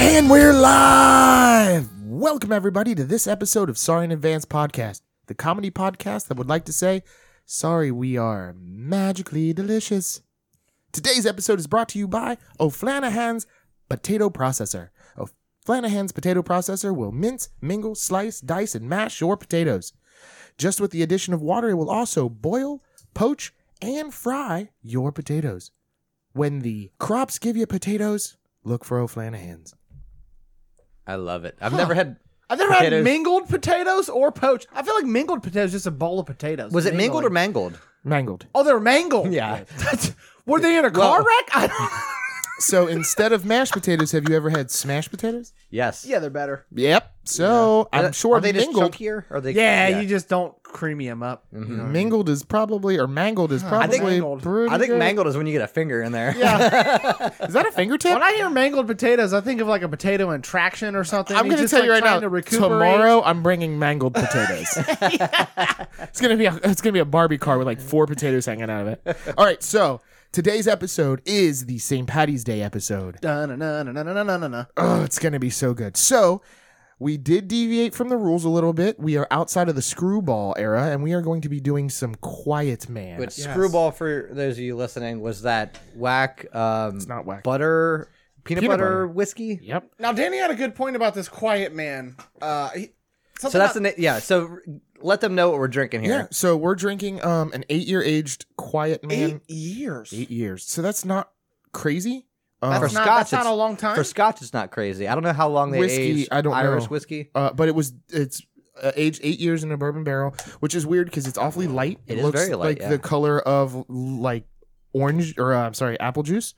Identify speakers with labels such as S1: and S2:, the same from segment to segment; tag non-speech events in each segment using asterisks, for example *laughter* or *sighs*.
S1: And we're live! Welcome, everybody, to this episode of Sorry in Advance podcast, the comedy podcast that would like to say, Sorry, we are magically delicious. Today's episode is brought to you by O'Flanahan's Potato Processor. O'Flanahan's Potato Processor will mince, mingle, slice, dice, and mash your potatoes. Just with the addition of water, it will also boil, poach, and fry your potatoes. When the crops give you potatoes, look for O'Flanahan's.
S2: I love it. I've never had.
S3: I've never
S2: Potatoes.
S3: had mingled potatoes or poached. I feel like mingled potatoes is just a bowl of potatoes.
S2: Was it mingled or mangled?
S1: Mangled.
S3: Oh, they're mangled.
S2: Yeah.
S3: That's- *laughs* were they in a car
S2: Well-
S3: wreck?
S2: *laughs*
S3: I don't.
S1: So instead of mashed potatoes, have you ever had smashed potatoes?
S2: Yes.
S3: yeah, they're better.
S1: Yep. So I'm sure
S2: Are they just
S1: mingled.
S2: chunkier? Are they?
S3: Yeah, you just don't creamy them up. You
S2: Mm-hmm.
S3: know what I mean?
S1: Mingled is probably, or mangled is probably.
S2: think
S3: mangled.
S1: pretty
S2: I think
S1: good.
S2: mangled is when you get a finger in there.
S1: Is that a fingertip?
S3: When I hear mangled potatoes, I think of like a potato in traction or something.
S1: I'm
S3: He's
S1: going to
S3: just,
S1: tell you right
S3: like,
S1: now.
S3: trying to recuperate.
S1: tomorrow, I'm bringing mangled potatoes. It's gonna be a, it's gonna be a Barbie car with like four potatoes hanging out of it. All right. So today's episode is the St. Patty's Day episode.
S3: Dun-na-na-na-na-na-na-na.
S1: Oh, it's gonna be so good. So we did deviate from the rules a little bit. We are outside of the screwball era, and we are going to be doing some Quiet Man.
S2: But screwball for those of you listening was that whack? Um, it's
S1: not whack.
S2: Butter, peanut,
S1: Peanut
S2: butter,
S1: butter.
S2: whiskey.
S1: yep.
S3: Now, Danny had a good point about this quiet man. Uh, he,
S2: So that's the na- yeah. So r- let them know what we're drinking
S1: Yeah.
S2: here.
S1: So we're drinking um an eight year aged Quiet Man.
S3: eight years.
S1: Eight, years. So that's not crazy. Um,
S3: That's,
S2: For
S3: not,
S2: Scots,
S3: that's not
S2: it's-
S3: a long time.
S2: For Scotch, it's not crazy. I don't know how long they
S1: Whiskey,
S2: aged
S1: I don't
S2: Irish
S1: know.
S2: whiskey.
S1: uh, but it was it's uh, aged eight years in a bourbon barrel, which is weird because it's awfully light.
S2: It is very light,
S1: like
S2: yeah.
S1: the color of like orange or uh, I'm sorry, apple juice.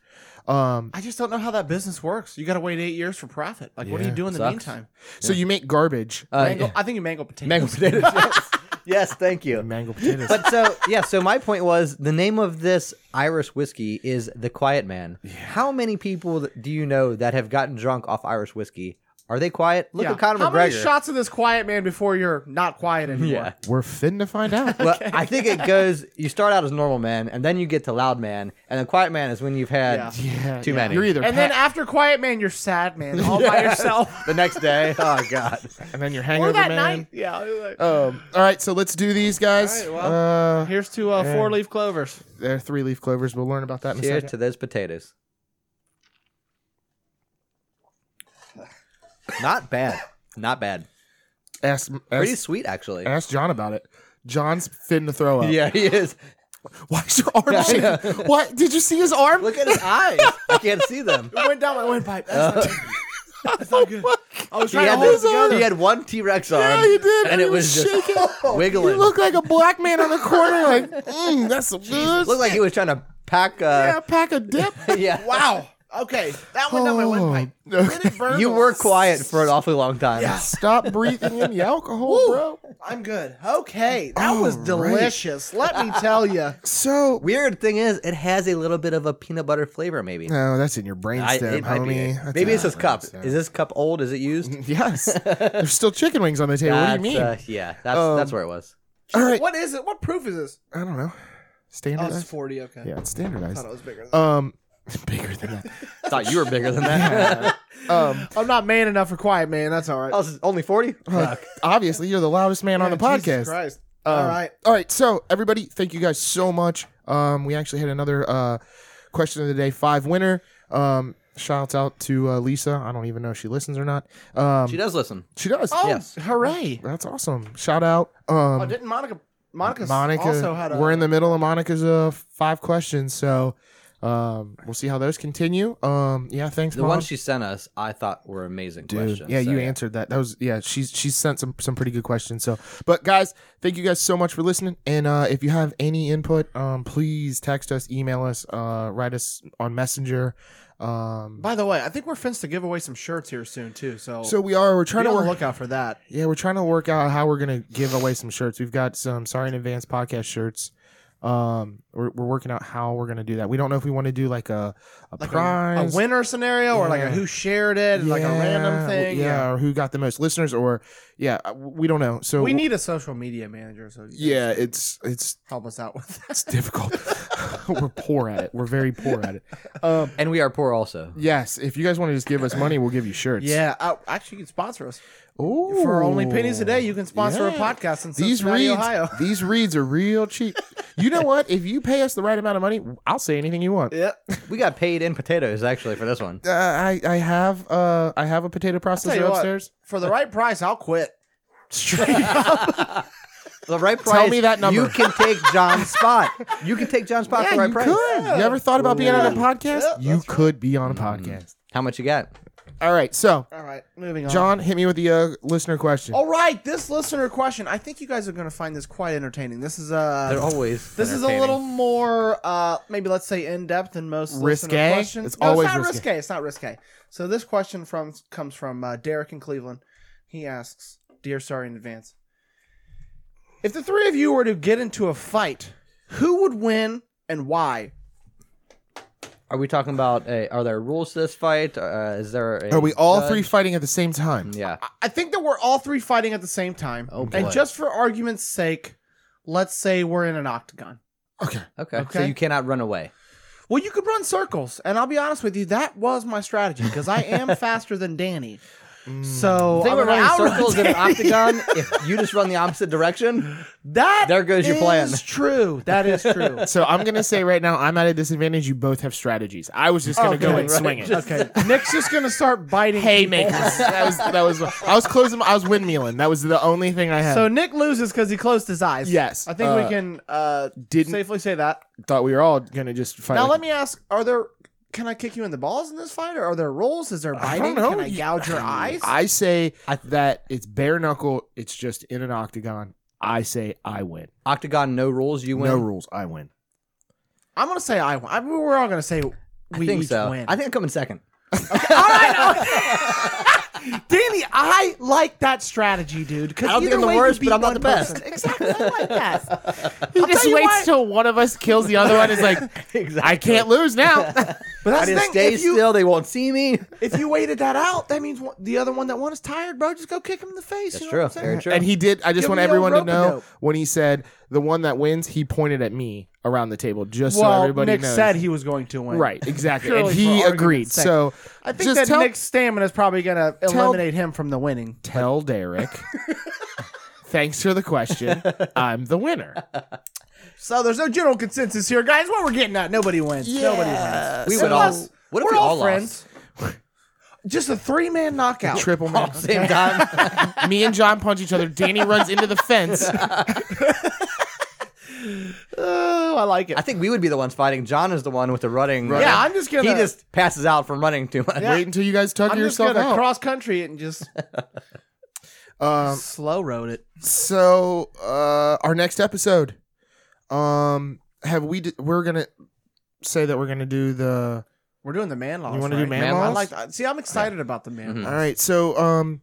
S1: Um,
S3: I just don't know how that business works. You got to wait eight years for profit. Like, what do you
S1: Yeah.
S3: do in the
S2: Sucks.
S3: meantime?
S1: so you make garbage,
S2: Uh,
S3: Mango, I think you mango potatoes.
S2: Mango
S3: *laughs*
S2: potatoes. yes. Uh, *laughs* yes, thank you.
S1: mango potatoes.
S2: But so yeah, so my point was the name of this Irish whiskey is the Quiet Man. How many people th- do you know that have gotten drunk off Irish whiskey? Are they quiet? Look
S3: Yeah.
S2: at Conor
S3: How
S2: McGregor.
S3: many shots of this quiet man before you're not quiet anymore?
S2: yeah.
S1: We're fin to find
S3: *laughs*
S1: out.
S2: Well, I think it goes. You start out as normal man, and then you get to loud man, and then quiet man is when you've had
S1: yeah,
S2: too
S1: yeah.
S2: many.
S1: You're either
S3: And
S1: pa-
S3: then after quiet man, you're
S1: *laughs*
S3: sad man, all by yourself.
S2: the next day. *laughs* Oh god.
S1: and then you're
S3: or
S1: hangover
S3: that
S1: man.
S3: night. Yeah. like-
S1: Um, all right, so let's do these guys.
S3: All right, well,
S1: uh,
S3: *laughs* Here's to uh, four leaf clovers.
S1: they're three leaf clovers. We'll learn about that in a
S2: Cheers
S1: second.
S2: to those potatoes. Not bad. Not bad.
S1: ask,
S2: Pretty
S1: ask,
S2: sweet actually.
S1: ask John about it. John's fin to throw up. *laughs*
S2: *laughs* Yeah, he is.
S1: Why is your
S2: *laughs*
S1: arm shaking? Why did you see his arm?
S2: Look at his eyes. I can't see them.
S3: It went down my windpipe. That's
S1: Uh, *laughs*
S3: not good. That's not good. I was
S2: He
S3: trying to
S2: had,
S3: hold it
S2: this,
S3: together.
S2: he had one T Rex arm.
S1: Yeah, you did.
S2: And it was just
S1: shaking.
S2: *laughs* wiggling.
S1: You look like a black man on the corner,
S2: *laughs*
S1: like, mm, that's some good.
S2: Looked like he was trying to pack.
S1: yeah,
S2: Uh,
S1: pack a
S2: *laughs*
S1: dip.
S2: yeah.
S3: Wow. Okay. That went
S1: Oh.
S3: down
S1: *laughs*
S3: my windpipe. Let it burn
S2: You
S3: a
S2: were
S3: little.
S2: quiet *laughs* for an awfully long time.
S3: Yeah.
S1: Stop breathing in the alcohol, bro.
S3: I'm good. Okay. That was
S1: All Oh, right.
S3: delicious. Let me tell you.
S1: So
S2: Weird thing is, it has a little bit of a peanut butter flavor, maybe.
S1: no, that's in your
S2: I- it
S1: brainstem,
S2: might be
S1: homie.
S2: it.
S1: That's
S2: Maybe
S1: in
S2: it's
S1: your
S2: this cup.
S1: brainstem.
S2: Is this cup old? Is it
S1: *laughs*
S2: used?
S1: Yes, there's still chicken wings on the table. What do you
S2: That's,
S1: mean?
S2: uh, yeah, that's
S1: Um,
S2: that's where it was.
S1: *laughs* All right,
S3: What is it? What proof is this?
S1: I don't know.
S3: Oh, it's
S1: Standardized.
S3: 40. Okay.
S1: yeah, it's
S3: I
S1: standardized.
S3: thought it was bigger. Than
S1: Um, *laughs* bigger than that.
S2: Thought you were bigger
S1: *laughs*
S2: than that.
S1: Um,
S3: that. I'm not man enough for quiet man. That's all right.
S2: I was Oh, only forty.
S1: obviously you're the loudest man on the
S3: Yeah,
S1: podcast.
S3: Jesus Christ. all right.
S1: All right, so everybody, thank you guys so much. Um, we actually had another uh, question of the day five winner. Um, shouts out to uh, Lisa. I don't even know if she listens or not. Um,
S2: She
S1: she,
S2: does listen.
S1: does.
S3: Oh,
S2: Yes.
S3: hooray.
S1: That's awesome. Shout out. Um,
S3: Oh, didn't Monica? Monica's
S1: Monica.
S3: also had a.
S1: we're in the middle of Monica's uh, five questions, so um, we'll see how those continue. Um, yeah, thanks,
S2: The
S1: Mom.
S2: ones she sent us, I thought were amazing
S1: Dude,
S2: questions.
S1: yeah,
S2: so,
S1: you answered that. That was yeah. She's she's sent some some pretty good questions. So, but guys, thank you guys so much for listening. And uh, if you have any input, um, please text us, email us, uh, write us on Messenger. Um,
S3: By the way, I think we're fenced to give away some shirts here soon too.
S2: Oh,
S3: So,
S1: so we are we're
S3: be
S1: trying to
S3: on the
S1: work.
S3: lookout for that.
S1: yeah, we're trying to work out how we're gonna give away some shirts. We've got some sorry in advance podcast shirts. Um, we're, we're working out how we're gonna do that. We don't know if we want to do like a a
S3: Like a, a
S1: prize.
S3: winner scenario, or like a
S1: Yeah.
S3: who shared it, and like a random
S1: w-
S3: thing.
S1: yeah, or who got the most listeners, or yeah, uh, we don't know. So
S3: We need a social media manager. So you guys
S1: yeah, it's it's *laughs*
S3: help us out with that.
S1: It's difficult. We're poor at it. We're very poor at it. Um,
S2: and we are poor also.
S1: yes, if you guys want to just give us money, we'll give you shirts.
S3: Yeah, I, actually, you can sponsor us
S1: Ooh.
S3: for only pennies a day. You can sponsor
S1: Yeah.
S3: a podcast in
S1: these
S3: Cincinnati,
S1: reads,
S3: Ohio. *laughs*
S1: these reads are real cheap. You know what? If you pay us the right amount of money, I'll say anything you want.
S3: Yep.
S2: We got paid in potatoes actually for this one.
S1: Uh, I I have uh I have a potato
S3: Tell you
S1: processor
S3: what,
S1: upstairs.
S3: *laughs* for the right price, I'll quit.
S2: The right price.
S1: me that number.
S2: You can take John's spot. You can take John's spot for
S1: Yeah,
S2: the
S1: *laughs*
S2: right
S1: you
S2: price.
S1: could. You ever thought about being on a
S3: Yeah.
S1: podcast?
S3: Yeah,
S1: you could be on a podcast.
S2: How much you got?
S1: All right, so
S3: All right, moving on.
S1: John, hit me with the uh, listener question.
S3: All right, this listener question. I think you guys are going to find this quite entertaining. This is
S2: They're
S3: uh
S2: always.
S3: this is a
S2: entertaining.
S3: little more uh maybe let's say in depth than most listener
S1: Risque?
S3: questions.
S1: It's
S3: no,
S1: always
S3: it's not
S1: risque.
S3: risque. It's not risque. So this question from comes from uh, Derek in Cleveland. He asks, "Dear sorry in advance, if the three of you were to get into a fight, who would win and why?"
S2: Are we talking about? A, are there rules to this fight? Uh, is there? A
S1: Are we all
S2: judge?
S1: three fighting at the same time?
S2: Yeah.
S3: I- I think that we're all three fighting at the same time.
S2: Oh, boy.
S3: and just for argument's sake, let's say we're in an octagon.
S1: Okay.
S2: Okay. So
S3: Okay.
S2: you cannot run away.
S3: Well, you could run circles, and I'll be honest with you, that was my strategy because I am faster than Danny. So
S2: They
S3: I'm
S2: were
S3: gonna
S2: running
S3: outrun
S2: circles
S3: *laughs*
S2: in an *laughs*
S3: Danny.
S2: octagon. if you just run the opposite direction,
S3: That
S2: There goes your
S3: is
S2: plan.
S3: True, that is *laughs* true.
S1: So I'm gonna say right now I'm at a disadvantage. You both have strategies. I was just gonna go
S3: Okay,
S1: and
S3: right.
S1: swing it.
S3: okay, Nick's just gonna start biting.
S1: Haymakers.
S3: people.
S1: that was that was. I was closing. I was windmilling. That was the only thing I had.
S3: *laughs* So Nick loses because he closed his eyes.
S1: Yes,
S3: I think
S1: uh,
S3: we can uh,
S1: didn't-
S3: safely say that.
S1: thought we were all gonna just fight.
S3: Now
S1: like-
S3: let me ask: Are there? Can I kick you in the balls in this fight, or are there rules? Is there
S1: I don't
S3: biting?
S1: know.
S3: Can I
S1: You-
S3: gouge your eyes?
S1: I say
S2: I-
S1: that it's bare knuckle. It's just in an octagon. I say I win.
S2: octagon no rules. You win.
S1: No rules. I win.
S3: I'm gonna say I win. I mean, we're all gonna say we
S2: I think
S3: each
S2: so.
S3: win.
S2: I think I'm coming
S3: *laughs*
S2: second.
S3: all right, okay. Danny, I like that strategy, dude.
S2: I don't think I'm the worst, but I'm not the best.
S3: Exactly, I
S2: *laughs*
S3: like that.
S1: He
S3: just waits
S1: till one of us kills the other one. Is like, I can't lose now.
S3: But
S2: I
S3: that's the
S2: just
S3: thing.
S2: stay
S3: If you,
S2: still. They won't see me.
S3: if you waited that out, that means one, the other one that won is tired, bro. Just go kick him in the face.
S2: That's
S3: you know
S2: true.
S3: What I'm saying?
S2: Very true.
S1: And he did. I just
S3: Give
S1: want
S3: me a
S1: everyone to know
S3: rope-a-dope.
S1: when he said the one that wins, he pointed at me around the table, just so
S3: well,
S1: everybody
S3: Nick
S1: knows.
S3: said he was going to win.
S1: right, exactly, and
S3: Surely for
S1: he
S3: argument's
S1: agreed.
S3: sake.
S1: So
S3: I think
S1: just
S3: that
S1: tell,
S3: Nick's stamina is probably going to
S1: tell-
S3: eliminate him from the winning.
S1: tell
S3: *laughs*
S1: Derek. Thanks for the question. I'm the winner.
S3: So there's no general consensus here, guys. What we're getting at, nobody wins. Nobody wins.
S2: We would all.
S3: Unless
S2: What if
S3: we're
S2: we
S3: all
S2: all
S3: friends. Just a three man knockout.
S1: Triple
S3: *laughs*
S1: man.
S2: lost? Same time.
S1: Me and John punch each other. Danny runs into the
S3: *laughs*
S1: fence.
S3: Oh, I like it.
S2: I think we would be the ones fighting. John is the one with the running.
S3: Yeah, I'm just gonna.
S2: He just passes out from running too much.
S1: Wait until you guys tug
S3: I'm just
S1: yourself
S3: gonna
S1: out.
S3: cross country it
S1: *laughs*
S3: and just
S1: um,
S3: slow road it.
S1: so uh, our next episode, um, have we? D- we're gonna say that we're gonna do the.
S3: We're doing the man laws.
S1: You want to
S3: right?
S1: do man,
S2: Man
S1: laws? Mm-hmm.
S3: I like. That. See, I'm excited about the man.
S2: Mhm.
S3: laws.
S1: All right, so um,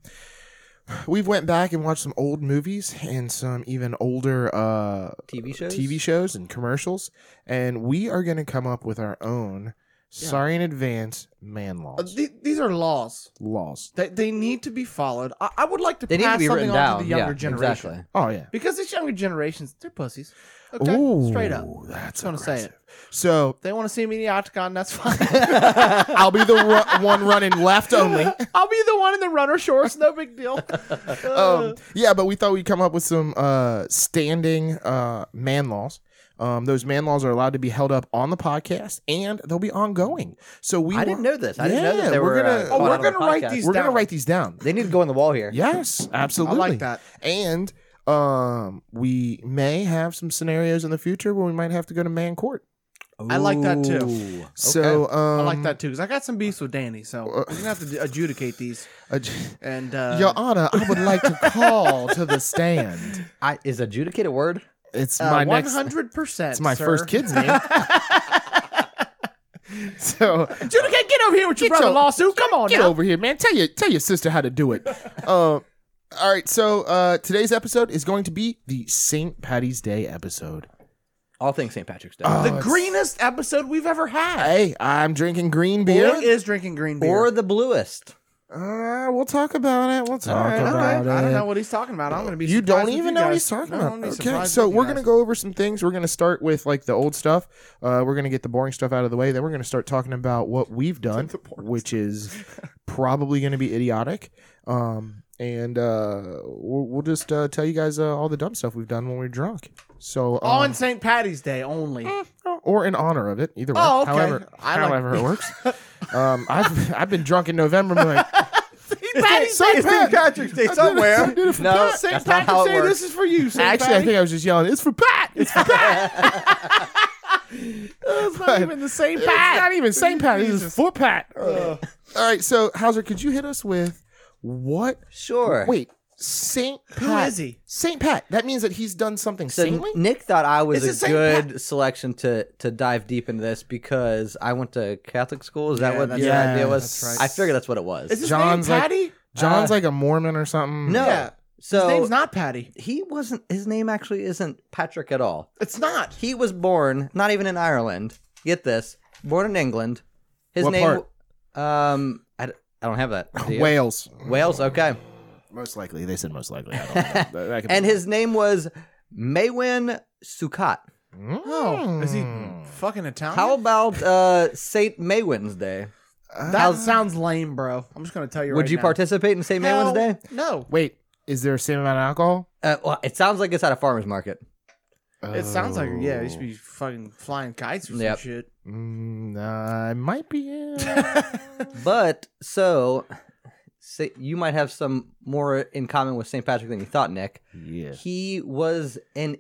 S1: we've went back and watched some old movies and some even older uh
S2: TV shows.
S1: TV shows and commercials, and we are gonna come up with our own. Sorry in advance, man
S3: Uh,
S1: laws.
S3: th- these are laws
S1: laws.
S3: that they need to be followed. I, I would like to
S2: They need
S3: pass
S2: to be
S3: something
S2: written
S3: on
S2: down.
S3: to the younger
S2: yeah,
S3: generation
S2: exactly.
S1: Oh yeah.
S3: because these younger generations they're pussies. Okay, straight up.
S1: Ooh,
S3: Just
S1: That's
S3: gonna say
S1: aggressive.
S3: it.
S1: So
S3: They want to see me in the octagon. That's fine. *laughs*
S1: I'll be the ru- *laughs* one running left only.
S3: I'll be the one in the runner shorts. No
S1: *laughs*
S3: big deal. Uh,
S1: Um, yeah, but we thought we'd come up with some uh, standing uh, man laws. Um, those man laws are allowed to be held up on the podcast, and they'll be ongoing. So we
S2: I didn't
S1: wa-
S2: know this. I didn't know
S1: Yeah,
S2: that they
S1: we're
S2: were.
S1: gonna-
S2: uh,
S1: Oh,
S2: caught
S3: we're
S2: on the
S3: gonna write
S2: podcast.
S3: these-
S1: We're gonna
S3: down.
S1: write these down.
S2: They need to go on the wall here.
S1: Yes,
S3: *laughs* I
S1: absolutely.
S3: like that.
S1: And um, we may have some scenarios in the future where we might have to go to man court.
S3: I like that too.
S2: Ooh, okay.
S1: So um,
S3: I like that too because I got some beefs with Danny, so
S1: Uh,
S3: we're gonna have to adjudicate these.
S1: uh, *laughs*
S3: And uh,
S1: Your Honor, I would like to
S3: *laughs*
S1: call to the stand.
S2: I, is adjudicate a word?
S1: It's
S3: uh,
S1: my next.
S3: 100 percent.
S1: It's my first kid's name. *laughs* so
S3: Adjudicate, get over here with
S1: Get
S3: your brother
S1: your-
S3: lawsuit. Come on
S1: get
S3: now.
S1: over here, man. Tell your tell your sister how to do it. Uh, all right, so uh, today's episode is going to be the St. Patty's Day episode.
S2: All things St. Patrick's Day.
S1: Oh,
S3: The
S1: it's-
S3: greenest episode we've ever had.
S1: Hey, I'm drinking green
S3: Nick
S1: beer.
S3: is drinking green beer.
S2: or the bluest.
S1: Uh, we'll talk about it. We'll
S3: All
S1: talk
S3: right, all right.
S1: about it.
S3: I don't know what he's talking about. I'm going to be.
S1: you
S3: surprised
S1: don't
S3: if
S1: even
S3: you
S1: know what
S3: guys-
S1: he's talking
S3: No, I'm
S1: about.
S3: gonna be
S1: Okay,
S3: surprised
S1: so
S3: if you
S1: we're gonna
S3: guys-
S1: go over some things. We're gonna start with like the old stuff. Uh, we're gonna get the boring stuff out of the way. Then we're gonna start talking about what we've done,
S3: The boring
S1: which is probably gonna be idiotic. Um, and uh, we'll, we'll just uh, tell you guys uh, all the dumb stuff we've done when we're drunk. So um,
S3: Oh,
S1: Mm-hmm.
S3: on St. Patty's Day only.
S1: or in honor of it, either way.
S3: Oh, okay.
S1: However,
S3: I like-
S1: however it works. um, I've I've been drunk in November. I'm like,
S3: *laughs* Patty's
S1: St.
S3: Day.
S1: Pat-
S2: Patrick's
S1: I
S2: Day
S1: did it-
S2: somewhere.
S1: I did it for
S2: No,
S1: Pat.
S3: St.
S2: That's not how it
S3: Patrick's Day.
S2: works.
S3: This is for you. St.
S1: Actually, I
S3: Patty.
S1: think I was just yelling. It's for Pat. It's
S3: *laughs*
S1: for Pat.
S3: it's not even the same
S1: It's
S3: Pat.
S1: not even St. Pat. It's
S3: Jesus.
S1: just foot Pat.
S3: Ugh.
S1: All right, so Hauser, could you hit us with what?
S2: Sure.
S1: Wait, St. Pat.
S3: Who is he?
S1: St. Pat. That means that he's done something
S2: So
S1: saintly?
S2: Nick thought I was
S3: Is it
S2: a
S3: Saint
S2: good selection to to dive deep into this because I went to Catholic school. Is that
S3: Yeah,
S2: what
S3: that's
S2: the
S1: right.
S2: idea was?
S1: That's right.
S2: I figured that's what it was.
S3: Is his
S1: John's
S3: name
S1: like-
S3: Patty?
S1: John's
S2: uh,
S1: like a Mormon or something.
S2: no.
S3: Yeah.
S2: So
S3: his name's not Patty.
S2: he wasn't. His name actually isn't Patrick at all.
S3: It's not.
S2: He was born not even in Ireland. Get this. Born in England. His
S1: What
S2: name. Um, I, d- I don't have that. do you?
S1: Wales.
S2: Wales. Okay. *laughs*
S1: Most likely. They said most likely. I don't know. That- that could be-
S2: And his name was Maywin Sukkot.
S1: Mm.
S3: Oh, is he
S1: Hmm. Uh,
S3: fucking Italian?
S2: How about uh, Saint Maywin's Day?
S3: that sounds lame, bro. I'm just going to tell you.
S2: Would
S3: right
S2: you
S3: now.
S2: participate in St. Maywin's
S3: Hell
S2: Day?
S3: No.
S1: Wait, is there a same amount of alcohol?
S2: Uh, well, it sounds like it's at a farmer's market.
S3: It sounds like yeah, he should
S1: Oh.
S3: be fucking flying kites or
S2: Yep.
S3: some shit.
S1: Mm, uh, it might be.
S2: *laughs*
S1: yeah.
S3: I
S2: But so, say, you might have some more in common with St. Patrick than you thought, Nick.
S1: yeah.
S2: He was an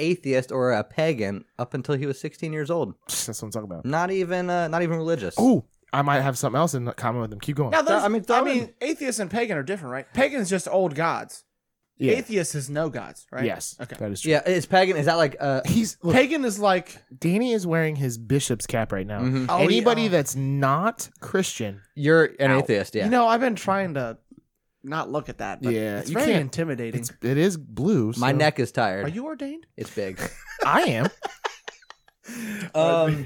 S2: atheist or a pagan up until he was 16 years old.
S1: That's what I'm talking about.
S2: Not even uh, not even religious.
S1: Oh, I might have something else in common with them. Keep going.
S2: there's- I
S3: mean,
S2: mean,
S3: I
S2: throwing-
S3: mean, atheist and pagan are different, right? Pagan's just old gods.
S1: yeah.
S3: Atheist is no gods, right?
S1: Yes.
S3: Okay.
S1: That is true.
S2: yeah. Is pagan? Is that like uh?
S1: He's look,
S3: Pagan is like
S1: Danny is wearing his bishop's cap right now.
S2: mhm.
S3: oh,
S1: Anybody
S3: yeah.
S1: that's not Christian,
S2: You're an
S1: Ow.
S2: atheist, yeah.
S3: you know, I've been trying to not look at that. But
S1: Yeah,
S3: it's
S1: you
S3: very
S1: can't-
S3: intimidating.
S1: it's it is blue.
S2: My
S1: so-
S2: neck is tired.
S3: Are you ordained?
S2: it's
S3: *laughs*
S2: big.
S1: I am.
S3: *laughs*
S2: Um,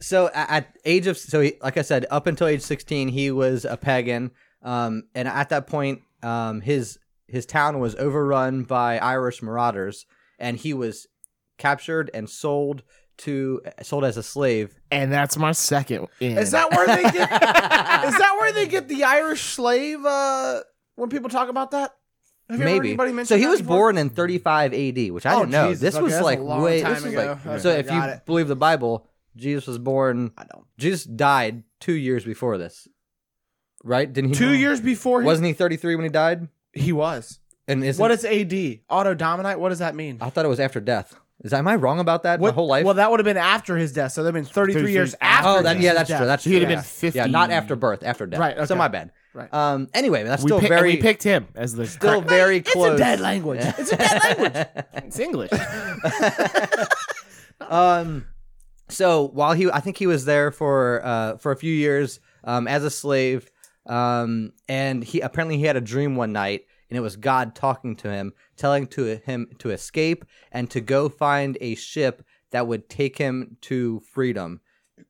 S2: so a- at age of so he, like I said, up until age sixteen, he was a pagan, um, and at that point, um, his his town was overrun by Irish marauders, and he was captured and sold to sold as a slave.
S1: And that's my second. In.
S3: Is that where
S2: *laughs*
S3: they get?
S1: *laughs*
S2: Maybe
S3: is that where they get the Irish slave? Uh, when people talk about that, have you ever heard anybody mention?
S2: so. He
S3: that
S2: was
S3: before?
S2: born in 35 A.D., which I
S3: Oh,
S2: didn't know.
S3: Jesus,
S2: This
S3: okay,
S2: was
S3: that's a
S2: like
S3: long
S2: way.
S3: time
S2: This was
S3: ago.
S2: like
S3: Okay,
S2: so. If you
S3: got it.
S2: believe the Bible, Jesus was born.
S3: I don't.
S2: Jesus died two years before this, right? Didn't he?
S3: Two years before he,
S2: Wasn't he 33 when he died?
S3: he was.
S2: And is
S3: What is AD? Auto dominate. What does that mean?
S2: I thought it was after death. Is am I wrong about that?
S3: What-
S2: My whole life.
S3: Well, that would have been after his death. So that'd been 33,
S1: 33
S3: years after.
S2: oh, that,
S3: his
S2: yeah, that's
S3: death.
S2: true. That's true.
S1: He'd have
S2: yeah.
S1: been 50.
S2: Yeah, not after birth, after death.
S3: Right,
S2: So
S3: okay.
S2: my bad.
S3: Right.
S2: Um. Anyway, that's
S1: We
S2: still
S1: pi- and
S2: very
S1: we picked him as the
S2: still very close.
S3: language.
S2: It's a *laughs* dead language.
S1: *laughs* It's English.
S2: um. So while he, I think he was there for uh for a few years um as a slave um and he apparently he had a dream one night and it was God talking to him telling to him to escape and to go find a ship that would take him to freedom.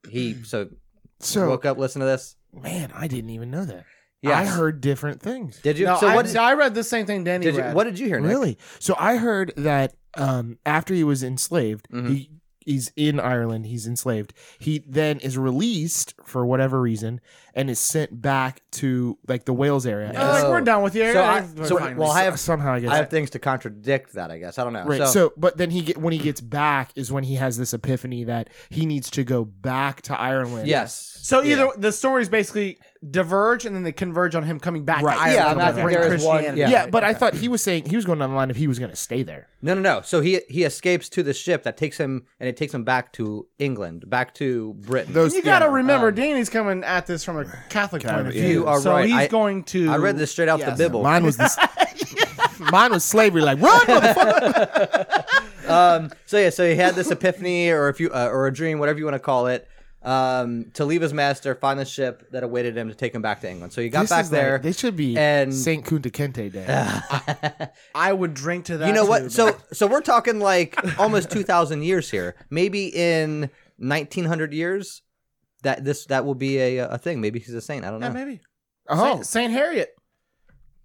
S2: He so
S1: *clears throat* So
S2: woke up, listen to this.
S1: man, I didn't even know that.
S2: Yes.
S1: I heard different things.
S2: Did you?
S3: No,
S2: so
S3: I,
S2: what did,
S3: I read the same thing Danny
S2: did you?
S3: read.
S2: What did you hear? Nick?
S1: Really? So I heard that um, after he was enslaved,
S2: Mhm.
S1: he he's in Ireland. He's enslaved. He then is released for whatever reason and is sent back to like the Wales area.
S3: I was
S1: And
S3: like,
S2: Oh.
S3: we're done with you.
S2: So I-
S3: We're
S2: so-
S3: fine.
S2: well, I have-
S1: somehow I guess
S2: I have things to contradict that. I guess I don't know.
S1: Right.
S2: So,
S1: So, but then he get when he gets back is when he has this epiphany that he needs to go back to Ireland.
S2: yes.
S3: so either the stories basically diverge and then they converge on him coming back.
S1: Right.
S3: To Ireland
S2: Yeah,
S3: and
S2: I think
S3: bring
S2: there is one-
S3: Christianity.
S1: Yeah,
S2: Yeah.
S1: but I thought he was saying he was going down the line if he was going to stay there.
S2: No, no, no. So he he escapes to the ship that takes him, and it takes him back to England, back to Britain.
S1: Those Um,
S3: You got to remember, Danny's coming at this from a Catholic point of
S1: yeah.
S3: view.
S2: Um, You are
S3: so
S2: right.
S3: he's
S2: I-
S3: going to.
S2: I read this straight out
S3: Yes.
S2: the Bible.
S1: Mine
S2: *laughs*
S1: was this. Mine was slavery. Like run, motherfucker.
S2: um, so yeah, so he had this epiphany, or if you, uh, or a dream, whatever you want to call it, um, to leave his master, find the ship that awaited him to take him back to England. So he got
S1: This
S2: back
S1: is like-
S2: there.
S1: they should be
S2: and-
S1: Saint Kunta Kente Day.
S3: I would drink to that.
S2: you know
S3: too,
S2: what? So
S3: but-
S2: so we're talking like almost two thousand years here. Maybe in nineteen hundred years, that this that will be a a thing. Maybe he's a saint. I don't
S3: yeah,
S2: know.
S3: maybe.
S1: Oh,
S3: Saint, Saint Harriet.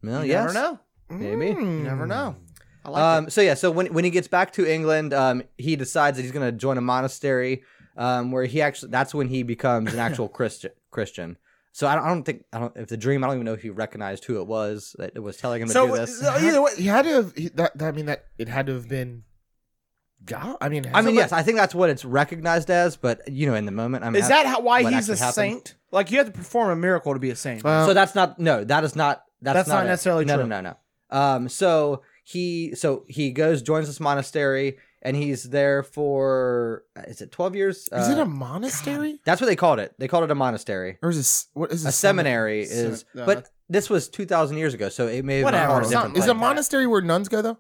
S2: Well,
S3: You
S2: Oh, yes.
S3: never know.
S2: Maybe.
S1: Mm.
S3: You never know. I like
S2: um, so yeah, so when when he gets back to England, um, he decides that he's going to join a monastery, um, where he actually that's when he becomes an actual Christian. Christian. So I don't, I don't think I don't if the dream I don't even know if he recognized who it was that was telling him to do
S1: So,
S3: uh,
S2: this.
S1: so either way, he had to have. He, that, that- I mean, that it had to have been. God, I mean,
S2: I mean,
S1: somebody-
S2: yes, I think that's what it's recognized as, but you know, in the moment, I mean,
S3: Is that how, why
S2: what
S3: he's a
S2: actually happened?
S3: saint? Like you have to perform a miracle to be a saint.
S1: Well,
S2: so that's not no, that is not that's,
S3: That's not
S2: it.
S3: necessarily
S2: no,
S3: true.
S2: No, no, no. Um, so he so he goes joins this monastery and he's there for is it twelve years?
S1: is
S2: Uh,
S1: it a monastery
S2: That's what they called it. They called it a monastery.
S1: or is this what is
S2: a
S1: a
S2: seminary
S3: semin-
S2: is,
S3: no,
S2: but this was two thousand years ago, so it may have
S3: Whatever,
S2: been called a
S1: Is
S2: different.
S3: something
S2: Place.
S1: a
S3: that.
S1: monastery where nuns go though?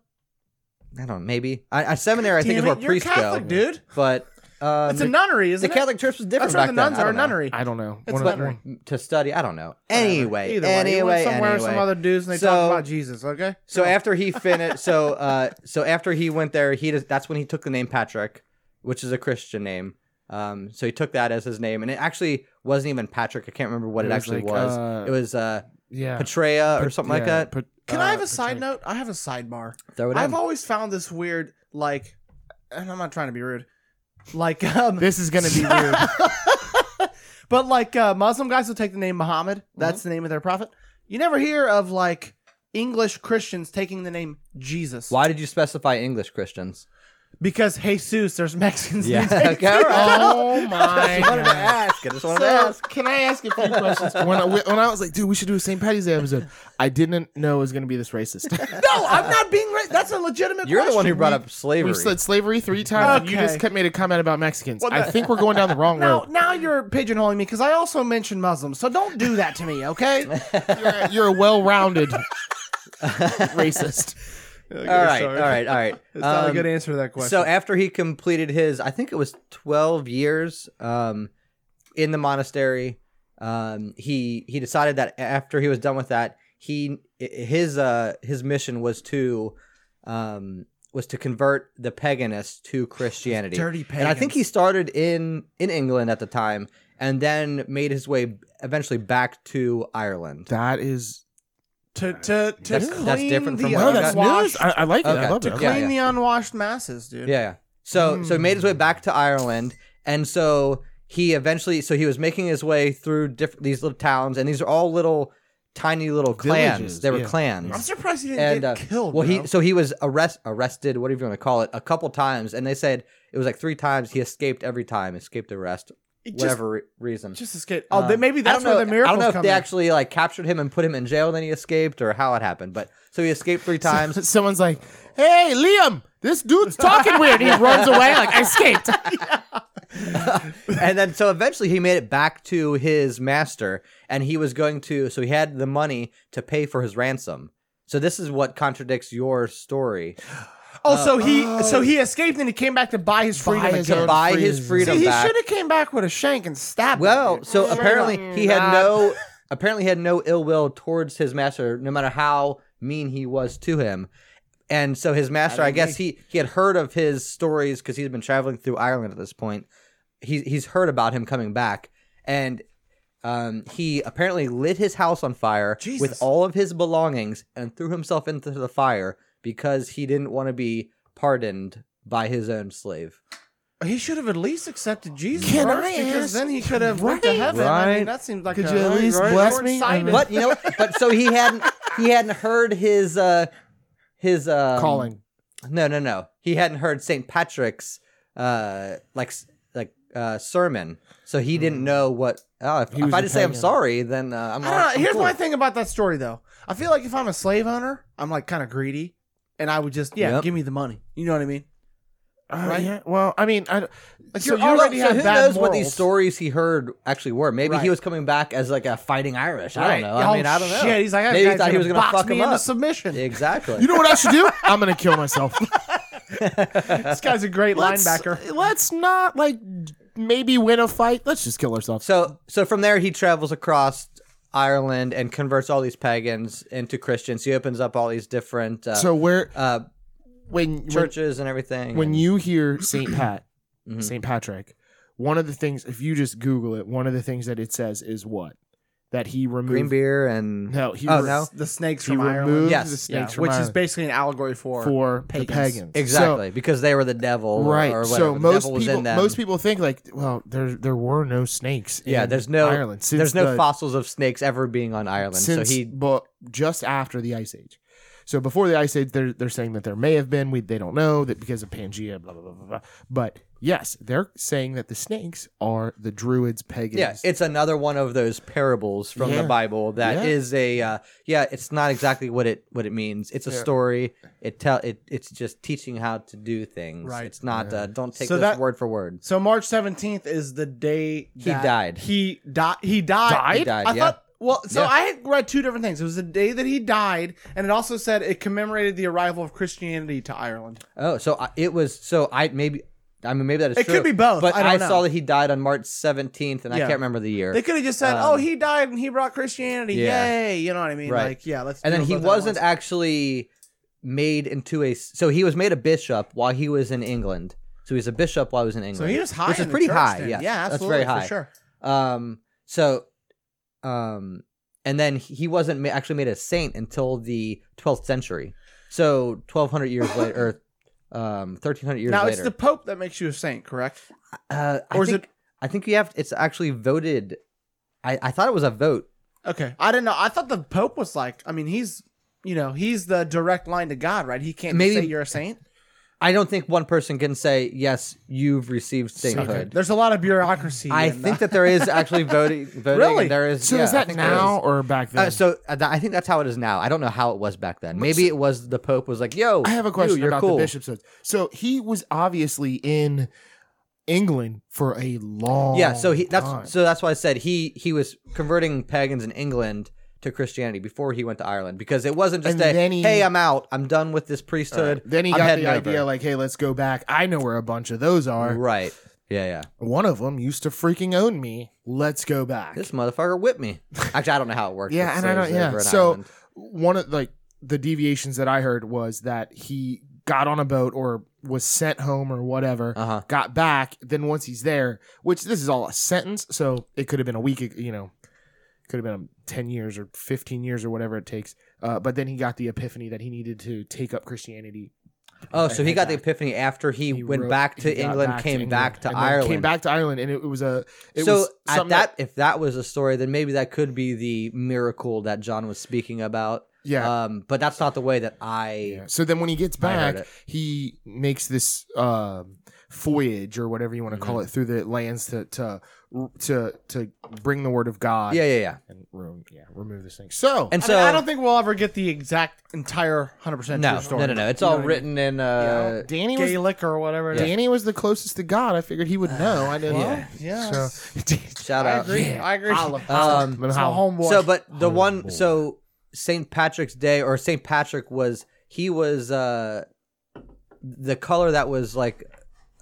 S2: I don't know. Maybe I, a seminary. I think is
S3: Damn
S2: where
S3: it, you're
S2: priests
S3: Catholic,
S2: go,
S3: dude.
S2: But um,
S3: *laughs* it's
S2: the,
S3: a nunnery,
S2: the
S3: isn't it?
S2: Catholic Church was different
S3: That's where
S2: back
S3: the nuns
S2: then. I
S3: are a
S2: don't know.
S3: nunnery.
S1: I don't know.
S3: It's
S1: One of
S3: not
S1: the-
S3: right.
S2: to study. I don't know.
S3: Whatever.
S2: Anyway,
S3: Either way, you
S2: anyway,
S3: went somewhere with
S2: anyway.
S3: some other dudes and they
S2: So-
S3: talked about Jesus. Okay,
S2: so after he finished, so uh, so after he went there, he just, that's when he took the name Patrick, which is a Christian name. Um, so he took that as his name, and it actually wasn't even Patrick. I can't remember what
S1: It
S2: it,
S1: was
S2: actually
S1: like,
S2: was.
S1: uh,
S2: it was uh,
S1: yeah, uh,
S2: Petrea or something like that.
S3: can I have a side note? I have a sidebar.
S2: Throw it
S3: I've
S2: in.
S3: always found this weird, like, and I'm not trying to be rude, like, um,
S1: This is gonna
S2: *laughs*
S1: be weird.
S3: but like uh, Muslim guys will take the name Muhammad. That's the name of their prophet. You never hear of like English Christians taking the name Jesus.
S2: Why did you specify English Christians?
S3: Because Jesus, there's Mexicans. *laughs* named
S2: okay, all right.
S1: oh
S2: *laughs* I just wanted to
S1: my!
S2: ask. I just wanted to
S1: So,
S2: ask.
S1: can I ask
S3: *laughs*
S1: a few questions? When I, when I was like, dude, we should do a St. Patty's Day episode, I didn't know it was going to be this
S2: *laughs*
S1: racist.
S3: no, I'm not being racist. That's a legitimate
S2: You're the one who
S3: question.
S2: brought up slavery.
S1: We've said slavery three times. and You
S3: Okay.
S1: just kept made a comment about Mexicans.
S3: Well,
S1: I
S3: the-
S1: think we're going down the
S2: *laughs*
S1: wrong
S3: Now,
S1: road.
S3: now you're pigeonholing me because I also mentioned Muslims, so don't do that to me, okay?
S1: You're a, you're a
S2: *laughs*
S1: well-rounded racist.
S2: all right, all right, all right.
S3: *laughs* It's not a
S2: Um,
S3: good answer to that question.
S2: So after he completed his, I think it was twelve years um, in the monastery. Um, he he decided that after he was done with that, he i- his uh his mission was to um was to convert the paganists to Christianity.
S3: Dirty
S2: And I think
S3: pagans.
S2: he started in in England at the time, and then made his way eventually back to Ireland.
S1: That is
S3: to to to
S2: That's-
S3: clean
S2: that's different
S3: the
S2: from
S1: no,
S2: what
S1: that's
S3: unwashed,
S1: news. I, I like it. I
S2: Okay.
S1: love
S3: to
S1: it.
S3: clean
S2: Yeah,
S3: the unwashed masses, dude.
S2: Yeah, yeah. So so he made
S3: Hmm.
S2: his way back to Ireland, and so he eventually so he was making his way through different these little towns, and these are all little tiny little clans.
S1: Villages,
S2: they were
S1: yeah.
S2: clans.
S3: I'm surprised he didn't
S2: And
S3: get
S2: uh,
S3: killed.
S2: well,
S3: bro.
S2: he so he was arrest arrested, whatever you want to call it, a couple times, and they said it was like three times. He escaped every time, escaped arrest,
S3: It just-
S2: whatever re- reason.
S3: just escaped. Oh, then
S2: Um,
S3: maybe
S2: I
S3: that's
S2: don't know-
S3: where the miracles
S2: I don't know if
S3: come
S2: they
S3: in.
S2: actually like captured him and put him in jail, and then he escaped, or how it happened. But so he escaped
S3: *laughs*
S2: three times.
S1: *laughs* Someone's like, "Hey, Liam, this dude's talking weird." He runs away like, "I *laughs* escaped." Uh,
S2: and then so eventually he made it back to his master and he was going to so he had the money to pay for his ransom so this is what contradicts your story
S3: Oh, so he so he escaped and he came back to buy his freedom
S1: his
S3: again.
S1: own
S2: buy his
S1: freedom.
S2: freedom
S3: See, he
S2: back
S3: should have came back with a shank and stabbed. him,
S2: well
S3: dude.
S2: so
S3: Straight
S2: apparently
S3: up.
S2: he had no apparently he had no ill will towards his master no matter how mean he was to him and so his master i, guess he he had heard of his stories because he's been traveling through ireland at this point he, he's heard about him coming back and um, he apparently lit his house on fire
S3: Jesus.
S2: with all of his belongings and threw himself into the fire because he didn't want to be pardoned by his own slave.
S3: He should have at least accepted Jesus.
S1: Can
S3: first,
S1: I
S3: because
S1: ask-
S3: then he could have went to
S1: Right?
S3: heaven. I mean,
S2: Right.
S3: that seems like
S1: Could
S3: a,
S1: you at least bless me?
S3: short-sighted-
S1: I mean-
S2: But you know, but so he hadn't he hadn't heard his uh his uh
S1: Calling.
S2: No, no, no. He hadn't heard St. Patrick's uh like s- like uh sermon. So he
S3: Hmm.
S2: didn't know what oh if,
S1: He
S2: if
S1: was
S2: I
S1: a
S2: just say I'm
S1: pagan.
S2: sorry, then uh, I'm
S3: I
S2: all-
S3: don't know.
S2: I'm
S3: Here's
S2: cool.
S3: my thing about that story, though. I feel like if I'm a slave owner, I'm like kind of greedy, and I would just yeah,
S2: Yep.
S3: give me the money. You know what I mean?
S1: Uh,
S3: Right?
S1: yeah. Well, I mean, I,
S3: Like
S1: so
S3: you're
S1: you
S3: all-
S1: already
S2: so
S1: have
S2: who
S1: bad
S2: knows
S1: morals.
S2: what these stories he heard actually were? Maybe
S3: Right.
S2: he was coming back as like a fighting Irish. I
S3: Right.
S2: don't know. I
S3: Oh,
S2: mean, I don't know.
S3: Shit, he's like, that
S2: Maybe he
S3: guy's
S2: thought he was
S3: gonna
S2: gonna
S3: box
S2: fuck
S3: me
S2: him
S3: into
S2: up.
S3: submission. *laughs*
S2: Exactly.
S1: You know what I should do? I'm gonna kill *laughs* myself.
S3: this guy's
S2: *laughs*
S3: a great
S1: Let's-
S3: linebacker.
S1: Let's not like maybe win a fight. Let's just kill ourselves.
S2: So so from there he travels across Ireland and converts all these pagans into Christians. He opens up all these different uh,
S1: So where
S2: uh,
S1: when when-
S2: churches and everything.
S1: when
S2: and-
S1: you hear
S2: *clears throat*
S1: Saint Pat,
S2: Mhm.
S1: Saint Patrick, one of the things if you just Google it, one of the things that it says is what that he removed.
S2: Green beer and
S1: No, he
S2: Oh,
S1: re-
S2: no?
S3: The snakes
S1: He
S3: from Ireland.
S1: removed
S2: Yes.
S1: the
S3: Yeah,
S1: snakes from
S3: which is
S1: Ireland
S3: basically an allegory for,
S1: for
S3: pagans.
S1: the pagans. So-
S2: exactly because they were the devil,
S1: right.
S2: Or whatever.
S1: so
S2: the
S1: most
S2: devil was
S1: people
S2: in them.
S1: most people think like, well, there there were no snakes.
S2: yeah,
S1: in
S2: there's no
S1: Ireland. Since
S2: there's no
S1: the-
S2: fossils of snakes ever being on Ireland.
S1: since
S2: so he
S1: but just after the ice age. So before the ice age, they're they're saying that there may have been. We they don't know that because of Pangea, blah blah blah blah. blah. But yes, they're saying that the snakes are the druids, pagans.
S2: yeah, it's another one of those parables from
S1: Yeah.
S2: the Bible that
S1: Yeah.
S2: is a uh, yeah. It's not exactly what it what it means. It's a
S1: Yeah.
S2: story. It tell it. It's just teaching how to do things.
S3: Right.
S2: It's not. Uh, don't take
S3: So
S2: this
S3: that-
S2: word for word.
S3: So March 17th is the day
S2: He
S3: that
S2: died.
S3: He died. He died.
S1: Died?
S2: He died,
S3: I
S2: yeah.
S3: thought. Well, so
S2: Yeah.
S3: I had read two different things. It was the day that he died, and it also said it commemorated the arrival of Christianity to Ireland.
S2: Oh, so I, it was. So I maybe. I mean, maybe that is
S3: It
S2: true.
S3: could be both.
S2: But
S3: I don't know.
S2: saw that he died on March 17th, and I
S3: Yeah.
S2: can't remember the year.
S3: They could have just said,
S2: Um,
S3: "Oh, he died and he brought Christianity."
S2: Yeah.
S3: Yay! You know what I mean?
S2: Right.
S3: Like, yeah. Let's.
S2: and
S3: do
S2: then he
S3: both at
S2: wasn't
S3: once.
S2: actually made into a. So he was made a bishop while he was in England. So he was a bishop while he was in England.
S3: So he was high.
S2: which
S3: in
S2: is
S3: the
S2: pretty
S3: church
S2: high.
S3: then.
S2: yes.
S3: Yeah.
S2: that's
S3: Absolutely.
S2: very high.
S3: For sure.
S2: Um. So, um, and then he wasn't ma- actually made a saint until the 12th century. So 1,200 years later, or um, 1,300 years
S3: Now
S2: later.
S3: it's the Pope that makes you a saint, correct?
S2: Uh, I
S3: Or is
S2: think,
S3: it-
S2: I think you have. It's actually voted. I, I thought it was a vote.
S3: Okay. I didn't know. I thought the Pope was like. I mean, he's. You know, he's the direct line to God, right? He can't
S2: Maybe-
S3: say you're a saint.
S2: I don't think one person can say yes. You've received sainthood.
S3: There's a lot of bureaucracy.
S2: I
S3: in,
S2: think
S3: uh,
S2: that there is actually *laughs* voting. voting
S3: Really?
S2: and There is.
S1: So
S2: yeah,
S1: is
S2: I
S1: that
S2: think there
S1: now
S2: is.
S1: or back then?
S2: Uh, so uh, th- I think that's how it is now. I don't know how it was back then. Maybe it was the Pope was like, "Yo,
S1: I have a question
S2: you, are
S1: about
S2: cool.
S1: the bishop's oath. So he was obviously in England for a long
S2: Yeah, so he that's
S1: time.
S2: so that's why I said he he was converting pagans in England to Christianity before he went to Ireland because it wasn't just
S1: And
S2: a
S1: then he-
S2: hey I'm out I'm done with this priesthood.
S1: then he
S2: I'm
S1: got
S2: heading
S1: the idea
S2: over."
S1: like, hey, let's go back. I know where a bunch of those are.
S2: *laughs* right? Yeah, yeah.
S1: One of them used to freaking own me. Let's go back.
S2: This motherfucker whipped me. Actually, I don't know how it worked.
S1: Yeah,
S2: with
S1: and I
S2: slaves
S1: don't. Yeah.
S2: over in
S1: So
S2: Ireland.
S1: one of like the deviations that I heard was that he got on a boat or was sent home or whatever,
S2: Uh-huh.
S1: got back. Then once he's there, which this is all a sentence, so it could have been a week. You know, could have been um, ten years or fifteen years or whatever it takes. Uh, but then he got the epiphany that he needed to take up Christianity.
S2: oh, so
S1: I
S2: he
S1: had
S2: got the
S1: that.
S2: epiphany after he, went
S1: wrote-
S2: back to
S1: he got
S2: England, came back to
S1: and then
S2: Ireland.
S1: came back to Ireland, and it, was a. It
S2: so
S1: was
S2: at
S1: something
S2: that, if that was a story, then maybe that could be the miracle that John was speaking about.
S1: yeah,
S2: Um, but that's not the way that I.
S1: Yeah. So then when he gets
S2: I heard
S1: back,
S2: it.
S1: he makes this um voyage or whatever you want to call
S2: Mm-hmm.
S1: it through the lands to to to to bring the word of God.
S2: Yeah, yeah, yeah.
S1: And room, yeah, remove this thing. So
S2: And
S3: I,
S2: so
S3: mean, I don't think we'll ever get the exact entire 100%
S2: no,
S3: true story.
S2: no, no, no. It's
S3: You know
S2: all
S3: what I
S2: written in.
S3: mean?
S2: Uh,
S1: Danny was
S3: Gaelic or whatever it is.
S1: Danny was the closest to God. I figured he would know. I didn't.
S2: Yeah.
S3: Yeah.
S1: So *laughs*
S2: Shout
S3: I
S2: out.
S3: agree. I agree.
S1: Holla.
S2: Um,
S1: But
S3: It's my
S1: how-
S3: homeboy.
S2: So, but the
S1: Oh,
S2: one,
S1: boy.
S2: so St. Patrick's Day or St. Patrick was he was uh the color that was like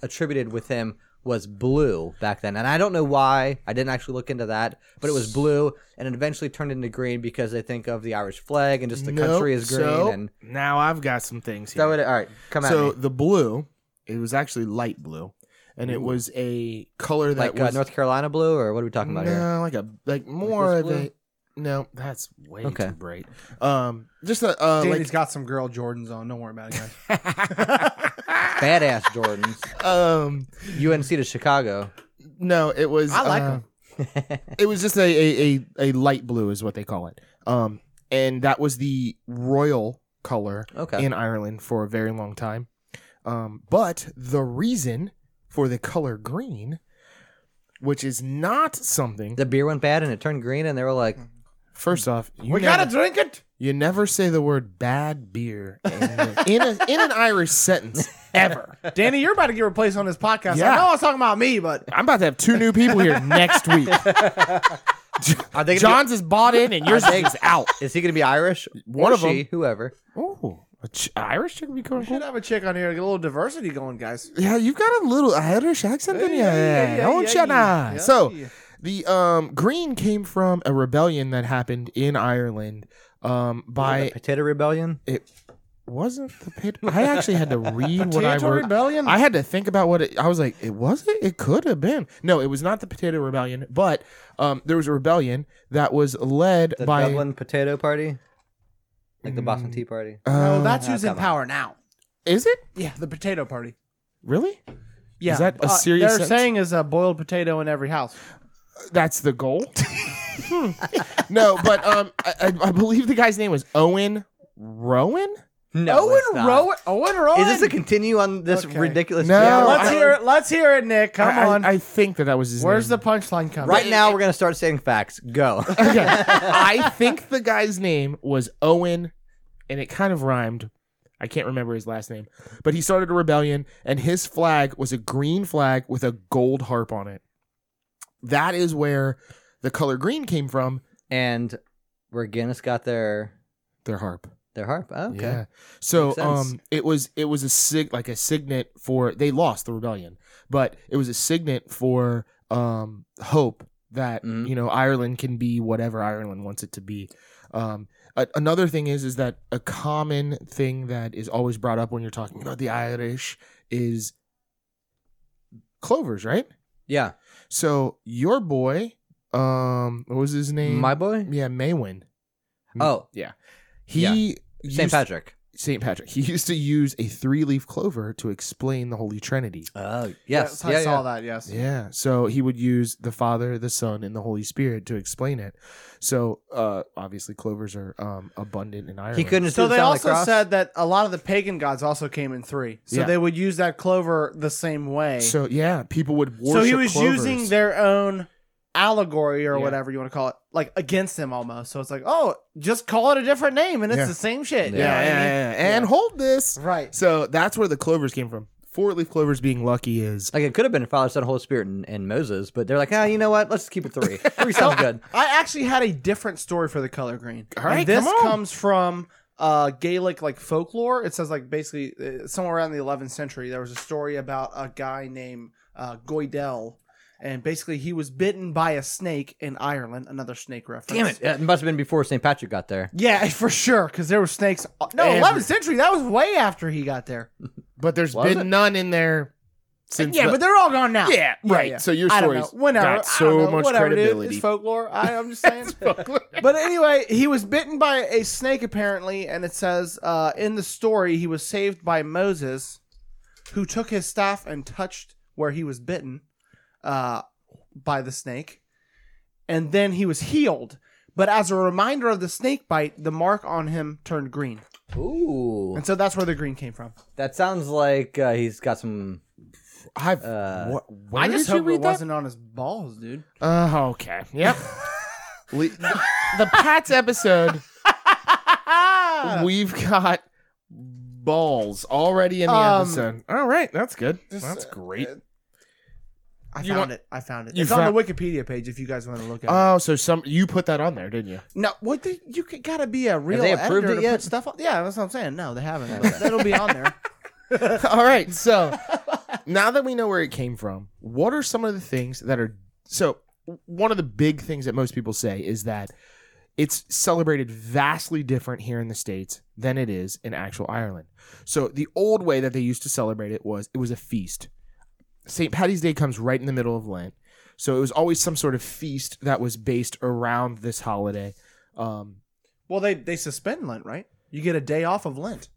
S2: attributed with him was blue back then, and I don't know why. I didn't actually look into that, but it was blue, and it eventually turned into green because they think of the Irish flag and just the
S1: Nope.
S2: country is green.
S1: So,
S2: and
S1: now I've got some things here.
S2: so, it, all right, come at
S1: so
S2: me.
S1: the blue, it was actually light blue, and it was a color that
S2: Like uh,
S1: was
S2: North Carolina blue, or what are we talking about
S1: no,
S2: here?
S1: like a like more
S2: this
S1: of
S2: blue?
S1: a no. That's way
S2: Okay.
S1: too bright. Um, just a uh,
S3: Danny's
S1: like
S3: got some girl Jordans on. Don't worry about it,
S2: *laughs*
S3: guys.
S2: Badass Jordans,
S1: *laughs* um,
S2: UNC to Chicago. *laughs*
S1: no, it was.
S3: I like
S1: uh,
S3: 'em.
S1: it was just a, a a a light blue is what they call it. Um, and that was the royal color
S2: Okay.
S1: in Ireland for a very long time. Um, but the reason for the color green, which is not something.
S2: the beer went bad and it turned green, and they were like,
S1: First off, you
S3: we
S1: never-
S3: gotta drink it.
S1: You never say the word bad beer in, a, in, a, in an Irish sentence ever.
S3: Danny, you're about to get replaced on this podcast.
S1: Yeah.
S3: I know I was talking about me, but
S1: I'm about to have two new people here next week.
S3: *laughs*
S2: "Are they gonna be-
S1: John's is bought in and yours is out.
S2: Is he going to be Irish?
S1: One
S2: Or
S1: of 'em.
S2: she, whoever.
S1: Oh, a ch- Irish chicken be
S3: we should
S1: cool.
S3: have a chick on here to get a little diversity going, guys.
S1: Yeah, you've got a little Irish accent in you.
S3: Yeah, yeah,
S1: Yeah,
S3: yeah,
S1: don't
S3: yeah,
S1: you
S3: yeah.
S1: now? So the um, green came from a rebellion that happened in Ireland um, by
S2: The potato rebellion.
S1: it wasn't the pit. I actually had to read what I
S3: Potato
S1: wrote.
S3: Rebellion.
S1: I had to think about what it. I was like, it was it. It could have been. No, it was not the Potato Rebellion, but um, there was a rebellion that was led
S2: The
S1: by.
S2: Dublin Potato Party, like the Boston Tea Party.
S3: no,
S1: Uh,
S3: that's who's
S2: Ah,
S3: in
S2: come on.
S3: power now.
S1: is it
S3: Yeah, the potato party.
S1: really?
S3: Yeah,
S1: that a
S3: uh,
S1: serious
S3: They're
S1: sentence?
S3: saying is a boiled potato in every house.
S1: That's the goal. *laughs* Hmm. no, but um, I, I- I believe the guy's name was Owen Rowan.
S2: No,
S3: Owen
S2: it's not.
S3: Rowan. Owen Rowan.
S2: Is this a continue on this
S3: Okay.
S2: ridiculous?
S1: No,
S3: Yeah,
S2: joke?
S3: let's
S1: I-
S3: hear it. Let's hear it, Nick. Come
S1: I, I-
S3: on.
S1: I, think that that was his.
S3: Where's
S1: name.
S3: the punchline coming?
S2: Right now, we're gonna start saying facts. Go.
S1: Okay.
S3: *laughs*
S1: I think the guy's name was Owen, and it kind of rhymed. I can't remember his last name, but he started a rebellion, and his flag was a green flag with a gold harp on it. That is where the color green came from.
S2: *laughs* and where Guinness got their
S1: Their harp.
S2: their harp. Oh, Okay.
S1: Yeah. So
S2: Makes sense.
S1: um, it was it was a sig like a signet for they lost the rebellion, but it was a signet for um hope that
S2: Mhm.
S1: you know Ireland can be whatever Ireland wants it to be. Um, a- another thing is is that a common thing that is always brought up when you're talking about the Irish is clovers, right?
S2: Yeah.
S1: So your boy, um, what was his name?
S2: My boy.
S1: yeah, Maywin.
S2: Oh,
S1: He
S2: Yeah. St.
S1: used-
S2: Patrick.
S1: St. Patrick. He *laughs* used to use a three leaf clover to explain the Holy Trinity.
S2: Oh, yes.
S3: Yes, I
S2: yeah,
S3: saw
S2: yeah.
S3: that. Yes.
S1: Yeah. So he would use the Father, the Son, and the Holy Spirit to explain it. So uh, obviously, clovers are um, abundant in Ireland.
S2: He couldn't. just do
S3: So
S2: the
S3: they
S2: sound of the
S3: also
S2: cross?
S3: said that a lot of the pagan gods also came in three. So
S1: Yeah.
S3: they would use that clover the same way.
S1: So yeah, people would worship.
S3: So he was
S1: clovers.
S3: using their own allegory or
S1: Yeah.
S3: whatever you want to call it, like against them almost. So it's like, oh, just call it a different name and it's
S1: Yeah.
S3: the same shit.
S1: Yeah,
S3: You know what
S1: yeah,
S3: I mean?
S1: yeah, yeah. and
S3: Yeah.
S1: hold this.
S3: Right.
S1: So that's where the clovers came from. Four leaf clovers being lucky is
S2: Like it could have been Father, Son, Holy Spirit, and, and Moses, but they're like, ah, you know what? Let's keep it *laughs* three. Three sounds good.
S3: I actually had a different story for the color green.
S1: All right,
S3: And this
S1: come on.
S3: comes from uh, Gaelic like folklore. It says like basically uh, somewhere around the 11th century there was a story about a guy named uh, Goidel, and basically he was bitten by a snake in Ireland. Another snake reference.
S2: Damn it! It must have been before St. Patrick got there.
S3: Yeah, *laughs* for sure, because there were snakes. No,
S1: Every-
S3: 11th century. That was way after he got there.
S1: but there's
S2: Was
S1: been
S2: it?
S1: none in there since
S3: yeah,
S1: the-
S3: but they're all gone now.
S1: yeah, right.
S3: yeah.
S1: So your
S3: I don't
S1: stories
S3: know. Whenever,
S1: got so
S3: I don't know.
S1: much
S3: Whatever, dude.
S1: credibility.
S3: It's folklore. I,
S1: *laughs*
S3: I'm just saying. but anyway, he was bitten by a snake apparently, and it says uh, in the story he was saved by Moses, who took his staff and touched where he was bitten uh, by the snake, and then he was healed. But as a reminder of the snake bite, the mark on him turned green,
S2: Ooh,
S3: and so that's where the green came from.
S2: that sounds like uh, he's got some.
S1: I've
S2: Uh,
S1: wha- where
S3: I just
S1: did you
S3: hope
S1: read
S3: it
S1: that?
S3: wasn't on his balls, *laughs* dude.
S1: Uh, okay. Yep. *laughs* Le- the, *laughs* the Pats *laughs* episode, we've got balls already in the
S3: Um,
S1: episode. All right, that's good.
S3: This,
S1: that's
S3: uh,
S1: great.
S3: I
S1: You
S3: found
S1: want-
S3: it. I found it.
S1: you
S3: It's on the Wikipedia page if you guys want to look at it.
S1: Oh, so some you put that on there, didn't you?
S3: No, what the, you c- gotta be a real
S2: they
S3: editor
S2: approved
S3: to
S2: it
S3: put
S2: yet?
S3: stuff on. Yeah, that's what I'm saying. No, they haven't. But that'll be on there.
S1: *laughs* All right, so now that we know where it came from, what are some of the things that are so one of the big things that most people say is that it's celebrated vastly different here in the states than it is in actual Ireland. So the old way that they used to celebrate it was it was a feast. St. Patty's Day comes right in the middle of Lent. So it was always some sort of feast that was based around this holiday. Um
S3: *laughs* Well, they they suspend Lent, right? You get a day off of Lent.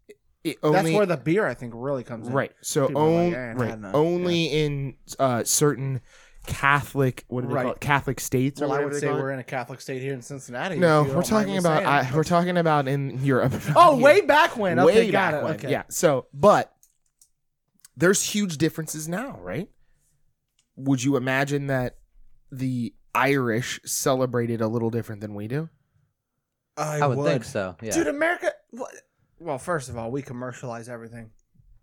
S1: it only,
S3: that's where the beer, I think, really comes in.
S1: Right. So
S3: People are like,
S1: on,
S3: "Eh, I've
S1: right,
S3: had enough."
S1: only in uh, certain Catholic what do they call
S3: Right.
S1: it? Catholic states or
S3: Well, I
S1: whatever
S3: would
S1: they
S3: say
S1: call it?
S3: we're in a Catholic state here in Cincinnati.
S1: No,
S3: if you
S1: we're
S3: don't mind me
S1: talking about
S3: saying.
S1: I, we're talking about in Europe.
S3: *laughs* oh,
S1: Yeah.
S3: way back
S1: *laughs*
S3: when. Okay,
S1: way
S3: got
S1: back
S3: it.
S1: when.
S3: Okay.
S1: Yeah. So, but there's huge differences now, right? Would you imagine that the Irish celebrated a little different than we do?
S3: I,
S2: I would, think so. Yeah.
S3: Dude, America. What? Well, first of all, we commercialize everything,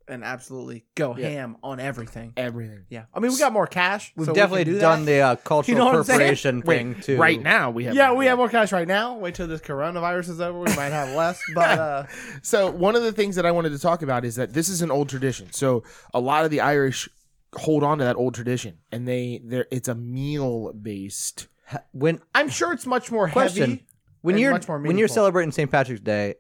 S3: and absolutely go
S1: Yeah. Eh.
S3: ham on everything.
S1: Everything.
S3: Yeah, I mean, we got more cash.
S2: We've
S3: so we can
S2: definitely
S3: do
S2: done
S3: that.
S2: the uh, cultural
S3: know what I'm saying?
S2: appropriation
S1: Wait,
S2: thing too.
S1: Right now we have
S3: Yeah, we have more cash right now. Wait till this coronavirus is over. We might have less, but uh,
S1: So one of the things that I wanted to talk about is that this is an old tradition. So a lot of the Irish hold on to that old tradition, and they they it's a meal based.
S2: When
S3: I'm sure it's much more
S2: Question.
S3: heavy.
S2: when
S3: and
S2: you're
S3: much more
S2: when you're
S3: meaningful.
S2: celebrating St. Patrick's Day,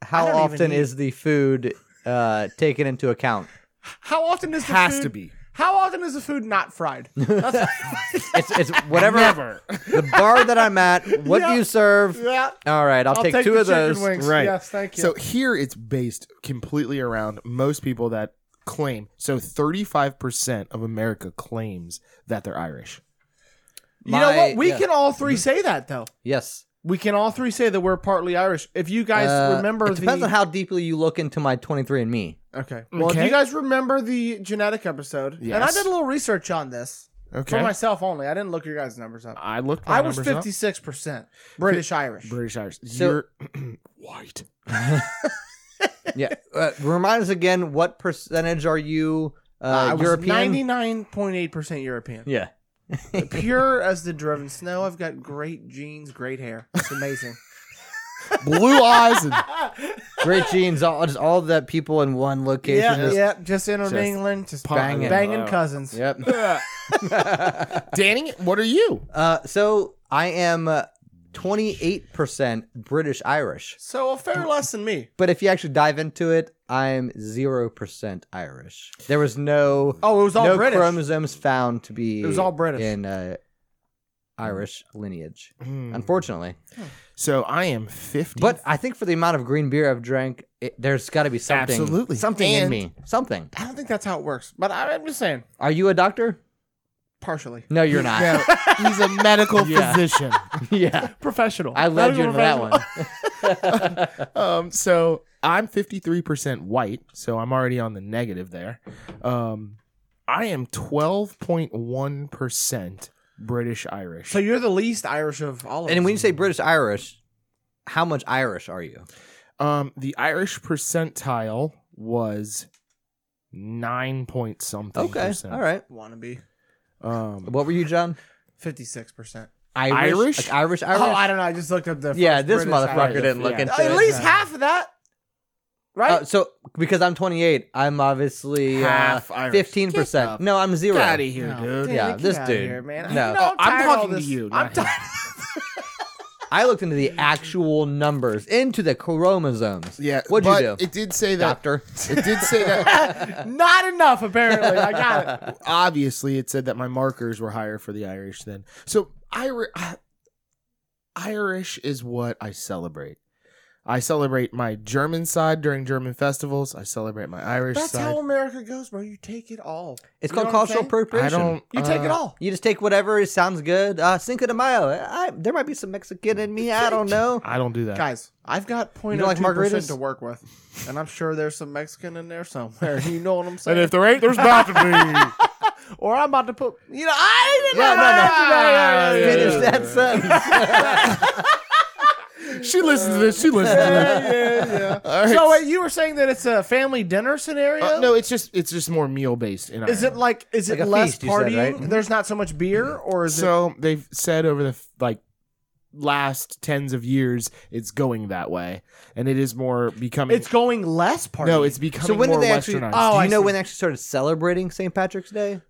S2: how
S3: I don't even
S2: often
S3: eat.
S2: is the food uh, taken into
S3: *laughs*
S2: account?
S3: How often is the
S1: Has
S3: food,
S1: to be.
S3: How often is the food not fried?
S2: It's, it's whatever
S1: Never.
S2: the bar that I'm at. What do
S3: Yeah.
S2: you serve?
S3: yeah.
S2: All right, I'll, take, two
S3: the
S2: of
S3: chicken
S2: those.
S3: Wings.
S1: Right.
S3: Yes, thank you.
S1: So here it's based completely around most people that claim. So 35% of America claims that they're Irish.
S3: you know
S2: my-
S3: what? We
S2: yeah.
S3: can all three say that though.
S2: Yes.
S3: We can all three say that we're partly Irish. If you guys
S2: Uh,
S3: remember
S2: it depends
S3: the
S2: on how deeply you look into my 23andMe.
S3: okay. Well,
S1: Okay.
S3: if you guys remember the genetic episode, and I
S1: Yes.
S3: did a little research on this
S1: Okay.
S3: for myself only. I didn't look your guys' numbers up.
S1: I looked my
S3: I was
S1: numbers up.
S3: fifty six percent British Irish.
S1: British Irish.
S2: So-
S1: You're *clears throat* white.
S2: Yeah. Uh, remind us again, what percentage are you uh,
S3: I was
S2: European? *laughs*
S3: ninety nine point eight percent European.
S2: Yeah.
S3: Pure as the driven snow. I've got great jeans, great hair. It's *laughs* amazing.
S1: Blue eyes and
S2: Great genes, all just all the people in one location.
S3: yeah,
S2: just-
S3: yeah. Just in on
S2: just
S3: England, just
S2: banging.
S3: banging, banging cousins.
S2: Yep.
S1: Danny, what are you?
S2: Uh, so I am uh, 28% British Irish.
S3: So a fair less than me.
S2: But if you actually dive into it, I'm 0% Irish. There was no
S3: Oh, it was all
S2: no
S3: British.
S2: chromosomes found to be
S3: It was all British.
S2: in uh, Irish lineage,
S3: Hmm.
S2: unfortunately.
S1: So I am 50.
S2: But I think for the amount of green beer I've drank, it, there's got to be something
S1: Absolutely.
S2: something in
S1: And-
S2: me. Something.
S3: I don't think that's how it works. But I, I'm just saying,
S2: Are you a doctor?
S3: partially
S2: No, you're not.
S1: No, he's a medical physician.
S2: *laughs* yeah.
S3: professional.
S2: I led you into that one.
S1: Um, so I'm 53% white, so I'm already on the negative there. Um, I am 12.1% British Irish.
S3: So you're the least Irish of all of us.
S2: and when you say British Irish, how much Irish are you?
S1: Um, the Irish percentile was nine point something.
S2: Okay.
S1: percent.
S2: All right.
S3: wannabe,
S1: Um,
S2: What were you, John?
S3: fifty-six percent.
S1: Irish?
S2: Like Irish, Irish.
S3: Oh, I don't know. I just looked up the
S2: yeah,
S3: first
S2: this
S3: British
S2: motherfucker
S3: Irish.
S2: didn't look
S1: Yeah.
S2: into
S3: At
S2: it.
S3: least half of that, right?
S2: Uh, so because I'm 28, I'm obviously uh,
S1: Half Irish.
S2: 15
S1: Get
S2: percent.
S1: up.
S2: No, I'm zero.
S1: out of here,
S3: No.
S1: dude.
S3: Danny,
S2: Yeah,
S3: get
S2: this
S3: out of
S2: dude.
S3: here, man.
S2: No.
S3: You know,
S1: I'm
S3: tired of
S1: talking
S3: all
S1: to
S3: this-
S1: you,
S3: I'm
S1: not
S3: tired.
S2: *laughs* I looked into the actual numbers, into
S1: *laughs*
S2: the chromosomes.
S1: Yeah.
S2: What'd you
S1: but
S2: do,
S1: It did say that.
S2: Doctor?
S1: It did say
S2: *laughs*
S1: that.
S3: *laughs* Not enough, apparently. I got it.
S1: obviously, it said that my markers were higher for the Irish then. So Irish, Irish is what I celebrate. I celebrate my German side during German festivals. I celebrate my Irish
S3: That's
S1: side.
S3: how America goes, bro. You take it all.
S2: It's
S3: You
S2: called
S3: know what I'm
S2: cultural
S3: saying?
S1: I
S2: appropriation.
S1: don't.
S3: You take
S1: uh,
S3: it all.
S2: You just take whatever sounds good. Uh, Cinco de Mayo. I, there might be some Mexican in me. I don't know.
S1: I don't do that.
S3: Guys, I've got point oh
S2: don't like
S3: percent
S2: margaritas?
S3: to work with, and I'm sure there's some Mexican in there somewhere. You
S2: *laughs*
S3: know what I'm saying?
S1: And if there ain't, there's about to be.
S3: or I'm about to put, you know, I didn't
S2: No, no,
S3: know
S1: no.
S3: that.
S1: *laughs*
S2: Finish
S1: Yeah. *laughs*
S2: that sentence.
S1: She listens to this. She listens to
S3: *laughs*
S1: this.
S3: Yeah,
S2: *laughs*
S3: yeah, yeah.
S1: All right.
S3: So wait, you were saying that it's a family dinner scenario?
S1: Uh, no, it's just it's just more meal based. In
S3: Is it
S1: Ireland.
S3: like is it
S2: Like a
S3: less
S2: feast, you said,
S3: partying?
S2: right? Mm-hmm.
S3: There's not so much beer, or is it?
S1: so? They've said over the f- like last tens of years, it's going that way, and it is more becoming.
S3: It's going less partying.
S1: no, it's becoming
S2: so when
S1: more
S2: did they actually?
S1: westernized.
S3: Oh,
S2: do
S3: I
S2: you know
S3: see.
S2: when they actually started celebrating St. Patrick's Day?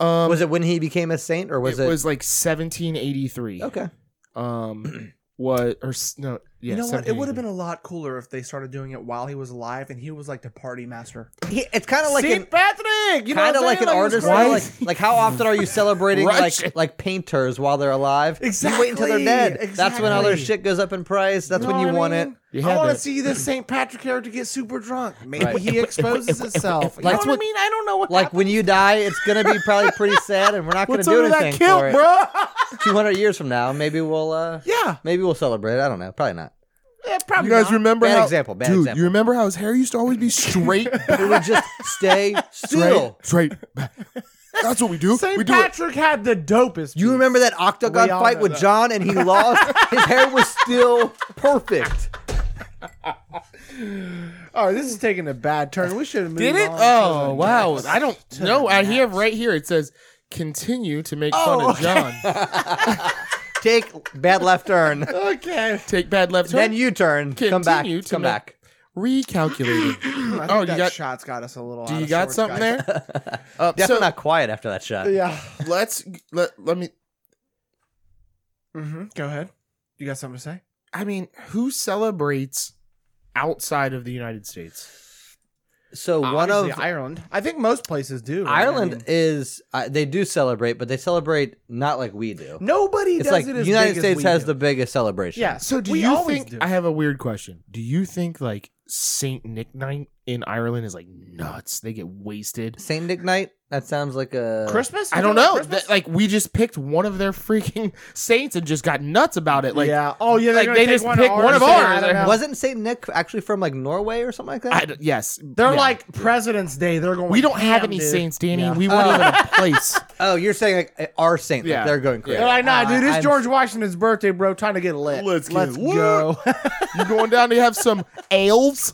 S1: um,
S2: was it when he became a saint, or was it?
S1: was like 1783.
S2: okay.
S1: Um, what or s- no? Yeah,
S3: you know what? It would have
S1: 1783.
S3: been a lot cooler if they started doing it while he was alive, and he was like the party master.
S2: He, it's kind of like
S3: Saint
S2: an
S3: Patrick, you know,
S2: kind of like an artist. Like,
S1: Why?
S2: like, how often are you celebrating
S1: Russian.
S2: like like painters while they're alive? You wait until they're
S3: Exactly,
S2: dead. That's when all their
S3: exactly.
S2: shit goes up in price. That's when you want it.
S1: You
S3: I
S1: had
S3: want to
S1: to-
S3: see this St. Patrick character get super drunk. Maybe
S2: Right.
S3: he exposes himself. You know
S2: like
S3: what I
S2: what-
S3: mean? I don't know what.
S2: Like when you die, it's gonna be probably pretty sad, and we're not gonna
S1: What's
S2: do
S1: under that
S2: anything
S1: kilt,
S2: for it.
S1: bro?
S2: Two hundred years from now, maybe we'll uh,
S3: yeah,
S2: maybe we'll celebrate. I don't know. Probably not.
S3: yeah, probably.
S1: You guys
S3: not.
S1: remember
S2: Bad
S1: how?
S2: example, bad
S1: dude,
S2: example.
S1: you remember how his hair used to always be straight,
S2: It would *laughs* just stay
S1: straight,
S2: still.
S1: straight. That's what we do. we
S3: St.
S1: do it.
S3: Patrick had the dopest.
S2: You
S3: beard.
S2: remember that octagon
S3: We all
S2: fight
S3: know
S2: with
S3: that.
S2: John, and *laughs* he lost. His hair was still *laughs* perfect.
S3: Oh, this is taking a bad turn. We should have moved
S1: Did it?
S3: on to
S1: Oh
S3: the
S1: wow!
S3: next.
S1: I don't know. I have right here. It says continue to make fun of *laughs* John.
S2: Take bad left turn.
S3: *laughs* Okay.
S1: Take bad left turn.
S2: Then you turn. Come back.
S1: Continue to
S2: Come
S1: make-
S3: *laughs*
S2: back.
S1: recalculating.
S3: Hmm, I think
S1: oh, you
S3: that
S1: got.
S3: shot's got us a little.
S1: Do
S3: out
S1: you
S3: of
S1: got
S3: sorts,
S1: something
S3: guys.
S1: there? Uh,
S2: *laughs* Definitely
S1: so
S2: not quiet after that shot.
S3: Yeah.
S1: let's let let me.
S3: Mm-hmm. Go ahead. You got something to say?
S1: I mean, who celebrates outside of the United States?
S2: So one of
S3: Obviously Ireland. I think most places do. right? I
S2: Ireland
S3: mean,
S2: is uh, they do celebrate, but they celebrate not like we do.
S3: nobody
S2: it's
S3: does
S2: like
S3: it.
S2: the
S3: As
S2: United
S3: big as
S2: States
S3: we
S2: has
S3: do.
S2: the biggest celebration.
S3: Yeah.
S1: So do
S3: we
S1: you
S3: always
S1: think
S3: do.
S1: I have a weird question? Do you think like Saint Nick Night in Ireland is like nuts? They get wasted.
S2: Saint Nick Night. That sounds like a
S3: *laughs* Christmas?
S1: I don't know.
S3: Christmas?
S1: That, like we just picked one of their freaking *laughs* saints and just got nuts about it. Like
S3: yeah. Oh yeah.
S1: like,
S3: they're gonna
S1: they
S3: take
S1: just pick one of
S3: and say, I
S1: ours.
S3: don't know.
S2: Wasn't Saint Nick actually from like Norway or something like
S1: I
S2: that?
S1: d- yes,
S3: They're
S1: Yeah.
S3: like President's Day. They're going.
S1: we don't have
S3: ham,
S1: any
S3: dude.
S1: saints, Danny.
S3: Yeah.
S1: We weren't even a
S3: *laughs*
S1: place.
S2: oh, you're saying like uh, our Saint. Nick.
S1: Yeah.
S2: they're going crazy.
S3: They're like, nah,
S2: Uh,
S3: dude. It's
S2: I'm-
S3: George Washington's birthday, bro. Time to get lit.
S1: Ah, Let's get lit.
S3: go. *laughs*
S1: you going down to have some ales?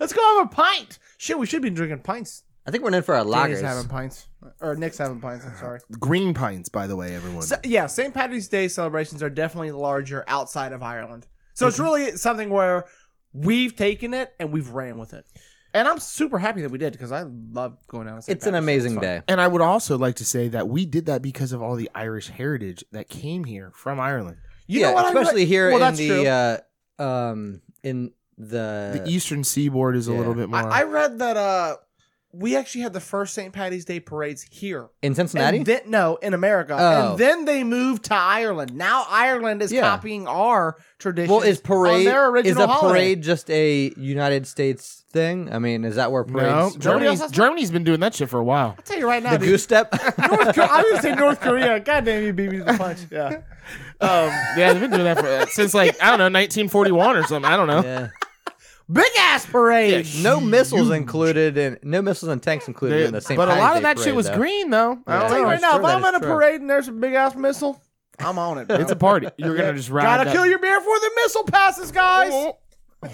S3: Let's go have a pint. Shit, we should be drinking pints.
S2: I think we're in for our
S3: Danny's
S2: lagers.
S3: having pints, or Nick's having pints. I'm sorry.
S1: Green pines, by the way, everyone.
S3: So, yeah, St. Patrick's Day celebrations are definitely larger outside of Ireland. So
S2: Mhm.
S3: it's really something where we've taken it and we've ran with it. And I'm super happy that we did because I love going out. on St.
S2: It's an
S3: Patrick's Day.
S2: amazing
S3: fun.
S2: day.
S1: and I would also like to say that we did that because of all the Irish heritage that came here from Ireland.
S3: You
S2: yeah,
S3: know what I
S2: especially
S3: like-
S2: here
S3: Well,
S2: in
S3: that's true.
S2: the uh, um in the,
S1: The eastern seaboard is a
S2: Uh, yeah.
S1: little bit more.
S3: I, I read that uh, we actually had the first St. Patty's Day parades here.
S2: in Cincinnati.
S3: And then, no, in America.
S2: Oh.
S3: And then they moved to Ireland. Now Ireland is
S2: Yeah.
S3: copying our tradition.
S2: well, is
S3: on
S2: parade
S3: their
S2: is
S3: original
S2: a
S3: holiday.
S2: parade just a United States thing? I mean, is that where
S1: no,
S2: parades?
S3: Nobody else
S1: Germany's,
S3: has one?
S1: Germany's been doing that shit for a while.
S3: I'll tell you right now,
S2: the
S3: dude,
S2: goose
S3: *laughs*
S2: step.
S3: North Korea. I was gonna say North Korea. God damn, you beat me to the punch. Yeah.
S1: Um, yeah, they've been doing that for, uh, since like I don't know, 1941 or something. I don't know.
S2: *laughs* yeah.
S3: Big ass parade.
S2: No
S3: *laughs*
S2: missiles included, and no missiles and tanks included
S1: They-
S2: in the same.
S1: but a lot of that shit was
S2: green.
S1: green though. I
S2: Yeah.
S1: don't
S3: I'll tell
S1: know.
S3: you
S2: that's
S3: right now,
S2: true,
S3: if
S2: that
S3: I'm
S2: is
S3: in a
S2: true.
S3: parade and there's a big ass missile, I'm on it. Bro.
S1: It's a party. You're gonna just ride.
S3: Gotta
S1: that-
S3: kill your bear before the missile passes, guys.
S1: Oh. *laughs*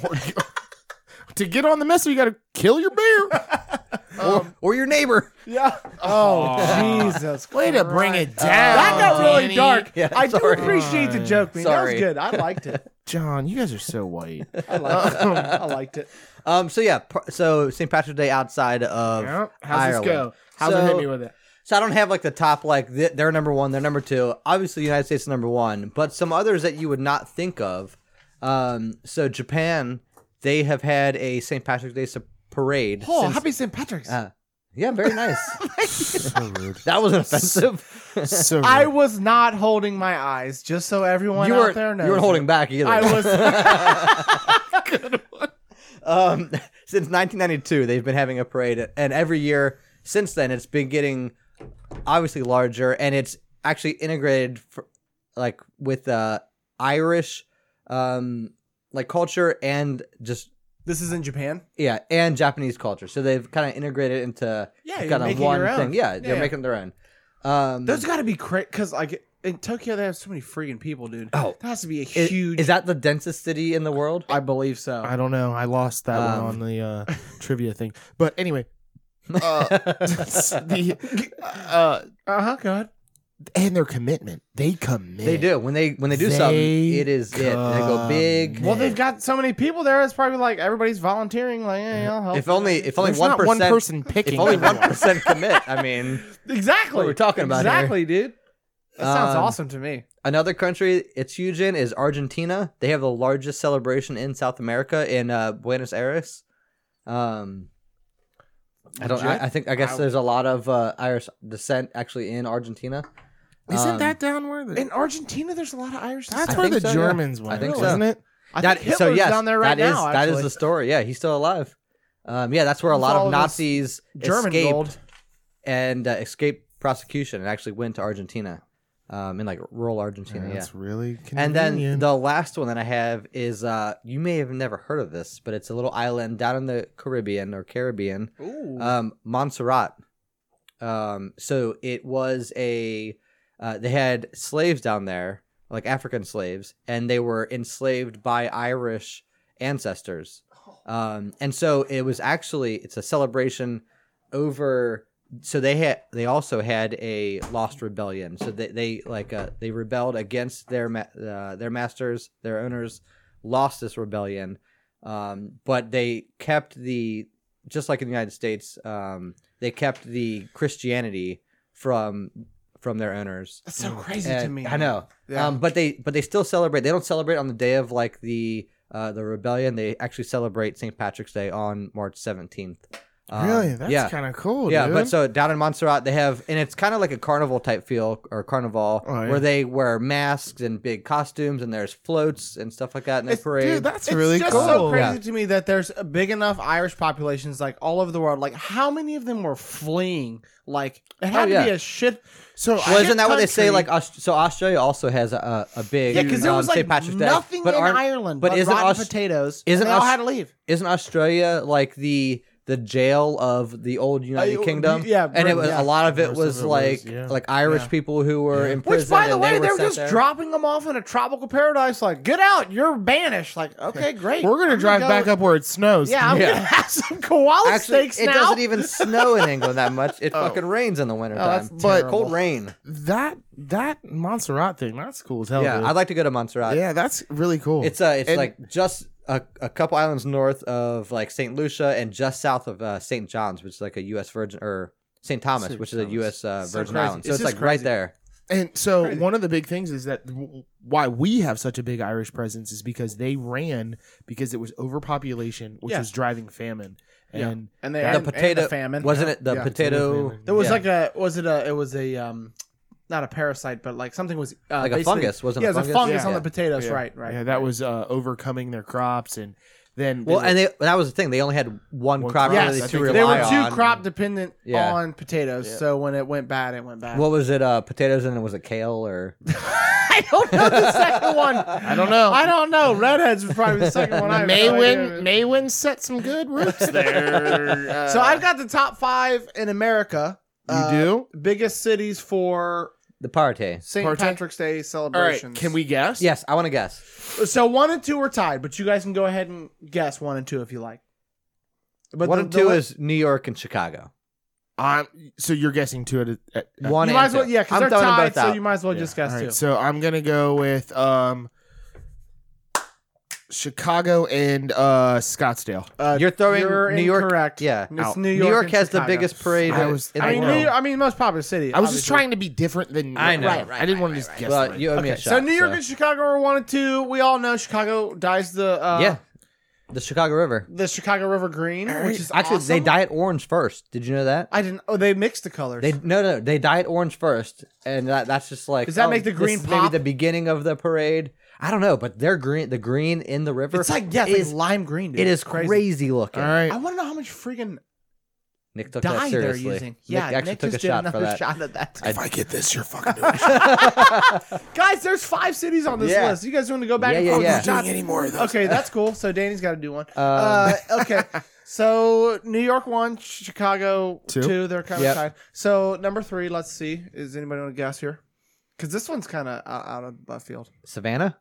S1: to get on the missile, you gotta kill your bear.
S2: or, or your neighbor.
S3: Yeah. Oh, Jesus.
S1: Way to bring it down.
S3: That got really
S1: Danny.
S3: dark.
S2: Yeah,
S3: I do
S2: sorry.
S3: appreciate the joke, man.
S2: Sorry.
S3: That was good. I liked it.
S1: John, you guys are so white.
S3: I *laughs* liked it. I liked it.
S2: Um. So yeah. par- So St. Patrick's Day outside of
S1: Yeah. How's
S2: Ireland.
S1: this go? How's it hit
S2: So-
S1: me with it?
S2: So I don't have like the top like th- they're number one, they're number two. Obviously, the United States is number one, but some others that you would not think of. Um. So Japan, they have had a St. Patrick's Day sup- parade.
S3: Oh,
S2: since-
S3: happy St. Patrick's.
S2: uh, yeah, very
S3: *laughs*
S2: nice.
S1: So rude.
S2: that wasn't offensive.
S1: *laughs* So rude.
S3: I was not holding my eyes, just so everyone
S2: you
S3: out
S2: weren't.
S3: there knows.
S2: you weren't holding back either. *laughs*
S3: I was. *laughs*
S2: um, *laughs* since 1992, they've been having a parade, and every year since then, it's been getting obviously larger, and it's actually integrated for, like with uh, Irish um, like culture and just
S3: this is in Japan.
S2: yeah, and Japanese culture. So they've kind of integrated into
S3: Yeah, you're
S2: kind of
S3: making
S2: one
S3: your own.
S2: thing. Yeah, they're
S3: Yeah.
S2: making their own. Um,
S3: There's got to be crazy because like in Tokyo they have so many freaking people, dude.
S2: Oh.
S3: that has to be a
S2: i-
S3: huge.
S2: Is that the densest city in the world?
S3: I believe so.
S1: I don't know. I lost that
S2: Um.
S1: one on the
S2: *laughs*
S1: uh, trivia thing. But anyway, uh, the, uh,
S3: Uh huh. Go ahead.
S1: and their commitment. They commit.
S2: *laughs* They do when they when they do
S1: They
S2: something, it is it. They go big.
S3: Well, they've got so many people there. It's probably like everybody's volunteering. Like, yeah, I'll help.
S2: if only if only
S1: There's not one person picking.
S2: If only one
S1: everyone.
S3: *laughs*
S2: percent commit, I mean,
S3: exactly.
S2: What we're talking about here.
S3: exactly, dude. That sounds
S2: Um,
S3: awesome to me.
S2: another country it's huge in is Argentina. They have the largest celebration in South America in uh, Buenos Aires. Um, I don't. I, I think. I guess
S3: Wow.
S2: there's a lot of uh, Irish descent actually in Argentina.
S1: Isn't
S2: Um,
S1: that down where the?
S3: In Argentina, there's a lot of Irish.
S1: that's
S2: I
S1: where
S2: think
S1: the
S2: so, yeah.
S1: Germans went.
S2: I think so.
S1: Wasn't it?
S3: I
S2: that,
S3: think Hitler's
S2: so yes,
S3: down there right
S2: that is-
S3: now.
S2: that is
S3: actually.
S2: the story. Yeah, he's still alive. Um, yeah, that's where a
S3: With
S2: lot
S3: all
S2: of
S3: of this
S2: Nazis
S3: German
S2: escaped
S3: gold.
S2: and uh, escaped prosecution and actually went to Argentina, um, in like rural Argentina. yeah.
S1: That's really convenient.
S2: And then the last one that I have is uh, you may have never heard of this, but it's a little island down in the Caribbean or Caribbean,
S3: Ooh.
S2: um, Montserrat. Um, so it was a uh, they had slaves down there, like African slaves, and they were enslaved by Irish ancestors. Um, and so it was actually it's a celebration over. So they had they also had a lost rebellion. So they, they like uh, they rebelled against their ma- uh, their masters, their owners, lost this rebellion, um, but they kept the just like in the United States, um, they kept the Christianity from from their owners.
S3: that's so crazy to
S2: And-
S3: me.
S2: mm, uh, I know.
S3: Yeah.
S2: Um, but they but they still celebrate. They don't celebrate on the day of like the uh, the rebellion. They actually celebrate St. Patrick's Day on March 17th. Um,
S1: really? That's
S2: yeah.
S1: kind of cool.
S2: yeah,
S1: dude.
S2: but so down in Montserrat, they have, and it's kind of like a carnival type feel or carnival
S1: Oh, yeah.
S2: where they wear masks and big costumes and there's floats and stuff like that in their
S1: It's-
S2: parade.
S1: dude, that's
S3: It's
S1: really
S3: just
S1: cool.
S3: so crazy
S2: Yeah.
S3: to me that there's a big enough Irish populations like all over the world. Like how many of them were fleeing? Like it had
S2: Oh, yeah.
S3: to be a shit.
S1: So
S2: well, isn't
S3: shit
S2: that what they say? Like,
S3: country.
S2: Aus- so Australia also has a, a big
S3: Yeah, because there
S2: um,
S3: was
S2: St.
S3: like
S2: Patrick's Day,
S3: nothing
S2: but
S3: in
S2: aren't-
S3: Ireland
S2: but
S3: but,
S2: isn't
S3: rotten
S2: Aus-
S3: potatoes.
S2: isn't
S3: and they all
S2: Aus-
S3: had to leave.
S2: Isn't Australia like the the jail of the old United
S3: Uh,
S2: Kingdom?
S3: yeah,
S2: and it
S3: Britain,
S2: was
S3: yeah.
S2: a lot of it
S1: Most
S2: was
S1: of it
S2: like
S1: was, yeah.
S2: like Irish
S3: Yeah.
S2: people who were in prison.
S3: Which, by the
S2: and
S3: way,
S2: they
S3: they
S2: were
S3: were
S2: sent
S3: just
S2: there.
S3: dropping them off in a tropical paradise. Like, get out, you're banished. Like, okay, great.
S1: we're gonna
S3: I'm
S1: drive back
S3: go-
S1: up where it snows.
S3: Yeah, I'm
S2: Yeah.
S3: gonna have some koala
S2: Actually,
S3: steaks
S2: it
S3: now. Oh,
S2: doesn't even snow in England that much. It fucking rains in the wintertime.
S3: that's
S2: but
S3: terrible.
S2: cold rain.
S1: that that Montserrat thing. That's cool as hell.
S2: yeah,
S1: dude.
S2: I'd like to go to Montserrat.
S1: yeah, that's really cool.
S2: It's uh, it's
S1: And-
S2: like just a, a couple islands north of like Saint Lucia and just south of uh, Saint John's, which is like a U.S. Virgin or Saint Thomas,
S1: Saint
S2: which is a
S1: Thomas.
S2: U.S. Uh,
S3: So
S2: Virgin
S3: crazy.
S2: Island. So
S3: It's
S2: it's,
S3: just
S2: like right
S3: crazy.
S2: there.
S1: And so
S3: Crazy.
S1: one of the big things is that w- why we have such a big Irish presence is because they ran because it was overpopulation, which
S3: Yeah.
S1: was driving famine.
S3: Yeah.
S1: And
S3: and they
S1: The
S3: had and the
S2: potato
S3: famine.
S2: Wasn't it the
S1: Yeah,
S2: potato?
S1: totally.
S3: There was
S2: yeah,
S3: like a was it a it was a um not a parasite but like something was uh,
S2: like a
S3: basically-
S2: fungus, wasn't
S3: Yeah,
S2: it?
S3: it was a fungus
S1: Yeah.
S3: on the potatoes.
S1: Yeah.
S3: Right, right.
S1: yeah, that was uh, overcoming their crops, and then
S2: Well, and they, that was the thing. They only had one
S1: One
S2: crop
S1: crop.
S3: Yes,
S2: really
S1: I
S2: to
S1: think
S2: rely
S1: they
S3: They were
S2: on.
S3: too crop dependent
S2: Yeah.
S3: on potatoes, so when it went bad, it went bad.
S2: What was it? Uh, potatoes and it was a kale or
S3: *laughs* I don't know
S2: *laughs*
S3: the *laughs* second one.
S1: I don't know.
S3: I don't know. Redheads was probably the second one. I have no idea.
S1: Maywin Maywin set some good *laughs* roots there. Uh,
S3: So I've got the top five in America.
S1: you
S3: uh,
S1: do.
S3: biggest cities for
S2: the party.
S3: St.
S1: Partake?
S3: Patrick's Day
S1: All right,
S3: celebrations.
S1: can we guess?
S2: Yes, I want to guess.
S3: So one and two are tied, but you guys can go ahead and guess one and two if you like. But
S2: one
S3: the-
S2: and
S3: the
S2: two
S3: li-
S2: is New York and Chicago.
S1: I'm, so you're guessing two at a. At, at-
S2: One
S3: you
S2: and
S3: might as well,
S2: two.
S3: yeah, because
S2: I'm
S3: they're
S2: throwing them
S3: tied,
S2: both out.
S3: so you might as well just guess
S1: All
S3: two.
S1: right, so I'm gonna go with um, Chicago and uh, Scottsdale.
S3: Uh,
S2: You're throwing
S3: you're
S2: New York-
S3: Incorrect.
S2: yeah.
S3: it's
S1: Out.
S3: New
S2: New
S3: York.
S2: York,
S3: and
S2: has
S3: Chicago.
S2: the biggest parade.
S1: I was-
S2: in the
S3: I mean,
S1: I
S3: New
S1: know.
S2: world.
S3: York, I mean, most popular city.
S1: I was just
S3: obviously.
S1: trying to be different than.
S2: I know.
S1: Right, I didn't want to just guess.
S2: Well,
S1: right.
S2: you owe me a
S3: Okay,
S2: shot.
S3: so New York
S2: so-
S3: and Chicago are one and two. We all know Chicago dyes the uh,
S2: yeah, the Chicago River.
S3: the Chicago River green, which is
S2: Actually, they
S3: awesome.
S2: dye it orange first. Did you know that?
S3: I didn't. Oh, they mixed the colors.
S2: They no no they dye it orange first, and that, that's just like
S3: Does that
S2: oh,
S3: make the
S2: this
S3: green
S2: is
S3: pop?
S2: Maybe the beginning of the parade. I don't know, but they're green. The green in the river.
S3: it's like yeah, it's
S2: is,
S3: like lime green. Dude.
S2: it is
S3: It's
S2: crazy, looking.
S1: All right.
S3: I want to know how much freaking
S2: Nick took
S3: dye
S2: that
S3: they're
S2: seriously.
S3: using. Yeah,
S2: Nick actually
S3: Nick
S2: took
S3: just
S2: a
S3: did
S2: shot for
S3: another
S2: that.
S3: shot at that.
S1: if I get this, you're *laughs* fucking doing
S3: Guys, there's five cities on this
S2: Yeah.
S3: list. You guys want to go back
S2: Yeah,
S3: and
S2: yeah,
S1: Oh,
S3: forth?
S2: yeah.
S3: with shots?
S1: any more of those.
S3: Okay, that's cool. So Danny's got to do *laughs* one.
S2: Um,
S3: uh,
S2: *laughs*
S3: okay, so New York one, Chicago
S1: Two.
S3: two. they're kind of
S2: Yep.
S3: tied. So number three, let's see. Is anybody want to guess here? Because this one's kind of out, out of left field.
S2: Savannah.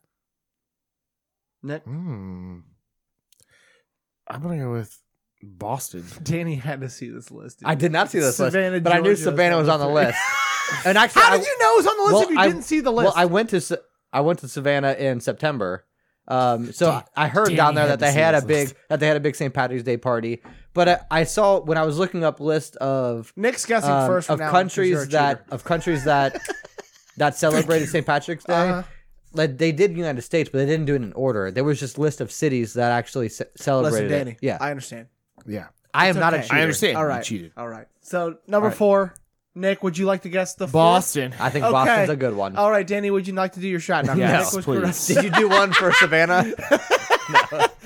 S3: Nick,
S1: Hmm. I'm gonna go with Boston.
S3: Danny had to see this list. dude.
S2: I did not see this
S3: Savannah,
S2: list, but I knew
S3: Georgia is
S2: Savannah was on the
S3: number three. *laughs*
S2: list. And actually,
S3: How
S2: I-
S3: did you know it was on the list
S2: well,
S3: if you
S2: I-
S3: didn't see the list?
S2: Well, I went to Sa- I went to Savannah in September. Um, so
S1: Damn-
S2: I heard
S1: damn,
S2: down
S1: you
S2: there
S1: had
S2: that
S1: to
S2: they
S1: see
S2: had a
S1: this
S2: big
S1: list.
S2: that they had a big St. Patrick's Day party. But I, I saw when I was looking up list of
S3: Nick's guessing
S2: um,
S3: first from
S2: of
S3: now on 'cause you're a
S2: countries that of countries
S3: *laughs*
S2: that that celebrated St. Patrick's Day.
S3: Uh-huh.
S2: Like they did United States, but they didn't do it in order. There was just list of cities that actually ce-
S3: cheater.
S2: celebrated.
S3: Listen,
S2: it.
S3: Danny.
S2: yeah, I,
S3: I understand.
S1: Yeah,
S2: am not a
S3: okay.
S2: cheater.
S1: I understand.
S3: All
S1: All
S3: right,
S1: right, you cheated.
S3: All right. So number
S1: All right.
S3: four, Nick, would you like to guess the fourth?
S1: *laughs* Boston.
S2: I think
S3: Okay.
S2: Boston's a good one.
S3: All right, Danny, would you like to do your shot? Now,
S1: Yes,
S3: Nick was
S1: please.
S3: correct.
S2: Did you do one for Savannah?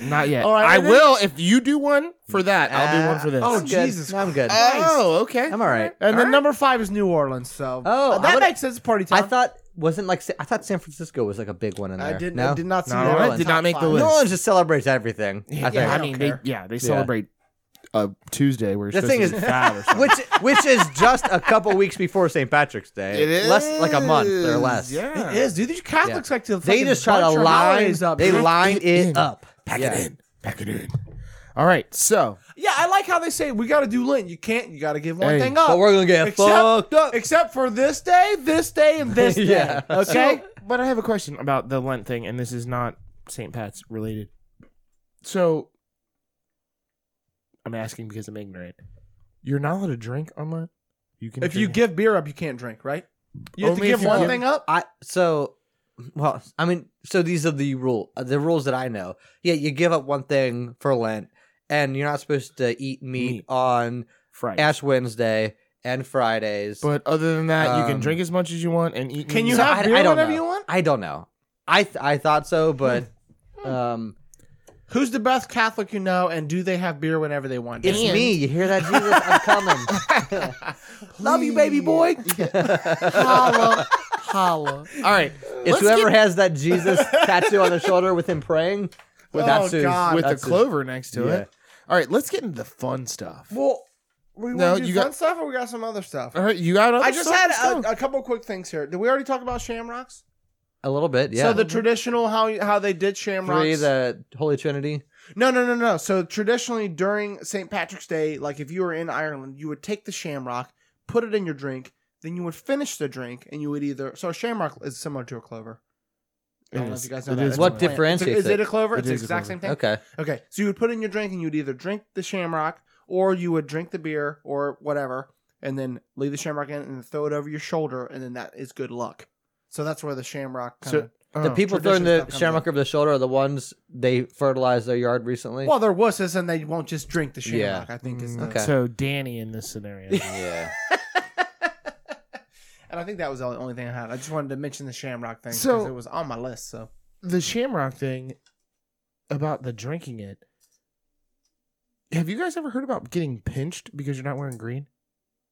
S1: Not yet. Ah.
S3: All right,
S1: I
S3: and then-
S1: will if you do one for that. I'll do one for this.
S2: Uh,
S3: Oh,
S2: I'm good.
S3: Jesus
S2: I'm good.
S1: Oh, okay.
S2: I'm all right.
S3: And then number five is New Orleans. So
S2: Oh,
S3: Uh,
S2: I
S3: that
S2: would-
S3: makes sense. Party
S2: I
S3: time.
S2: thought wasn't like Sa- I thought San Francisco was like a big one in
S3: I
S2: there.
S3: did.
S2: no?
S3: I did not see
S1: No,
S3: that.
S1: I
S3: on the
S1: did
S3: top
S1: not make the
S3: five.
S1: list.
S2: New Orleans just celebrates everything. I
S1: Yeah,
S2: think.
S3: I
S1: I *laughs*
S3: don't
S1: mean, they,
S3: care.
S1: yeah, they celebrate a Tuesday where it's
S2: The
S1: supposed
S2: thing
S1: to
S2: is-
S1: be fat *laughs* or something.
S2: which which is just a couple weeks before St. Patrick's Day. Less like a month or less.
S1: Yeah,
S3: It is, dude. These Catholics like to.
S2: They
S3: fucking
S2: just try to
S3: bunch your
S2: line.
S3: holidays up.
S2: They
S3: dude.
S2: line
S1: it
S2: it
S1: in.
S2: up.
S1: Pack
S2: Yeah.
S1: it in. Pack it in. All right, so
S3: Yeah, I like how they say we got to do Lent. You can't. You got to give one
S1: Hey.
S3: thing up.
S2: But we're gonna get
S3: Except-
S2: fucked up.
S3: Except for this day, this day, and
S2: *laughs*
S3: this day.
S2: Yeah.
S3: Okay.
S1: So, but I have a question about the Lent thing, and this is not St. Pat's related. So, I'm asking because I'm ignorant. You're not allowed to drink on Lent. You can
S3: if you
S1: drink-
S3: give beer up, you can't drink, right? You have
S1: Only
S3: to
S1: if
S3: give
S1: you
S3: one
S1: give-
S3: thing up.
S2: I so well, I mean, so these are the rule, uh, the rules that I know. Yeah, you give up one thing for Lent, and you're not supposed to eat meat,
S1: Meat.
S2: on
S1: Friday.
S2: Ash Wednesday and Fridays.
S1: But other than that, you can
S2: Um,
S1: drink as much as you want and eat.
S3: Can you
S2: So
S1: meat.
S3: have
S2: I- I
S3: beer
S2: don't
S3: whenever
S2: know.
S3: you want?
S2: I don't know. I th- I thought so, but
S1: Hmm.
S2: um,
S3: Who's the best Catholic you know, and do they have beer whenever they want?
S2: it's
S1: Hmm. And-
S2: me. You hear that, Jesus? I'm coming.
S1: *laughs*
S2: Love you, baby boy. *laughs*
S1: holla, holla? All right,
S2: It's
S1: Let's
S2: whoever
S1: get-
S2: has that Jesus tattoo on their shoulder with him praying.
S3: Oh,
S2: that's who's-
S3: God.
S1: with the
S2: that's who's-
S1: clover next to
S2: Yeah.
S1: it. All right, let's get into the fun stuff.
S3: Well, we
S1: No,
S3: want to do
S1: you
S3: fun
S1: got-
S3: stuff, or we got some other stuff.
S1: All right, you got. Other
S3: I just
S1: stuff
S3: had
S1: to
S3: a, a couple quick things here. Did we already talk about shamrocks?
S2: A little bit, yeah.
S3: So the traditional how how they did shamrocks.
S2: three, the Holy Trinity.
S3: No, no, no, no. So traditionally during St. Patrick's Day, like if you were in Ireland, you would take the shamrock, put it in your drink, then you would finish the drink, and you would either. So a shamrock is similar to a clover. I
S1: It
S3: don't know
S1: is.
S3: if you guys know
S1: It
S3: that.
S1: is
S3: It's a
S1: What
S3: plant. It's a-
S2: differentiates
S3: Is it
S2: it?
S3: a clover?
S1: It
S3: it's the
S1: is a
S3: exact
S1: clover.
S3: same thing.
S2: Okay.
S3: Okay, so you would put it in your drink and you'd either drink the shamrock or you would drink the beer or whatever, and then leave the shamrock in and then throw it over your shoulder, and then that is good luck. So that's where the shamrock kind of.
S2: The
S1: Oh,
S2: people throwing
S3: tradition
S2: the
S3: stuff comes
S2: shamrock over the shoulder are the ones they fertilized their yard recently.
S3: *laughs* Well, they're wusses and they won't just drink the
S2: Yeah. Mm,
S3: shamrock. I think is the,
S2: okay.
S1: So Danny in this *laughs* scenario.
S2: yeah.
S3: *laughs* And I think that was the only thing I had. I just wanted to mention the shamrock thing because
S1: So-
S3: it was on my list. So
S1: the shamrock thing about the drinking it. Have you guys ever heard about getting pinched because you're not wearing green?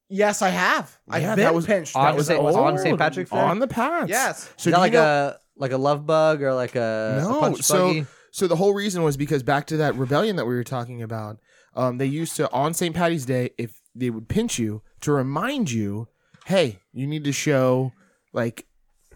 S3: yes, I have.
S1: Yeah,
S3: I've
S1: that
S3: been
S1: was-
S3: pinched.
S2: on
S3: That was
S2: St.
S3: old.
S2: on St. Patrick's Day?
S1: on the path.
S3: Yes.
S2: So
S1: So
S2: is that
S1: do you
S2: like
S1: know-
S2: a like a love bug or like a, a
S1: No,
S2: punch
S1: so-
S2: buggy?
S1: So the whole reason was because back to that rebellion that we were talking about, um, they used to on St. Patty's Day if they would pinch you to remind you, hey, you need to show like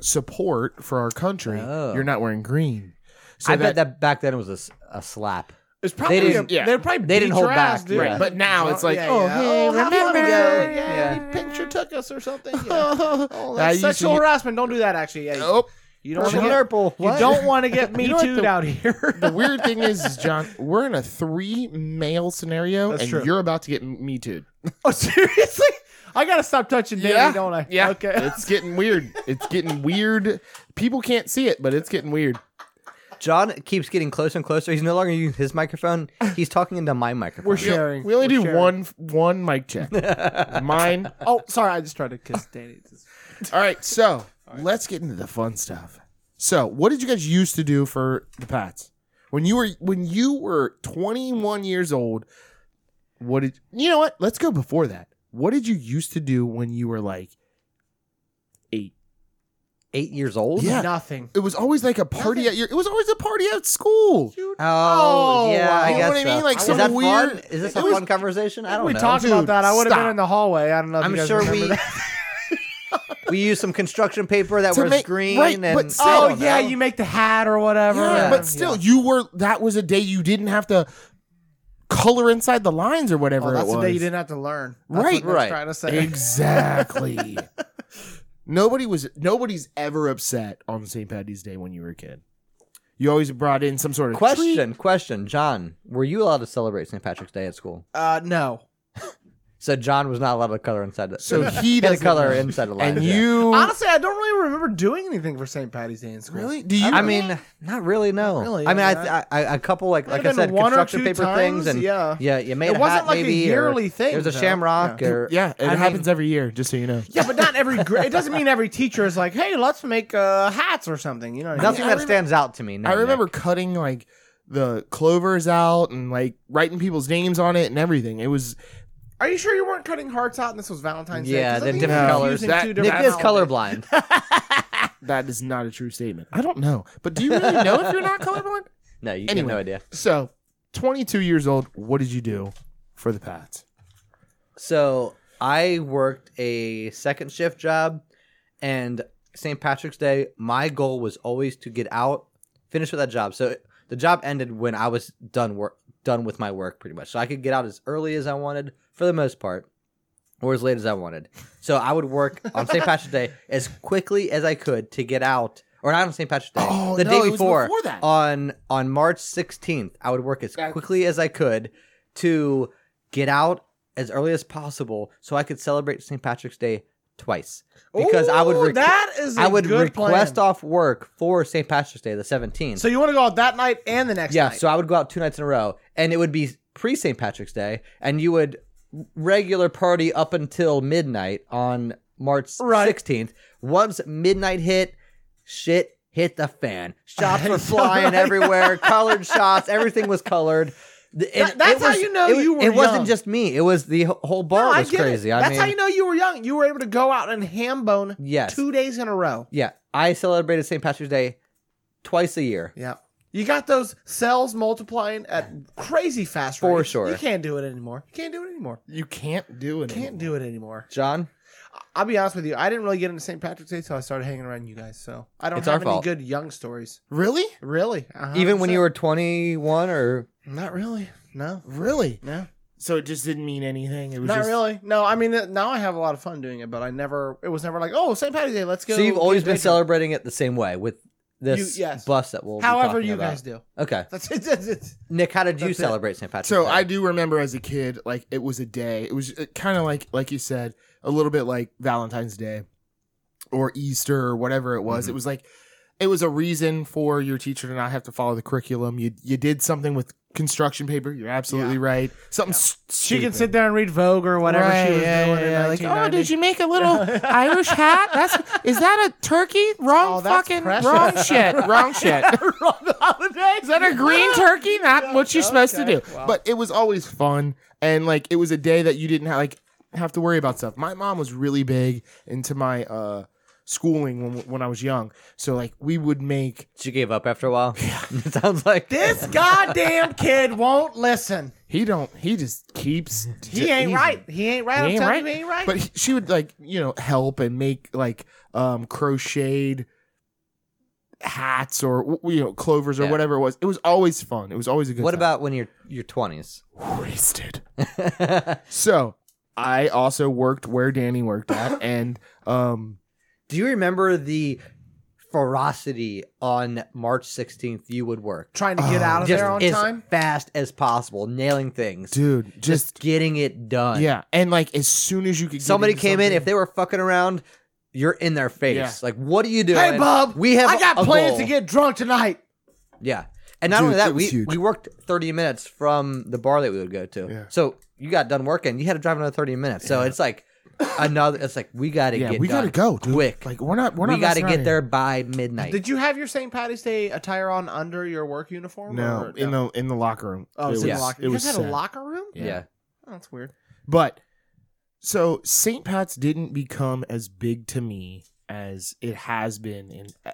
S1: support for our country.
S2: Oh.
S1: You're not wearing green. So
S2: I bet that back then it was a, s- a slap.
S3: It's probably they
S2: didn't-
S3: didn't,
S1: yeah.
S3: they're probably
S2: They didn't
S3: beat
S2: hold
S3: your ass,
S2: back,
S3: dude.
S2: right.
S1: But now it's like,
S3: Yeah,
S1: oh
S3: yeah.
S1: hey,
S3: how long
S1: remember?
S3: ago?
S1: Yeah.
S3: Yeah, picture took us or
S1: *laughs*
S3: something. Yeah.
S1: oh,
S3: Oh,
S1: I
S3: that's
S1: used to
S3: sexual
S1: get-
S3: harassment. Don't do that. Actually, yeah, you-
S1: Oh,
S3: you don't want to
S2: Purple,
S3: get
S2: purple.
S3: you don't want to
S1: *laughs*
S3: get me
S1: know what
S3: too
S1: the- *laughs*
S3: out here.
S1: the weird thing is, is John, we're in a three male scenario,
S3: That's
S1: and
S3: true.
S1: you're about to get me too.
S3: *laughs* oh, seriously? I gotta stop touching Danny,
S1: Yeah.
S3: don't I?
S1: Yeah,
S3: Okay. *laughs*
S1: it's getting weird. It's getting weird. People can't see it, but it's getting weird.
S2: John keeps getting closer and closer. He's no longer using his microphone. He's talking into my microphone.
S3: We're sharing.
S1: We only
S3: We're
S1: do
S3: sharing.
S1: one one mic
S3: *laughs*
S1: check. Mine.
S3: Oh, sorry. I just tried to kiss Danny.
S1: All right, so let's get into the fun stuff. So, what did you guys used to do for the Pats when you were when you were 21 years old? What did you know? What let's go before that. What did you used to do when you were like eight?
S2: Eight years old.
S1: Yeah.
S3: Nothing.
S1: *laughs* It was always like a party at your. It was always a party at school.
S3: Dude.
S2: Oh,
S3: Oh,
S2: yeah. I
S1: you know
S2: guess
S1: what I mean?
S2: so.
S1: Like
S2: is
S1: some
S2: that
S1: weird-
S2: Fun? Is this
S1: it
S2: a
S1: was-
S2: fun conversation? I don't
S3: we
S2: know.
S3: talked about
S1: Dude,
S3: that. I would have been
S1: stop.
S3: in the hallway. I don't know. If
S2: I'm
S3: you guys
S2: sure
S3: remember
S2: we
S3: that.
S2: *laughs* we used some construction paper that
S1: To
S2: was
S1: make-
S2: green
S1: right,
S2: and
S1: but still-
S2: I
S3: Oh
S2: don't
S3: yeah,
S2: know.
S3: you make the hat or whatever.
S1: Yeah,
S3: Yeah,
S1: but still, you were. That was a day you didn't have to color inside the lines or whatever
S3: Oh,
S1: it
S3: that's
S1: was.
S3: the day you didn't have to learn. That's
S1: Right,
S3: what
S2: right.
S3: Nick's Trying
S2: *laughs*
S3: to say.
S1: Exactly. Nobody was. Nobody's ever upset on St. Patty's Day when you were a kid. You always brought in some sort of treat.
S2: Question, question, John. Were you allowed to celebrate St. Patrick's Day at school?
S3: Uh, no.
S2: So John was not allowed to color inside the *laughs*
S1: So he
S2: he had a
S1: doesn't
S2: color
S1: know.
S2: inside the
S1: *laughs*
S2: line.
S1: and you
S3: Honestly, I don't really remember doing anything for St. Patty's Day in school.
S1: really do you?
S2: I mean, not really. No,
S3: Not really,
S2: I mean,
S3: I
S2: I,
S3: mean,
S2: th- I, I a couple like like
S3: Might
S2: I
S3: have been
S2: said,
S3: one or
S2: construction
S3: two
S2: paper
S3: times,
S2: things, and
S3: yeah.
S2: yeah, you made
S3: It
S2: a
S3: wasn't
S2: hat
S3: like a
S2: maybe, or
S3: yearly thing,
S2: There was a
S3: though.
S2: shamrock,
S3: Yeah.
S2: or
S1: yeah, it
S2: I mean,
S1: happens every year. Just so you know.
S3: Yeah, but not every. Gra- it doesn't mean every teacher is like, "Hey, let's make uh, hats or something." You know, what I mean?
S2: Nothing
S1: I
S2: that
S1: remem-
S2: stands out to me. no,
S1: I remember
S2: Nick.
S1: cutting like the clovers out and like writing people's names on it and everything. It was
S3: Are you sure you weren't cutting hearts out? and This was Valentine's Day.
S2: Yeah,
S3: 'Cause I
S2: they're
S3: think
S2: different
S3: you're
S2: colors.
S3: using
S1: That-
S3: two
S2: Nick
S3: different
S2: is
S3: holidays.
S2: colorblind.
S1: that is not a true statement. I don't know, but do you really know if you're not *laughs* colorblind?
S2: no, you
S1: Anyway.
S2: have no idea.
S1: So, 22 years old. What did you do for the Pats?
S2: So I worked a second shift job, and St. Patrick's Day. My goal was always to get out, finish with that job. So the job ended when I was done work, done with my work, pretty much. So I could get out as early as I wanted, for the most part, or as late as I wanted. So I would work on St.
S1: *laughs*
S2: Patrick's Day as quickly as I could to get out, or not on St. Patrick's Day,
S1: Oh,
S2: the
S1: no,
S2: day
S1: it was
S2: before,
S1: before that.
S2: on on March 16th. I would work as
S1: That-
S2: quickly as I could to get out as early as possible so I could celebrate St. Patrick's Day twice because I would
S3: Ooh,
S2: requ-
S3: that is a
S2: I would
S3: good
S2: request
S3: plan.
S2: off work for St. Patrick's Day, the 17th.
S3: So you want to go out that night and the next
S2: yeah,
S3: night?
S2: so I would go out two nights in a row, and it would be pre St. Patrick's Day, and you would regular party up until midnight on March
S3: Right.
S2: 16th. Once midnight hit, shit hit the
S3: *laughs*
S2: fan. Shots were flying
S3: Right. *laughs*
S2: everywhere, colored shots, everything was colored. The- and
S3: That- that's how you know
S2: it,
S3: you were
S2: It
S3: young.
S2: wasn't just me; it was the wh- whole bar
S3: No, I
S2: was
S3: get it.
S2: crazy. I
S3: That's
S2: mean,
S3: how you know you were young. You were able to go out and ham bone
S2: yes,
S3: two days in a row.
S2: yeah. I celebrated St. Patrick's Day twice a year.
S3: Yeah. You got those cells multiplying at crazy fast
S2: For
S3: rates.
S2: sure.
S3: You can't do it anymore. You can't do it anymore.
S1: You can't do it.
S3: Can't do it anymore.
S2: John,
S3: I'll be honest with you. I didn't really get into St. Patrick's Day until I started hanging around you guys. So I don't
S2: It's
S3: have
S2: our
S3: any
S2: fault.
S3: good young stories.
S1: Really?
S3: Really? Uh-huh.
S2: even when
S3: So-
S2: you were 21 or
S3: not really. No.
S1: Really?
S3: No.
S1: So it just didn't mean anything. It was
S3: Not
S1: just,
S3: really. No. I mean, uh, now I have a lot of fun doing it, but I never. It was never like, oh, St. Patrick's Day. Let's go.
S2: So you've
S3: get
S2: always been
S3: naked.
S2: celebrating it the same way with this
S3: You- yes.
S2: bus that we'll.
S3: However,
S2: be talking
S3: you
S2: about.
S3: guys do.
S2: Okay,
S3: That's it. That's it.
S2: Nick, how did you
S3: That's it.
S2: celebrate St. Patrick's?
S1: So
S2: Day?
S1: I do remember as a kid, like it was a day. It was kind of like like you said, a little bit like Valentine's Day or Easter or whatever it was.
S2: Mhm.
S1: It was like it was a reason for your teacher to not have to follow the curriculum. You you did something with construction paper. You're absolutely right. Something s-
S3: She can
S1: stupid.
S3: sit there and read Vogue or whatever
S1: Right,
S3: she was
S1: yeah,
S3: doing.
S1: yeah,
S3: in
S1: yeah,
S3: 1990.
S1: Like, oh, did you make a little Irish hat? That's is that a turkey? Wrong
S3: Oh, that's
S1: fucking
S3: precious.
S1: wrong shit. Wrong shit.
S3: *laughs*
S1: Is that a green turkey? Not what you're supposed to do.
S3: okay. Wow.
S1: But it was always fun, and like it was a day that you didn't have like have to worry about stuff. My mom was really big into my uh schooling when when I was young, so like we would make
S2: She gave up after a while. *laughs* it sounds like
S3: This goddamn kid won't listen.
S1: he don't he just keeps
S3: He ain't right. He ain't right. I'm
S1: He ain't
S3: telling
S1: right.
S3: you, he ain't right.
S1: But he- she would like you know help and make like um crocheted hats or w- you know clovers or
S2: Yeah.
S1: whatever it was. It was always fun. It was always a good.
S2: *laughs* What
S1: time.
S2: about when you're your twenties? *laughs*
S1: wasted? So I also worked where Danny worked
S2: *laughs*
S1: at, and um,
S2: do you remember the ferocity on March 16th? You would work
S3: Trying to get
S1: Oh.
S3: out of
S2: just
S3: there on
S2: as
S3: time.
S2: fast as possible, nailing things,
S1: dude,
S2: just,
S1: just
S2: getting it done.
S1: yeah, and like as soon as you could, get
S2: Somebody
S1: into
S2: came in.
S1: something-
S2: If they were fucking around, you're in their face.
S1: Yeah.
S2: Like, what are you doing?
S3: Hey, Bob.
S2: We have.
S3: I got
S2: a
S3: plans
S2: goal.
S3: to get drunk tonight.
S2: Yeah. And not
S1: Dude,
S2: only
S1: it
S2: that,
S1: was
S2: we,
S1: huge.
S2: we worked 30 minutes from the bar that we would go to.
S1: Yeah.
S2: So you got done working, you had to drive another 30 minutes. So it's like another, it's like, we got to
S1: yeah,
S2: get
S1: we
S2: done
S1: gotta go, dude.
S2: quick.
S1: Like we're not, we're
S2: we
S1: not.
S2: got to
S1: messing
S2: get
S1: around
S2: there by midnight.
S3: Did you have your St. Patty's Day attire on under your work
S1: here.
S3: uniform?
S1: No,
S3: or-
S1: in the in the locker room.
S3: oh, it was, in
S2: was-
S3: the locker.
S1: It was
S3: you guys had
S1: sad.
S3: a locker room.
S2: yeah.
S3: Oh, that's weird.
S1: But so St. Pat's didn't become as big to me as it has been in uh,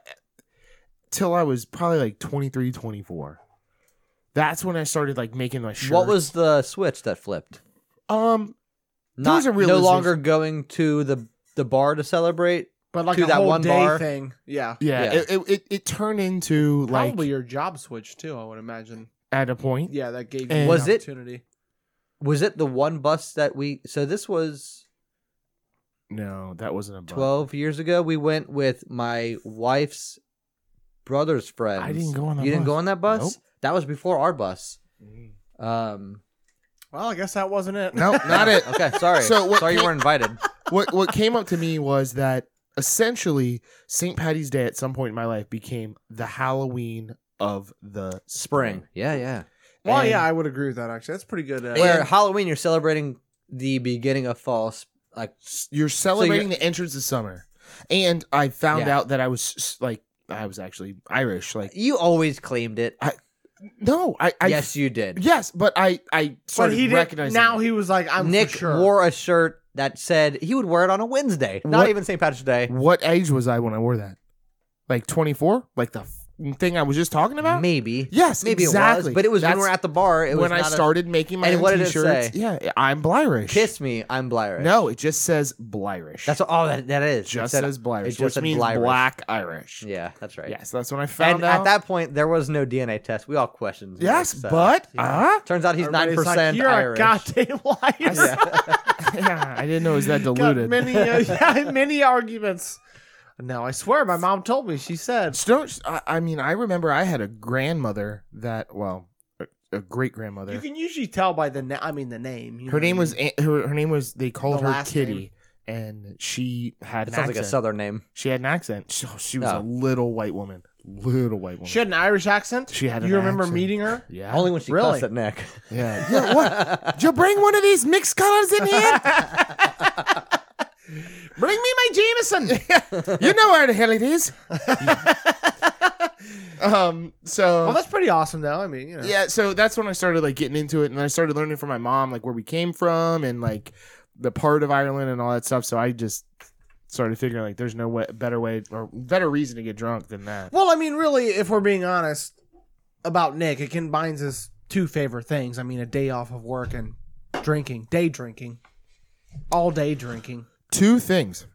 S1: till I was probably like 23, 24. That's when I started like making my shirt.
S2: What was the switch that flipped?
S1: um There
S2: Not,
S1: was a
S2: no
S1: realization-
S2: longer going to the, the bar to celebrate.
S3: But like
S2: To
S3: a
S2: that
S3: whole
S2: one
S3: day
S2: bar.
S3: thing. Yeah.
S1: yeah,
S2: Yeah.
S1: It, it, it it turned into like
S3: Probably your job switch too. I would imagine.
S1: at a point.
S3: Yeah, that gave you
S1: And-
S3: the
S2: Was it-
S3: opportunity.
S2: Was it the one bus that we, so this was
S1: No, that wasn't a bump.
S2: 12 years ago we went with my wife's brother's friends
S1: I didn't go on that
S2: you didn't
S1: bus.
S2: go on that bus
S1: Nope.
S2: that was before our bus
S1: Mm.
S2: um
S3: Well, I guess that wasn't it. *laughs*
S1: No, not it.
S2: okay sorry
S1: So what
S2: sorry you
S1: ca-
S2: weren't invited
S1: what what came up to me was that essentially St. Patty's Day at some point in my life became the Halloween of the
S2: spring yeah yeah
S3: well,
S1: And-
S3: yeah, I would agree with that. Actually, that's pretty good. Uh,
S2: where halloween you're celebrating the beginning of fall sp- like
S1: you're celebrating the entrance of summer and i found
S2: Yeah.
S1: out that i was s- like i was actually irish like
S2: you always claimed it
S1: no i, I
S2: yes you did
S1: yes but i i
S3: but
S1: started
S3: he did.
S1: recognizing
S3: Now
S1: it.
S3: he was like, "I'm
S2: nick
S3: for sure."
S2: wore a shirt that said he would wear it on a wednesday not
S1: What-
S2: even st patrick's day
S1: what age was i when i wore that like 24 like the f- thing i was just talking about
S2: maybe
S1: yes
S2: maybe
S1: exactly
S2: it was but it was when
S1: That's
S2: we were at the bar it was
S1: when i
S2: not a-
S1: started making my
S2: And
S1: own
S2: what did it
S1: t-shirts
S2: say?
S1: yeah i'm blirish
S2: kiss me i'm blair
S1: no it just says blirish
S2: That's all that that is. It
S1: just
S2: said-
S1: says blirish
S2: just
S1: which
S2: said
S1: means
S2: Blirish.
S1: black irish
S2: Yeah, that's right.
S1: yes that's when i found
S2: And
S1: out
S2: at that point, there was no DNA test. We all questioned. him,
S1: yes
S2: so-
S1: but
S2: Yeah.
S1: uh
S2: turns out he's nine
S3: Everybody's like,
S2: percent
S3: You're
S2: Irish.
S3: a
S2: *laughs*
S3: goddamn *laughs* liar.
S1: uh, *laughs* yeah, I didn't know it was that
S3: Got
S1: diluted.
S3: many, *laughs* uh, yeah, many arguments. No, I swear, my mom told me. She said,
S1: Stone. I, I mean, I remember I had a grandmother that, well, a, a great grandmother.
S3: "You can usually tell by the na- I mean the name." you
S1: Her
S3: know
S1: name
S3: what
S1: was Aunt, her. Her name was. They called
S3: The
S1: her
S3: last
S1: Kitty,
S3: name.
S1: and she had
S2: It
S1: an
S2: sounds
S1: accent.
S2: like a southern name.
S1: she had an accent. She, oh, she was
S2: Oh.
S1: a little white woman, little white woman.
S3: She had an Irish accent.
S1: She had an
S3: You remember
S1: accent.
S3: meeting her?
S1: yeah,
S2: Only when she
S3: Really?
S2: cussed at Nick.
S1: yeah, yeah. What? Did you bring one of these mixed colors in here?
S3: Bring me my Jameson.
S1: you know where the hell it is. um. So
S3: well, that's pretty awesome, though. I mean, you know.
S1: yeah so that's when i started like getting into it and i started learning from my mom like where we came from and like the part of ireland and all that stuff so i just started figuring like there's no way, better way or better reason to get drunk than that
S3: Well, I mean, really, if we're being honest about Nick, it combines his two favorite things. I mean, a day off of work and drinking, day drinking, all day drinking.
S1: two things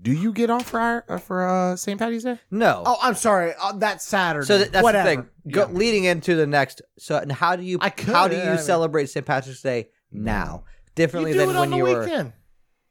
S1: do you get off for Ir- uh, for uh, st patty's day
S2: *laughs* No.
S3: Oh, I'm sorry. Uh, that's Saturday.
S2: so that, that's
S3: Whatever.
S2: the thing. Go, Leading into the next. So, and how do you?
S3: I could,
S2: how do you
S3: yeah, I mean-
S2: celebrate St. Patrick's Day now?
S3: You do
S2: Differently
S3: it
S2: than
S3: on
S2: when
S3: the
S2: you were.
S3: weekend.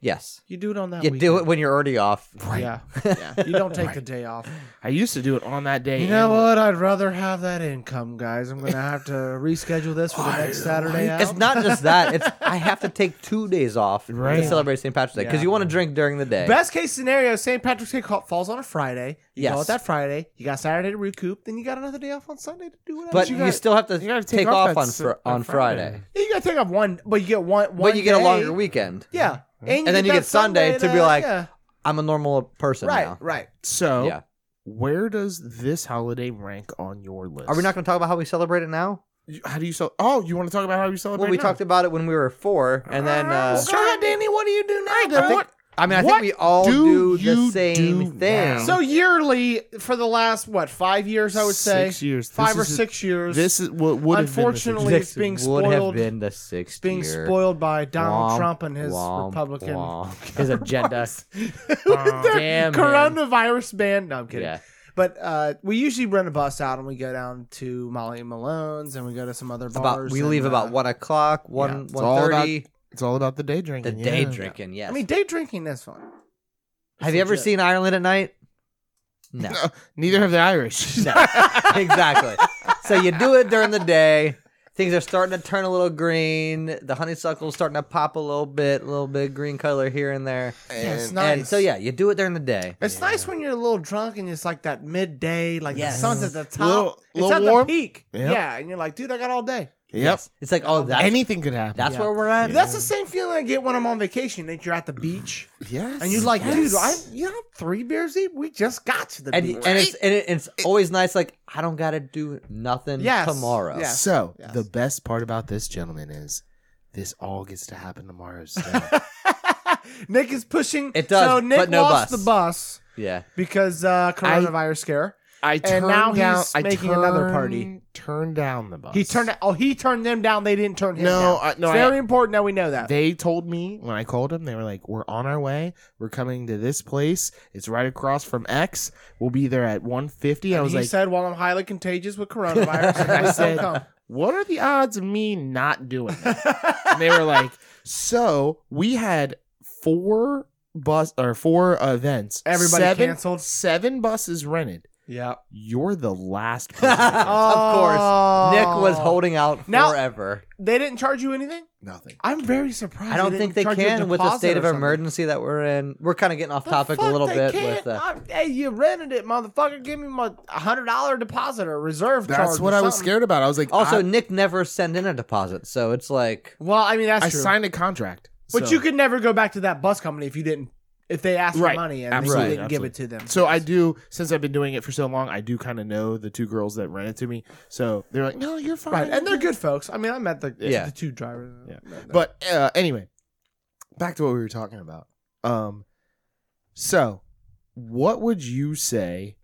S2: Yes.
S3: You do it on that.
S2: You
S3: weekend.
S2: do it when you're already off.
S1: right
S3: Yeah, yeah. You don't take the day off.
S1: i used to do it on that day
S3: You know what? I'd rather have that income, guys. I'm gonna have to reschedule this for the next Saturday. out.
S2: It's not just that. It's I have to take two days off
S1: Right.
S2: to celebrate St. Patrick's Day because you want to drink during the day.
S3: Best case scenario, St. Patrick's Day call- falls on a Friday. You
S2: Yes.
S3: go out that Friday. You got Saturday to recoup. Then you got another day off on Sunday to do whatever.
S2: but
S3: you,
S2: you,
S3: got,
S2: still have to
S1: gotta
S2: take, off, on
S1: s-
S2: fr- on Friday.
S3: you got to take off one, but you get one. one
S2: But you get a
S3: day. Mm-hmm.
S2: longer weekend.
S3: Yeah, and,
S2: And then you
S3: that
S2: get Sunday to be like,
S3: yeah.
S2: I'm a normal person
S3: right,
S2: now.
S3: right.
S1: so
S2: Yeah.
S1: where does this holiday rank on your list
S2: Are we not going to talk about how we celebrate it now?
S1: You- how do you sell oh you want to talk about how you celebrate
S2: Well, we
S1: now?
S2: talked about it when we were four, and then uh,
S1: Sure.
S3: God, Danny, what do you do now?
S1: then
S3: bro?
S1: what-
S2: I mean, I
S1: What
S2: think we all
S1: do
S2: do,
S1: you
S2: the
S1: do
S2: same thing.
S1: now?
S3: So yearly for the last what five years, I would say
S1: Six years.
S3: five
S1: This
S3: or
S1: is a-
S3: six years.
S1: this is what would have been the six-
S3: Unfortunately,
S2: This
S3: it's being
S2: would have
S3: spoiled-
S2: been the sixth
S3: being
S2: year.
S3: spoiled by Donald
S2: Womp,
S3: Trump and his
S2: womp,
S3: Republican
S2: womp.
S3: *laughs*
S2: his agenda.
S3: with their
S2: Damn him.
S3: coronavirus ban. No, I'm
S2: *laughs*
S3: kidding.
S2: yeah,
S3: But uh, we usually rent a bus out and we go down to Molly and Malone's and we go to some other bars.
S2: about we
S3: and,
S2: leave about
S3: uh,
S2: one o'clock, one
S1: it's all
S2: one
S1: about
S2: thirty.
S1: It's all about the day
S2: The
S1: drinking. yeah.
S2: day drinking. Yes.
S3: I mean, day drinking is fun.
S2: have you ever
S3: legit.
S2: seen Ireland at night? No.
S1: No, neither have the
S3: *laughs*
S1: Irish.
S2: No. *laughs* exactly. So you do it during the day. Things are starting to turn a little green. The honeysuckle's starting to pop a little bit, a little bit green color here and there.
S3: Yeah, it's
S1: And-
S3: nice.
S2: And so yeah, you do it during the day.
S3: It's nice when you're a little drunk and it's like that midday, like
S2: Yes.
S3: the sun's at the top,
S1: Little-
S3: it's
S1: little
S3: at
S1: warm.
S3: the peak.
S1: Yep.
S3: Yeah, and you're like, dude, I got all day.
S1: Yep.
S2: It's like oh that's
S1: Anything could happen.
S2: that's
S3: Yeah.
S2: where we're at.
S3: That's the same feeling I get when I'm on vacation. That you're at
S2: *sighs*
S3: the beach
S1: yes.
S3: and you're like, dude, I
S1: Yes.
S3: you know three beers deep. We just got to the
S2: and,
S3: beach.
S2: and it's and it, it's always nice. Like I don't gotta do nothing
S3: Yes.
S2: tomorrow.
S3: Yes.
S1: So
S3: Yes.
S1: the best part about this gentleman is this all gets to happen tomorrow. So.
S3: *laughs* Nick is pushing.
S2: It does,
S3: So Nick
S2: but no
S3: lost
S2: bus.
S3: the bus
S2: Yeah.
S3: because uh, coronavirus scare.
S1: *laughs* I
S3: turned down- I turned-
S1: Turn down the bus.
S3: He turned. Oh, he turned them down. They didn't turn him
S1: No,
S3: down.
S1: I- no,
S3: It's
S1: I-
S3: very important that we know that.
S1: They told me when I called them, they were like, "We're on our way. We're coming to this place. It's right across from X. We'll be there at 1.50. I
S3: And
S1: was
S3: he
S1: like,
S3: said, "While I'm highly contagious with coronavirus,
S1: I
S3: *laughs* I
S1: said-
S3: said, come.
S1: what are the odds of me not doing that? and they
S3: *laughs*
S1: were like, so we had four bus or four events.
S3: Everybody
S1: seven,
S3: canceled?
S1: Seven buses rented.
S3: yeah."
S1: You're the
S3: *laughs*
S1: last.
S2: of
S1: person.
S2: course, Nick was
S3: Oh.
S2: holding out
S3: Now-
S2: forever.
S3: They didn't charge you anything.
S1: Nothing.
S3: I'm very surprised.
S2: I don't think
S3: didn't
S2: they
S3: charge you a
S2: can with the
S3: deposit
S2: state
S3: or
S2: of
S3: something.
S2: emergency that we're in. We're kind of getting off
S3: The
S2: topic a
S3: fuck
S2: little
S3: they
S2: bit
S3: can't?
S2: with. Uh,
S3: I- hey, you rented it, motherfucker. Give me my hundred dollar deposit or reserve.
S1: That's
S3: charge
S1: what
S3: or
S1: I was
S3: something.
S1: scared about. I was like,
S2: also,
S1: I,
S2: Nick never sent in a deposit, so it's like
S3: Well, I mean that's
S1: I
S3: true.
S1: signed a contract,
S3: but
S1: So-
S3: you could never go back to that bus company if you didn't. If they asked
S1: Right.
S3: for money and
S1: Absolutely.
S3: you didn't give it to them.
S1: So I do since I've been doing it for so long. I do kind of know the two girls that rented to me. So they're like, "No, you're fine,"
S3: Right, and they're good folks. I mean, I met the
S2: Yeah.
S3: the two drivers.
S1: Yeah.
S3: No, no.
S1: But uh, anyway, back to what we were talking about. Um, so what would you say?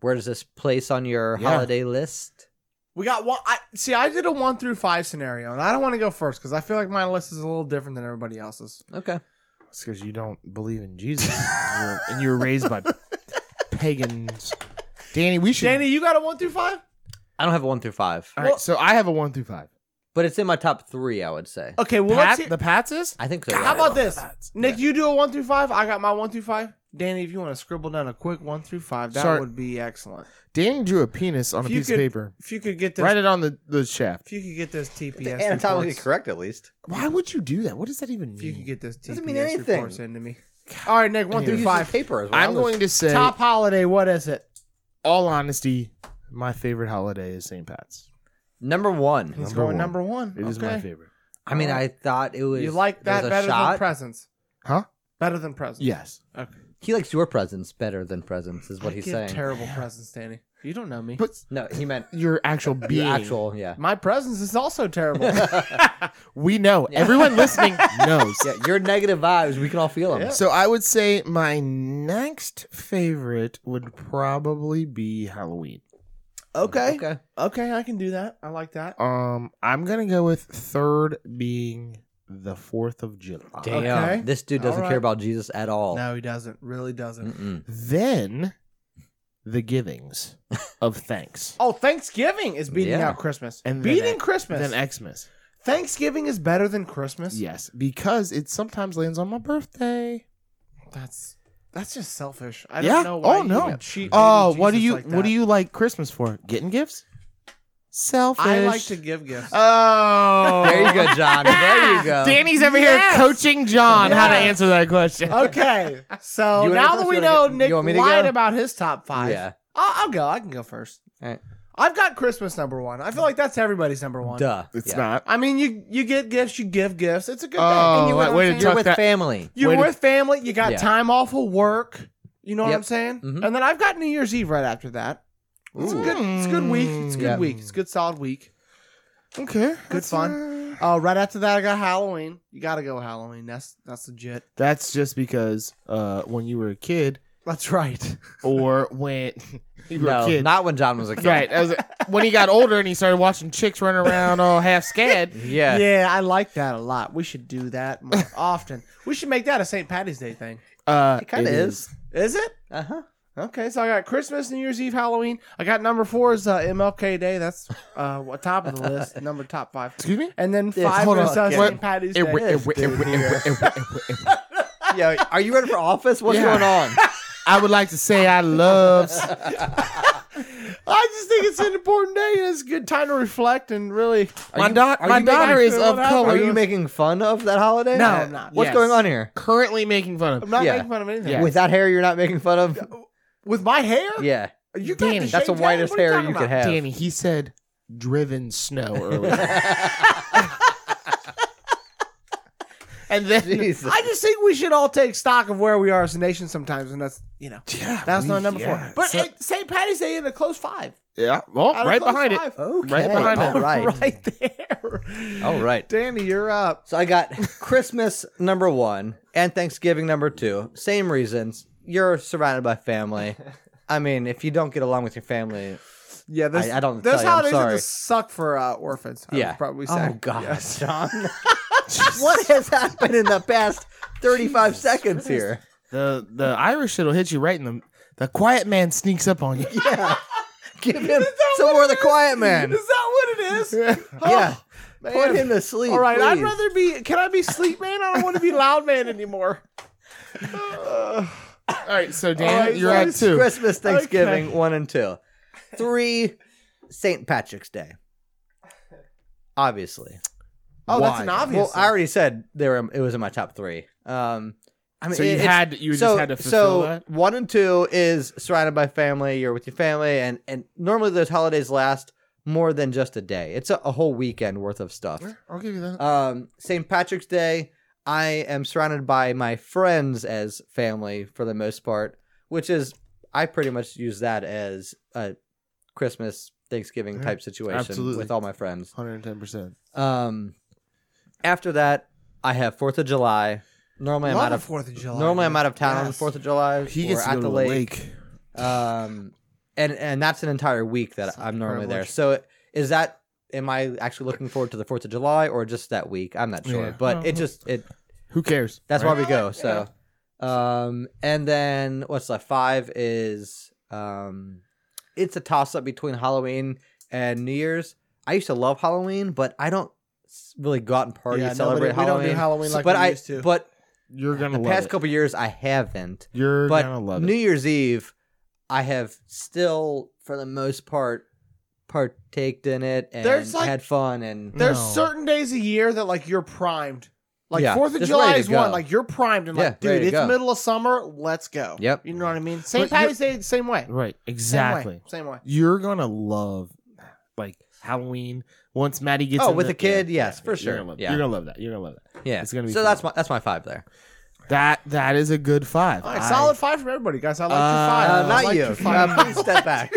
S2: where does this place on your
S1: Yeah.
S2: holiday list?
S3: we got one. I see. I did a one through five scenario, and I don't want to go first because I feel like my list is a little different than everybody else's.
S2: Okay.
S1: It's because you don't believe in Jesus, and, you're, and you were raised
S3: *laughs*
S1: by pagans. Danny, we should.
S3: Danny, you got a one through five?
S2: I don't have a one through five,
S1: All right,
S3: well-
S1: so I have a one through five.
S2: but it's in my top three. I would say.
S3: Okay, well
S1: Pat-
S3: let's. Hear,
S1: the Patsis.
S2: I think so.
S3: how about
S2: this?
S3: this, Nick? You do a one through five. I got my one through five. Danny, if you want to scribble down a quick one through five, that
S1: Sorry.
S3: would be excellent.
S1: Danny drew a penis on a
S3: If you
S1: piece
S3: could-
S1: of paper.
S3: If you could get this,
S1: Write it on the, the shaft.
S3: if you could get those TPS
S2: Anatomically
S3: reports,
S2: correct, at least.
S1: Why would you do that? What does that even
S3: if you could
S1: mean?
S3: get those TPS
S2: Doesn't mean anything.
S3: reports into me. All right, Nick, one
S1: Anyway.
S3: through
S1: Use
S3: five.
S2: paper as well.
S1: I'm going to say,
S3: Top holiday, what is it?
S1: all honesty, my favorite holiday is St. Pat's.
S2: number one.
S3: He's
S1: Number
S3: going
S1: one.
S3: number one.
S1: It is my favorite.
S2: I mean, I thought it was.
S3: You like that
S2: there's a
S3: better than
S2: shot.
S3: presents?
S1: Huh?
S3: Better than presents.
S1: Yes.
S3: Okay.
S2: He likes your presence better than presence, is what
S3: I
S2: he's
S3: give
S1: *laughs*
S2: saying.
S3: Terrible presents, Danny. You don't know me.
S1: But
S2: no, he meant
S1: *laughs* your actual being.
S2: the actual. Yeah. *laughs*
S3: my presence is also terrible.
S1: We know. Everyone *laughs* listening knows.
S2: Yeah, your negative vibes, we can all feel them.
S1: So I would say my next favorite would probably be Halloween.
S3: okay.
S2: Okay.
S3: Okay, I can do that. I like that.
S1: Um, I'm gonna go with third being the Fourth of July.
S2: Damn.
S3: Okay.
S2: This dude doesn't
S3: All right.
S2: care about Jesus at all.
S3: No, he doesn't. Really doesn't.
S2: Mm-mm.
S1: Then, the *laughs* givings of thanks.
S3: Oh, Thanksgiving is beating
S2: Yeah.
S3: out Christmas.
S1: And then
S3: beating
S1: e-
S3: Christmas.
S1: Then Xmas.
S3: Thanksgiving is better than Christmas.
S1: Yes, because it sometimes lands on my birthday.
S3: That's that's just selfish. I
S1: Yeah?
S3: don't know why.
S1: Oh,
S3: you
S1: no.
S3: would cheat
S1: Oh,
S3: baby
S1: what do
S3: Jesus
S1: you
S3: like
S1: what
S3: that.
S1: do you like Christmas for? Getting gifts? Selfish.
S3: I like to give gifts.
S1: Oh,
S2: *laughs* There you go, John. There you
S1: *laughs*
S2: go.
S1: Danny's over here coaching John how to answer that question.
S3: okay, so
S2: You wanna
S3: now
S2: go
S3: that
S2: first?
S3: we
S2: You wanna
S3: know
S2: go-
S3: Nick
S2: you want me to
S3: lied
S2: go?
S3: about his top five,
S2: Yeah.
S3: I'll, I'll go. I can go first.
S2: All right.
S3: I've got Christmas number one. I feel like that's everybody's number one.
S2: Duh.
S1: *laughs* It's
S2: Yeah.
S1: not.
S3: I mean, you you get gifts, you give gifts. It's a good
S1: Oh,
S3: thing. And you
S1: wait-
S3: know what
S1: wait
S3: I'm
S1: a
S3: saying?
S1: Tuck
S2: You're with
S1: that-
S2: family.
S3: You're
S1: wait a-
S3: with family. You got
S2: Yeah.
S3: time off of work. You know what
S2: Yep.
S3: I'm saying?
S2: Mhm.
S3: And then I've got New Year's Eve right after that. It's a
S1: Ooh.
S3: good. It's a good week. It's a good
S2: Yeah.
S3: week. It's a good solid week.
S1: Okay.
S3: Good fun. Uh, right after that, I got Halloween. You got to go Halloween. That's that's legit.
S1: That's just because uh, when you were a kid,
S3: That's right.
S1: or when *laughs* you were a
S2: No,
S1: kid.
S2: not when John was a
S1: *laughs*
S2: kid.
S1: right. I was- when he got older and he started watching chicks run around all half *laughs* scared.
S2: Yeah.
S3: Yeah, I like that a lot. We should do
S2: *laughs*
S3: that more often. We should make that a St. Patty's Day thing.
S1: Uh,
S2: It kind of is.
S3: Is it?
S2: Uh huh.
S3: Okay, so I got Christmas, New Year's Eve, Halloween. I got number four is uh, MLK Day. That's uh, what- top of the
S2: *laughs*
S3: list. Number top five.
S1: Excuse me.
S3: And then
S2: Yeah,
S3: five
S1: hold
S3: is uh,
S1: on.
S3: St.
S1: What-
S3: Patty's
S1: It-
S3: Day.
S1: it- it- it- it- it- it- it-
S2: Yeah. Are you ready for office? What's
S1: Yeah.
S2: going on?
S1: I would like to say I love. s-
S3: I just think it's an important day. and It's a good time to reflect and really.
S1: My,
S2: you-
S1: da-
S2: *laughs* are
S1: my
S2: you making-
S1: daughter is
S3: What
S1: of
S3: happened?
S1: color.
S2: Are you making fun of that holiday?
S3: No, I'm not.
S2: What's
S1: Yes.
S2: going on here?
S1: currently making fun
S3: I'm
S1: of?
S3: not
S2: Yeah.
S3: making fun of anything.
S1: Yeah.
S2: With that hair, you're not making fun of.
S3: With my hair?
S2: Yeah.
S3: You got
S1: Danny,
S3: the
S2: That's the
S3: shaved head?
S2: whitest
S3: What are
S2: hair
S3: talking
S2: you could
S3: about?
S2: have.
S1: Danny, he said driven snow
S2: *laughs*
S1: earlier. and then
S2: *laughs* Jesus.
S3: I just think we should all take stock of where we are as a nation sometimes, and that's you know
S1: yeah,
S3: that's
S1: we-
S3: not number
S1: yeah.
S3: four. But
S1: So-
S3: it- St. Patty's Day in a close five.
S1: yeah, *laughs* well,
S3: Out of
S1: right
S3: close
S1: behind it.
S3: five.
S2: okay.
S1: Right behind it.
S2: All right.
S3: *laughs* right there.
S2: All right. *laughs*
S3: Danny, you're up.
S2: So I got Christmas number one and Thanksgiving number two. Same reasons. You're surrounded by *laughs* family. I mean, if you don't get along with your family,
S3: Yeah, this,
S2: I- I don't
S3: Those
S2: tell you, I'm
S3: holidays are
S2: sorry.
S3: just suck for uh, orphans. I would
S2: yeah.
S3: probably say.
S2: oh God,
S3: *laughs*
S2: John. what has happened in the past 35 seconds here?
S1: The the Irish shit'll hit you right in the. The quiet man sneaks up
S2: *laughs*
S1: on you.
S2: Give him some more of the quiet *laughs* man.
S3: Is that what it is?
S2: *laughs*
S3: Oh,
S2: Yeah. Put
S3: man.
S2: him to sleep.
S3: All right, I'd
S2: please.
S3: rather be. Can I be sleep man? I don't want to be loud man anymore.
S1: All right,
S2: Oh,
S1: so Dan,
S3: All right,
S1: you're
S3: so
S1: at
S3: it's
S1: two.
S2: Christmas, Thanksgiving, one and two. Three, St. Patrick's Day. Obviously.
S3: Oh, that's
S1: Why?
S3: an obvious.
S2: Well, I already said they were, it was in my top three. Um, I mean,
S1: So you
S2: it- it's-
S1: had you
S2: so,
S1: just had to fulfill
S2: so
S1: that.
S2: one and two is surrounded by family. You're with your family, and and normally those holidays last more than just a day. It's a, a whole weekend worth of stuff.
S1: I'll give you that.
S2: Um, St. Patrick's Day, I am surrounded by my friends as family for the most part, which is I pretty much use that as a Christmas, Thanksgiving
S1: Yeah,
S2: type situation
S1: absolutely.
S2: with all my friends.
S1: Hundred and ten percent.
S2: Um, after that, I have Fourth of July. Normally, I'm out of
S3: Fourth of July.
S2: normally I'm out of town on the
S3: Yes.
S2: Fourth of July.
S1: He
S2: or
S1: gets to
S2: at
S1: go to
S2: the
S1: the
S2: lake.
S1: lake.
S2: Um, and and that's an entire week that I'm normally there.
S3: privilege.
S2: So is that am I actually looking forward to the Fourth of July or just that week? I'm not sure,
S1: Yeah.
S3: Oh,
S2: but
S1: Well,
S2: it just it
S1: Who cares?
S2: that's
S1: right?
S2: where we go. So, um, and then what's left five is um, it's a toss up between Halloween and New Year's. I used to love Halloween, but I don't s- really go out and party
S3: Yeah,
S2: celebrate
S3: nobody- we don't do
S2: Halloween.
S3: Halloween like
S2: but
S3: we
S2: I
S3: used to.
S2: but
S1: You're gonna
S2: The
S1: love
S2: past
S1: it.
S2: couple years, I haven't.
S1: You're
S2: but
S1: gonna love
S2: New
S1: it.
S2: Year's Eve, I have still, for the most part, partaked in it and
S3: There's, like-
S2: had fun. And
S3: There's
S1: No.
S3: certain days a year that like you're primed. Like
S2: Yeah,
S3: Fourth of
S2: just
S3: July
S2: ready to
S3: is one.
S2: go.
S3: Like you're primed and like,
S2: Yeah, ready
S3: dude,
S2: to
S3: it's
S2: go.
S3: middle of summer. Let's go.
S2: Yep.
S3: You know what I mean? St.
S1: But you're-
S3: Patty's Day, same way.
S1: Right,
S3: Same way,
S1: exactly.
S3: Same way.
S1: You're gonna love like Halloween once Maddie gets.
S2: Oh,
S1: in
S2: with
S1: the-
S2: the kid,
S1: yeah,
S2: yes,
S1: yeah,
S2: for
S1: you're
S2: sure.
S1: gonna love-
S2: Yeah.
S1: You're gonna love that. You're gonna love that.
S2: yeah,
S1: it's gonna be
S2: so
S1: fun.
S2: that's my that's my five there.
S1: That that is a good five.
S3: All right,
S1: I-
S3: solid five from everybody, guys. I like
S1: Uh,
S3: your
S2: Uh,
S3: five. I
S2: not
S3: like
S2: you.
S3: your five.
S2: Uh,
S3: *laughs*
S2: please step back.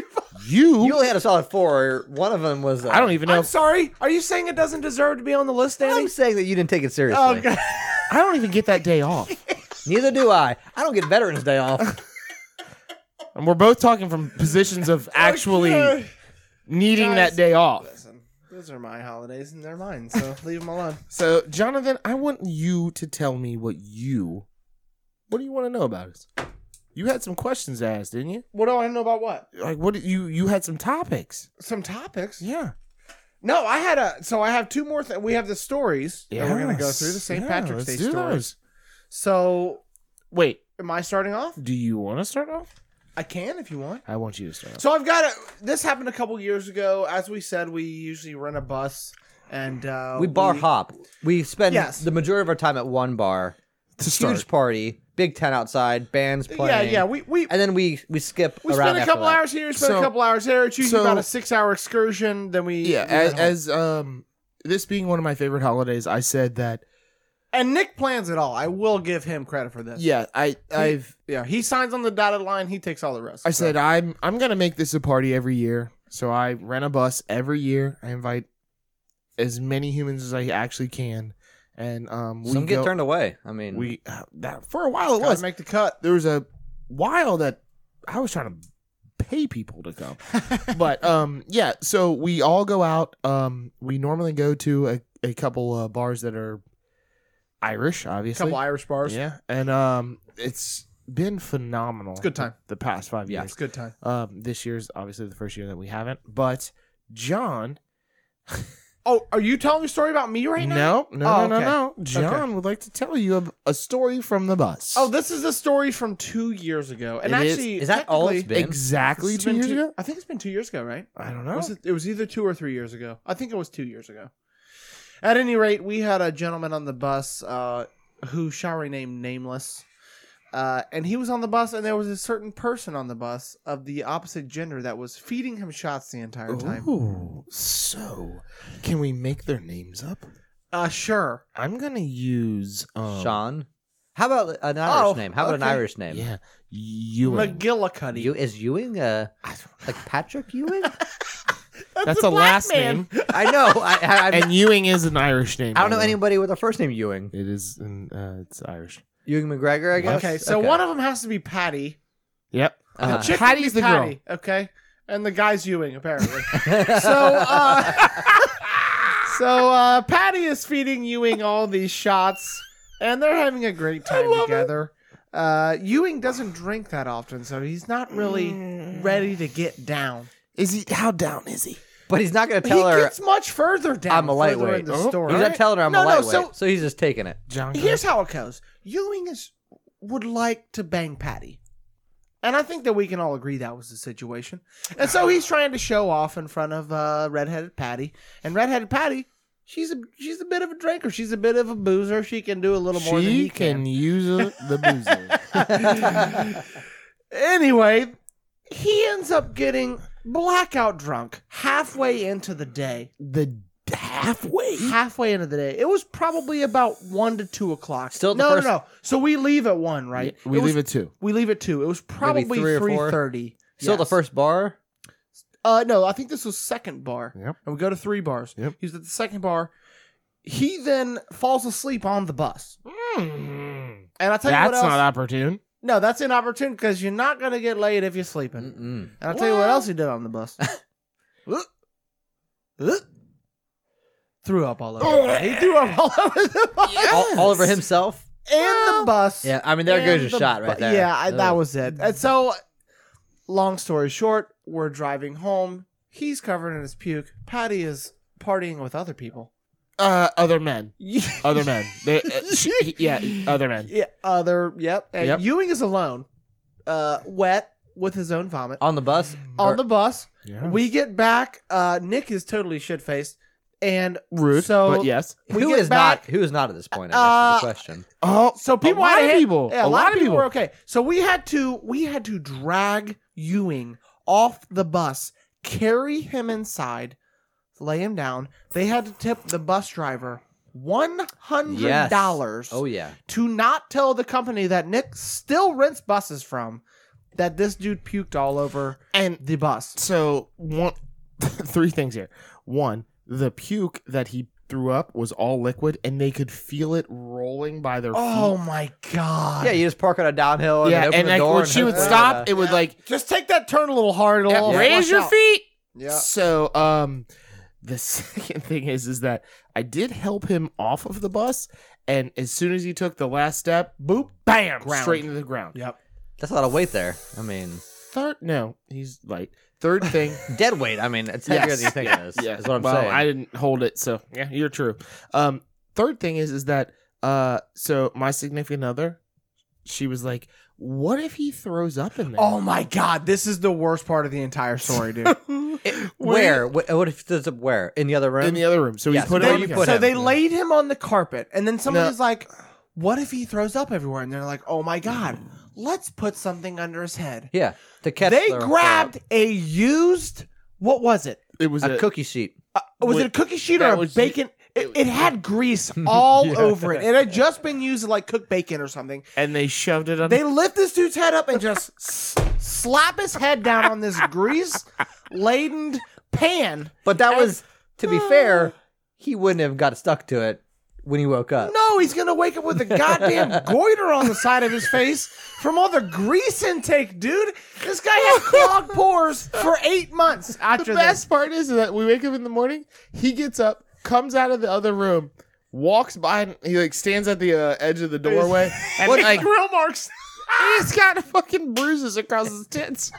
S1: You,
S2: You only had a solid four. One of them was. Uh,
S1: I don't even know.
S3: I'm
S1: If,
S3: sorry. Are you saying it doesn't deserve to be on the list, Danny?
S2: *laughs* I'm saying that you didn't take it seriously.
S3: Oh, God.
S1: I don't even get that day off.
S2: Neither do I. I don't get Veterans Day
S3: *laughs*
S2: off.
S1: And we're both talking from positions of actually
S3: Okay.
S1: needing
S3: Guys.
S1: that day
S2: uh,
S1: off.
S3: Listen, those are my holidays and they're mine, so *laughs* leave them alone.
S1: So, Jonathan, I want you to tell me what you, what do you want to know about us? You had some questions to ask, didn't you?
S3: What do I know about what?
S1: Like, what did you you had some topics?
S3: Some topics.
S1: Yeah,
S3: No, I had a. So I have two more. Th- we have the stories. Yeah. We're gonna go
S1: Yes.
S3: through the St.
S1: Yeah, let's
S3: Patrick's Day
S1: do
S3: stories.
S1: those.
S3: So
S1: Wait,
S3: am I starting off?
S1: do you want to start off?
S3: I can if you want.
S1: I want you to start off.
S3: So I've got a. This happened a couple years ago. As we said, we usually rent a bus and uh,
S2: We bar hop. We spend
S3: Yes.
S2: the majority of our time at one bar.
S1: to
S2: Huge party, big tent outside, bands playing.
S3: Yeah, yeah. We we
S2: And then we we skip
S3: we
S2: around
S3: spend a
S2: after
S3: couple
S2: that.
S3: hours here. Spend
S1: So-
S3: a couple hours there. It's usually
S1: so-
S3: about a six-hour excursion. Then we
S1: yeah,
S3: we
S1: as,
S3: head home.
S1: as um, this being one of my favorite holidays, I said that.
S3: and Nick plans it all. I will give him credit for this.
S1: Yeah, I I've
S3: Yeah, he signs on the dotted line. He takes all the risks.
S1: I said I'm I'm gonna make this a party every year. So I rent a bus every year. I invite as many humans as I actually can, and um, we
S2: Some get
S1: go-
S2: turned away. I mean,
S1: We uh, that for a while it
S3: Gotta
S1: was.
S3: make the cut.
S1: there was a while that I was trying to pay people to come,
S3: *laughs*
S1: but um, yeah. So we all go out. Um, we normally go to a a couple uh, bars that are Irish,
S3: A
S1: obviously.
S3: couple Irish bars.
S1: yeah, and um, it's been phenomenal. It's
S3: good time.
S1: The past five
S2: Yeah.
S1: years.
S3: it's a good time.
S1: Um, this year's obviously the first year that we haven't, but John,
S3: Oh, are you telling a story about me right now?
S1: no, no,
S3: Oh,
S1: no,
S3: okay.
S1: no, no. John would like to tell you a, a story from the bus.
S3: Oh, this is a story from two years ago, and
S1: It is-
S3: actually,
S2: is that all
S3: technically-
S2: it's been?
S1: exactly
S3: It's
S1: two
S3: been
S1: years ago. Oh.
S3: I think it's been two years ago, right?
S1: I don't know.
S3: Was it, it was either two or three years ago. I think it was two years ago. At any rate, we had a gentleman on the bus uh, who shall remain nameless. Uh, and he was on the bus, and there was a certain person on the bus of the opposite gender that was feeding him shots the entire time.
S1: Ooh, so can we make their names up?
S3: Uh, sure.
S1: I'm gonna use um,
S2: Sean. How about an Irish
S3: Oh,
S2: name? How about
S3: okay.
S2: an Irish name?
S1: Yeah, Ewing.
S3: McGillicuddy.
S2: You, is Ewing uh
S1: I don't-
S2: like *laughs* Patrick Ewing?
S1: That's
S3: a
S1: a,
S3: black
S1: last
S3: man. *laughs*
S1: name,
S2: I know. I I, I,
S1: and Ewing is an Irish name.
S2: I don't know
S1: by the way.
S2: anybody with a first name Ewing.
S1: It is, an, uh, it's Irish.
S2: Ewing McGregor, I guess.
S3: okay, so one of them has to be Patty.
S1: Yep.
S2: Uh-huh.
S3: The chick can
S1: Patty's the
S3: be
S1: girl.
S3: Patty, Okay, and the guy's Ewing apparently.
S2: *laughs* of
S3: so uh, *laughs* so uh, Patty is feeding Ewing all these shots, and they're having a great time together. Uh, Ewing doesn't drink that often, so he's not really
S2: Hmm.
S3: ready to get down.
S1: Is he? How down is he?
S2: but he's not going to
S3: he
S2: tell her
S3: gets much further down.
S2: I'm a
S3: further
S2: lightweight.
S3: in the
S1: Oh,
S3: story.
S2: He's not telling her I'm
S3: No,
S2: a
S3: no,
S2: lightweight,
S3: so-
S2: so he's just taking
S3: *laughs*
S2: it. *laughs*
S1: John. go
S3: Here's how it goes. Ewing is would like to bang Patty. And I think that we can all agree that was the situation. And so he's trying to show off in front of uh, redheaded Patty. And redheaded Patty, she's a she's a bit of a drinker. She's a bit of a boozer. She can do a little more than
S1: She
S3: he
S1: can,
S3: can.
S1: use a-
S3: *laughs*
S1: the boozer.
S3: Anyway, he ends up getting blackout drunk halfway into the day.
S1: the d- halfway.
S3: halfway into the day. It was probably about one to two o'clock.
S2: Still the
S3: no,
S2: first-
S3: no, no. So we leave at one, right?
S1: We
S3: it was,
S1: leave at two.
S3: We leave at two. It was probably
S2: three or
S3: three
S2: four?
S3: thirty.
S2: So the first bar,
S3: Uh, no, I think this was second bar.
S1: Yep.
S3: And we go to three bars.
S1: Yep.
S3: He was at the second bar. He then falls asleep on the bus. And I Hmm. tell you
S1: That's
S3: what else.
S1: not
S3: *laughs*
S1: opportune.
S3: no, that's inopportune because you're not gonna get laid if you're sleeping.
S2: Mm-mm.
S3: And I'll tell you what else he did on
S2: *laughs*
S3: the bus. threw up all over. he threw up all over
S2: *laughs*
S3: the bus.
S2: all, all over himself.
S3: and the bus.
S2: Yeah, I mean there goes
S3: and
S2: your
S3: the
S2: shot right
S3: bu-
S2: there.
S3: Yeah, I, that
S2: Ugh.
S3: was it. And so, long story short,
S2: *laughs*
S3: we're driving home. He's covered in his puke. Patty is partying with other people.
S1: Uh, other men.
S3: yeah,
S1: Other men. *laughs* They- uh, sh- he- yeah, other men.
S3: other. Yep. And
S1: Yep.
S3: Ewing is alone, uh, wet with his own vomit
S1: Um,
S2: on the bus.
S1: er
S3: on the bus.
S1: Yeah.
S3: We get back. Uh, Nick is totally shit faced, and
S1: Rude.
S3: So-
S1: but yes.
S3: we
S2: who
S3: get
S2: is
S3: back-
S2: not?
S3: Uh,
S2: Who is not at this point? I guess, is the question.
S1: Oh,
S3: so people
S1: a lot
S3: had
S1: of
S3: to hit-
S1: people.
S3: Yeah,
S1: a lot of people.
S3: were okay. So we had to we had to drag Ewing off the bus, carry him inside, lay him down. They had to tip the bus driver one hundred dollars
S2: Oh yeah.
S3: to not tell the company that Nick still rents buses from that this dude puked all over
S1: And
S3: the bus.
S1: so one *laughs* three things here one the puke that he threw up was all liquid and they could feel it rolling by their
S3: Oh
S1: feet
S3: my god!
S2: Yeah, you just park on a downhill. And
S1: yeah
S2: open
S1: and
S2: the
S1: like
S2: door
S1: when
S2: and
S1: she would
S2: hope that, uh,
S1: stop it would like
S3: Just take that turn a little hard. It'll all
S1: yeah, raise
S3: flush
S1: your
S3: out.
S1: feet
S3: Yeah.
S1: so um the *laughs* second thing is is that i did help him off of the bus and as soon as he took the last step boop bam
S3: Ground.
S1: straight into the ground
S3: Yep.
S2: That's a lot of weight there. I mean,
S1: third no he's light third thing
S2: dead weight. I mean, it's heavier
S1: Yes.
S2: than you think it is.
S1: *laughs* Yeah,
S2: Is what I'm
S1: well,
S2: saying.
S1: I didn't hold it, so yeah, you're true. Um, third thing is is that uh, so my significant other, she was like, "What if he throws up in there?"
S3: Oh my god! This is the worst part of the entire story, dude.
S1: *laughs*
S2: It- where? What, what if there's a where in the other room?
S1: in the other room. So
S2: Yes,
S1: we put
S2: where
S1: it.
S2: you
S1: on the
S2: put
S1: couch.
S3: so
S2: him.
S3: they
S2: Yeah.
S3: laid him on the carpet, and then someone
S1: No.
S3: was like, "What if he throws up everywhere?" And they're like, "Oh my
S1: *sighs*
S3: god, let's put something under his head."
S2: yeah, to catch.
S3: they
S2: the-
S3: grabbed a used what was it?
S1: It was
S2: a cookie sheet.
S3: Uh, was
S1: What-
S3: it a cookie sheet
S1: that
S3: or a
S1: was-
S3: bacon? It, it had
S1: *laughs*
S3: grease all
S1: Yeah.
S3: over it.
S1: *laughs*
S3: It had just been used to like cook bacon or something.
S1: and they shoved it under.
S3: They lift this dude's head up and just s- slap his head down on this grease laden pan.
S2: But that
S3: And-
S2: was, to be fair, he wouldn't have got stuck to it when he woke up.
S3: No, he's gonna wake up with a
S1: *laughs*
S3: goddamn goiter on the side of his face from all the grease intake, dude. This guy had clogged pores for eight months after
S1: the
S3: this.
S1: best part is that we wake up in the morning. He gets up, comes out of the other room, walks by, and he like stands at the uh, edge of the doorway, and like
S3: grill marks.
S1: he's got fucking bruises across
S3: *laughs*
S1: his tits.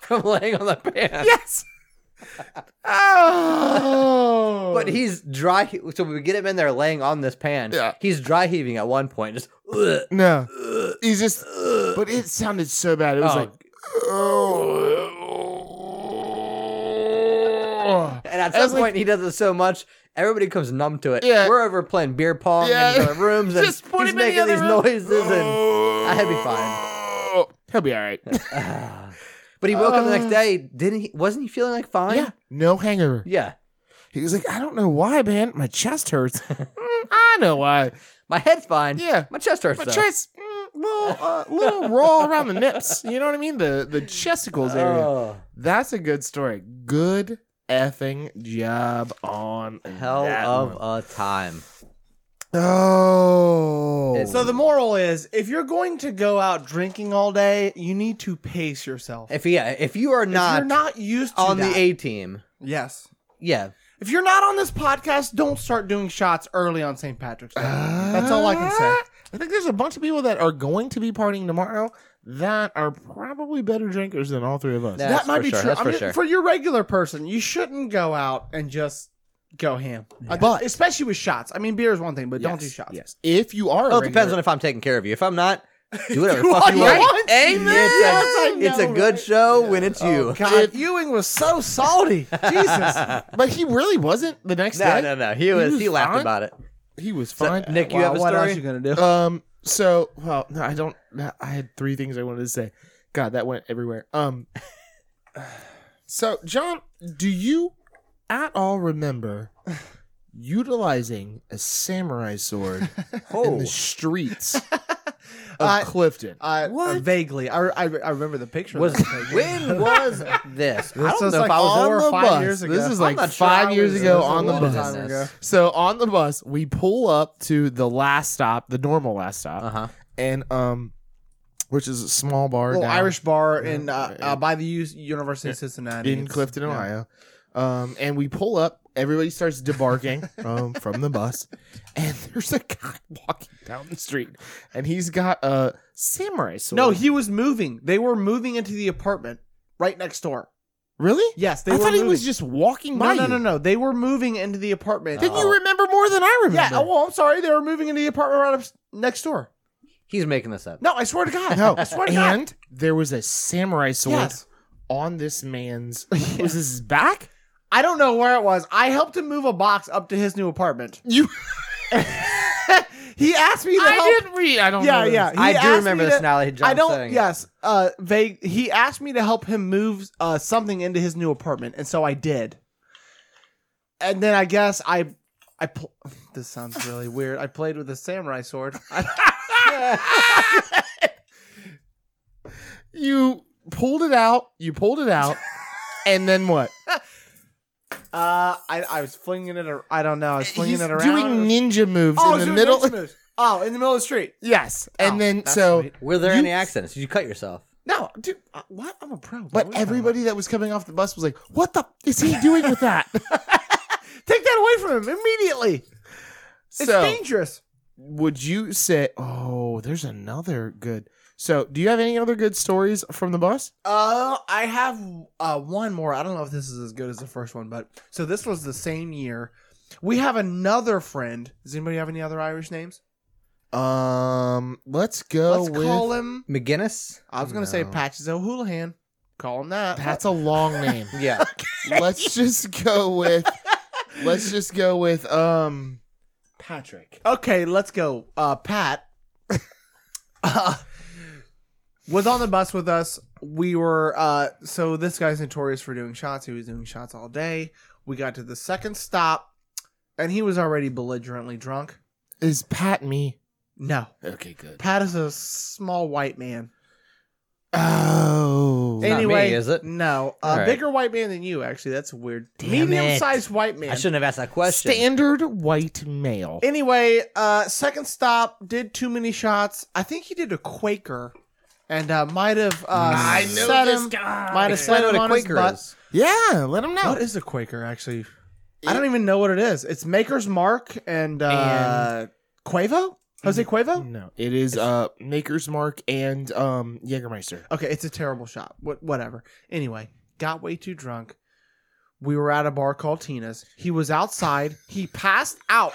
S2: From laying on the pan.
S1: Yes. Oh.
S2: But he's dry. So we get him in there laying on this pan.
S1: Yeah.
S2: He's dry heaving at one point. Just. "Ugh,
S1: no.
S2: ugh."
S1: He's just. But it sounded so bad. It was
S2: Oh.
S1: like. Oh.
S2: And at
S1: I
S2: some
S1: was
S2: point,
S1: like-
S2: he does it so much, everybody comes numb to it.
S1: Yeah.
S2: We're over playing beer pong
S1: Yeah.
S2: in the
S1: *laughs*
S2: other rooms, and
S1: Just put
S2: he's
S1: him in the
S2: making
S1: other
S2: these
S1: room.
S2: noises, and I'd be
S1: fine. He'll be all right.
S2: *sighs* but he woke up the next
S1: Oh. Uh.
S2: day. Didn't he? Wasn't he feeling like fine?
S1: yeah. No hangover.
S2: Yeah.
S1: He was like, I don't know why, man. My chest
S2: *laughs*
S1: hurts. Mm, I know why.
S2: My head's fine.
S1: Yeah.
S2: My chest hurts.
S1: My
S2: though.
S1: chest. mm, Little, uh, little roll around the nips. You know what I mean? The the chesticles area.
S2: Oh.
S1: That's a good story. Good effing job on
S2: Hell
S1: that
S2: of
S1: one.
S2: a time.
S1: oh.
S2: It's-
S3: So the moral is, if you're going to go out drinking all day, you need to pace yourself.
S2: If yeah, if you are
S3: if
S2: not,
S3: you're not used to
S2: on
S3: that-
S2: the A team,
S3: yes.
S2: yeah,
S3: If you're not on this podcast, don't start doing shots early on St. Patrick's Day. That's all I can say.
S1: I think there's a bunch of people that are going to be partying tomorrow that are probably better drinkers than all three of us.
S2: Yeah.
S3: that
S2: That's
S3: might
S2: for
S3: be
S2: sure.
S3: true.
S2: That's
S3: I'm
S2: for
S3: just-
S2: sure.
S3: your regular person, you shouldn't go out and just go ham. Uh, But
S1: But-
S3: especially with shots. I mean, beer is one thing, but
S1: Yes,
S3: don't do shots.
S1: Yes. If you are, a
S2: well, it depends on
S1: regular-
S2: if I'm taking care of you. If
S1: *laughs*
S2: I'm not, do whatever the
S3: Do
S2: fuck
S3: what
S2: you
S3: you
S2: want.
S3: want.
S2: Amen.
S1: Yes, I
S2: It's a, it's
S1: know,
S2: a good
S1: right?
S2: show when it's you.
S3: Oh, God, Ewing was so salty.
S2: *laughs*
S3: Jesus.
S1: But he really wasn't the next
S2: No,
S1: day.
S2: no, no. He was. He,
S1: was
S2: laughed
S1: fine.
S2: about it.
S1: He was
S2: So, uh,
S1: fine.
S2: Nick, you
S3: Wow,
S2: have a
S3: what
S2: story.
S3: else
S2: *laughs*
S3: you gonna do?
S1: Um. So, well, no, I don't. I had three things I wanted to say. God, that went everywhere. Um. *sighs* So, John, do you at all remember utilizing a samurai
S2: *laughs*
S1: sword in
S2: oh,
S1: the
S2: *laughs*
S1: streets of
S3: Uh,
S1: Clifton?
S3: uh,
S2: What?
S3: Vaguely, I, I, I remember the
S2: *laughs*
S3: picture.
S2: was
S3: of that vaguely. *laughs*
S2: when was this? I
S3: This
S2: don't
S3: was
S2: know
S3: like
S2: if I was
S3: on
S1: on
S3: four or
S1: the
S3: five
S1: bus.
S3: years ago.
S1: This is
S2: I'm
S1: like
S2: not
S1: five
S2: sure I
S1: years
S2: was-
S1: ago
S2: this is a
S1: on the
S2: long
S1: bus.
S2: time ago.
S1: So on the bus, we pull up to the last stop, the normal last stop,
S2: Uh huh.
S1: and um, which is a small bar,
S3: little
S1: down
S3: Irish bar in uh,
S1: Yeah.
S3: uh, by the U- University of Cincinnati
S1: in
S3: It's-
S1: Clifton,
S3: yeah.
S1: Ohio. Um, and we pull up. Everybody starts
S3: *laughs*
S1: debarking um, from the bus, and there's a guy walking down the street, and he's got a samurai sword.
S3: No, he was moving. They were moving into the apartment right next door.
S1: Really?
S3: Yes, they
S1: I
S3: were
S1: thought he
S3: moving.
S1: was just walking
S3: No,
S1: by.
S3: no,
S1: you.
S3: no, no. They were moving into the apartment.
S1: Then you remember more than I remember.
S3: Yeah. Oh, well, I'm sorry. They were moving into the apartment right up s- next door.
S2: He's making this up.
S3: No, I swear to God.
S1: *laughs* No,
S3: *laughs* I swear to God.
S1: and there was a samurai sword
S3: Yes.
S1: on this
S3: *laughs*
S1: man's. Was his back?
S3: I don't know where it was. I helped him move a box up to his new apartment.
S1: You?
S3: he asked me
S1: *laughs*
S3: to
S1: I
S3: help.
S1: didn't read. I don't.
S3: Yeah,
S1: know this.
S3: yeah. He
S2: I do
S3: asked
S2: remember
S3: me
S2: this
S3: to-
S2: now that John's
S3: I don't.
S2: saying it.
S3: yes. Uh, vague. He asked me to help him move uh, something into his new apartment, and so I did. And then I guess I, I. Pl- *sighs* this sounds
S1: *laughs*
S3: really weird. I played with a samurai sword.
S1: You pulled it out. You pulled it
S3: *laughs*
S1: out, and then what?
S3: Uh, I, I was flinging it. Ar- I don't know. I was flinging
S1: Uh, He's
S3: it around. It
S1: doing
S3: was-
S1: ninja moves
S3: oh, I
S1: in
S3: was
S1: the
S3: doing
S1: middle. *laughs*
S3: ninja moves. Oh, in the middle of the street.
S1: Yes, and
S3: Oh,
S1: then
S3: that's
S1: so.
S3: sweet.
S2: Were there
S1: You-
S2: any accidents? Did you cut yourself?
S3: No, dude. Uh, what? I'm a pro. bro.
S1: But
S3: What are you talking
S1: everybody that was coming off the bus was like, "What the f- is he doing with
S3: *laughs*
S1: that?"
S3: about? take that away from him immediately. It's
S1: so,
S3: dangerous.
S1: would you say? Oh, there's another good. So, do you have any other good stories from the bus?
S3: Uh, I have uh one more. I don't know if this is as good as the first one, but so this was the same year. We have another friend. Does anybody have any other Irish names?
S1: Um, let's go
S3: Let's
S1: with.
S3: call him.
S2: McGinnis?
S3: I was gonna say
S1: No.
S3: Patches O'Houlihan. Call him
S1: *laughs*
S3: that. *laughs*
S1: That's a long *laughs* name.
S2: Yeah.
S1: let's just go with. Let's just go with um, Patrick.
S3: Okay, let's go. Uh, Pat *laughs* uh, was on the bus with us. We were uh, so this guy's notorious for doing shots. He was doing shots all day. We got to the second stop, and he was already belligerently drunk.
S1: Is Pat me?
S3: No,
S1: Okay, good.
S3: Pat is a small white man.
S1: Oh,
S2: Hey. not
S3: anyway,
S2: me, is it?
S3: No, a
S2: All right.
S3: bigger white man than you. Actually, that's weird.
S1: Damn it.
S3: Medium-sized white man.
S2: I shouldn't have asked that question.
S1: standard white male.
S3: Anyway, uh, second stop did too many shots. I think he did a Quaker, and uh, might have uh,
S1: I know
S3: set
S1: this
S3: him.
S1: guy.
S3: Might have
S2: Explain
S3: set
S2: what
S3: him
S2: a
S3: on his
S2: Quaker
S3: butt.
S2: is.
S1: Yeah, let him know.
S3: What is a Quaker actually? I don't even know what it is. It's Maker's Mark and, uh, Quavo, Jose Quavo.
S1: No, it is uh Maker's Mark and um Jägermeister.
S3: Okay, it's a terrible shot. What, whatever. Anyway, got way too drunk. We were at a bar called Tina's. He was outside. He passed out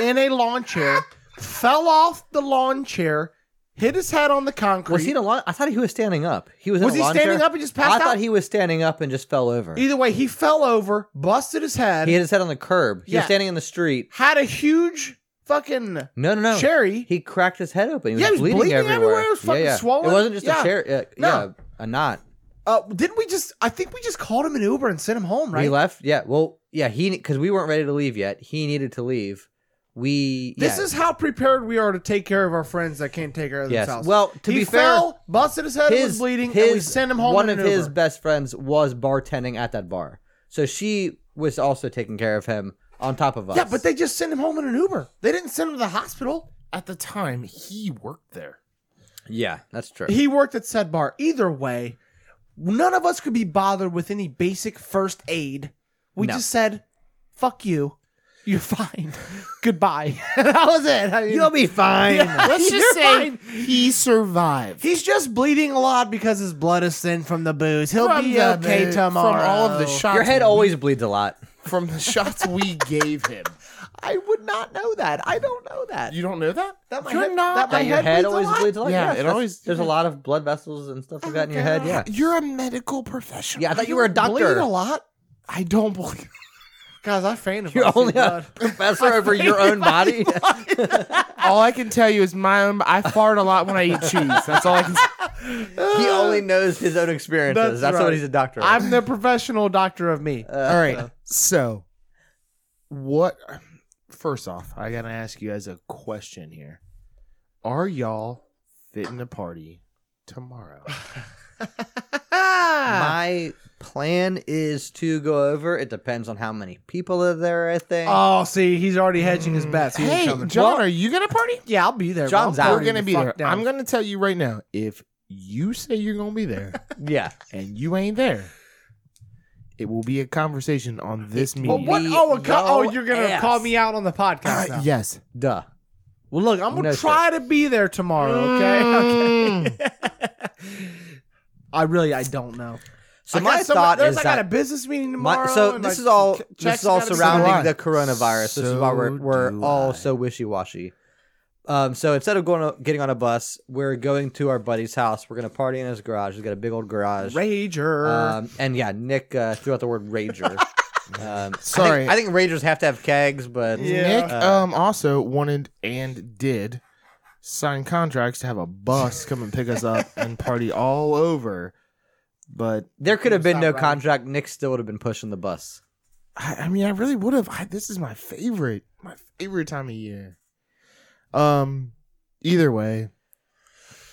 S3: in a lawn chair, fell off the lawn chair, hit his head on the concrete.
S2: Was he in a lawn? I thought he was standing up. He was. in
S3: Was
S2: a
S3: he
S2: lawn
S3: standing
S2: chair? Oh,
S3: up and just passed
S2: I thought
S3: out?
S2: he was standing up and just fell over.
S3: Either way, he fell over, busted his head,
S2: He hit his head on the curb. He
S3: Yeah.
S2: was standing in the street.
S3: had a huge fucking
S2: No, no, no.
S3: cherry.
S2: He cracked his head open. He was,
S3: Yeah, he was
S2: bleeding,
S3: bleeding
S2: everywhere.
S3: everywhere. It was fucking
S2: yeah, yeah.
S3: swollen.
S2: It wasn't just
S3: Yeah.
S2: a chair. Yeah,
S3: No.
S2: yeah, a knot.
S3: uh, didn't we just? I think we just called him an Uber and sent him home,
S2: We
S3: right?
S2: left. Yeah. Well, yeah. He because we weren't ready to leave yet. He needed to leave. We.
S3: This
S2: yeah.
S3: is how prepared we are to take care of our friends that can't take care of
S2: Yes.
S3: themselves.
S2: Well, to
S3: he
S2: be fair,
S3: fell, busted his head, was bleeding, and we sent him home.
S2: One
S3: in
S2: of
S3: an
S2: his
S3: Uber.
S2: best friends was bartending at that bar, so she was also taking care of him on top of us.
S3: yeah, but they just sent him home in an Uber. They didn't send him to the hospital.
S1: At the time, he worked there.
S2: *laughs* yeah, that's true.
S3: He worked at said bar. Either way, none of us could be bothered with any basic first aid. We
S2: No.
S3: just said, "Fuck you, you're fine, *laughs* goodbye." *laughs* that was it. I mean,
S2: You'll be fine.
S1: Let's
S3: You're
S1: just say
S3: fine.
S1: he survived.
S3: he's just bleeding a lot because his blood is thin from the booze. He'll
S1: From
S3: be
S1: the-
S3: okay
S1: the-
S3: tomorrow.
S1: From all of the shots,
S2: *laughs* Your head
S1: we-
S2: always bleeds a lot.
S1: *laughs* from the shots we gave him.
S3: I would not know that. I don't know that.
S1: You don't know that?
S3: That my
S1: You're
S3: head-
S1: not.
S3: that My
S2: That your
S3: head
S2: head
S3: bleeds a
S2: always
S3: lot?
S2: bleeds a lot.
S1: Yeah,
S2: yes,
S1: it
S2: that's-
S1: always-
S2: There's a lot of blood vessels and
S3: Oh
S2: stuff like that in your head. Yeah.
S1: You're a medical professional.
S2: Yeah, I thought you were a
S3: Bleed a
S2: doctor.
S3: lot,
S1: I don't believe. *laughs*
S3: guys. I faint if
S2: *laughs*
S3: I
S2: You're
S3: see
S2: only a *laughs*
S3: blood.
S2: professor over your own body.
S1: All I can tell you is my own. I fart a lot when I eat cheese. That's all I can. say.
S2: he only knows his own experiences.
S3: That's
S2: That's,
S3: right.
S2: what he's a doctor. of. Uh,
S3: I'm the professional doctor of me.
S1: All right. So, what? First off, I gotta ask you guys a question here. Are y'all fitting a party tomorrow?
S3: Ah.
S2: My plan is to go over. It depends on how many people are there. I think.
S3: oh, see, he's already hedging his bets. *sighs* He ain't
S1: hey,
S3: coming.
S1: John,
S3: Well,
S1: are you gonna party?
S3: yeah, I'll be there. bro.
S2: John's
S3: I'm
S2: out.
S1: We're
S3: burning
S1: gonna
S3: the
S1: be
S3: fuck
S1: there.
S3: down.
S1: I'm gonna tell you right now. If you say you're gonna be
S3: *laughs*
S1: there
S2: *laughs* yeah.
S1: and you ain't there, it will be a conversation on this
S2: Well,
S3: Well,
S1: meeting.
S3: what?
S2: We
S3: Oh, a co- oh,
S2: go
S3: you're gonna
S2: ass.
S3: call me out on the
S1: Uh,
S3: podcast. now.
S1: yes.
S2: Duh.
S3: Well, look, I'm gonna
S2: No, sir.
S3: try to be there *laughs* tomorrow. Okay. okay. I really, I don't know.
S2: So
S3: I
S2: my
S3: got some-
S2: thought
S3: there's-
S2: is
S3: I
S2: that
S3: got a business meeting
S2: My-
S3: tomorrow.
S2: so
S3: and,
S2: this
S3: like,
S2: is all
S3: Jack's
S2: this is all
S3: gotta do
S1: do I.
S2: surrounding the coronavirus. this is why we're
S1: So
S2: we're
S1: do
S2: all
S1: I.
S2: so wishy washy. Um, so instead of going to, getting on a bus, we're going to our buddy's house. We're gonna party in his garage. He's got a big old garage.
S3: some- Rager.
S2: Um, and yeah, Nick uh, threw out the word
S3: *laughs*
S2: rager. um,
S1: Sorry.
S2: I think, I think ragers have to have kegs, but
S3: Yeah.
S1: Nick
S2: Uh,
S1: um also wanted and did sign contracts to have a bus come and pick us
S2: *laughs*
S1: up and party all over. But
S2: there could have been
S3: Stop
S2: no
S3: riding.
S2: contract. Nick still would have been pushing the bus.
S1: I, I mean, I really would have. I, this is my favorite, my favorite time of year. Um, either way,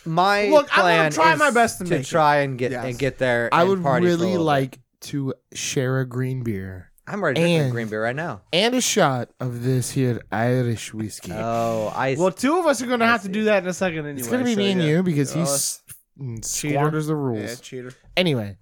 S2: My
S3: Look, I'm gonna
S2: plan
S3: try
S2: is
S3: my best to make it.
S2: try and get
S3: Yes.
S2: and get there.
S1: I
S2: and
S1: would
S2: party for a
S1: really
S2: little bit.
S1: like to share a green beer
S2: I'm ready to drink
S1: and-
S2: green beer right now.
S1: and a shot of this here Irish whiskey.
S2: Oh, I
S3: well, two of us are going to
S2: I
S3: have to
S2: see.
S3: do that in a second anyway.
S1: it's gonna be
S3: so,
S1: me and
S3: yeah.
S1: you because
S2: Uh,
S1: he
S3: Oh,
S1: s- mm,
S3: cheater.
S1: squanders the rules.
S3: Yeah, cheater.
S1: Anyway,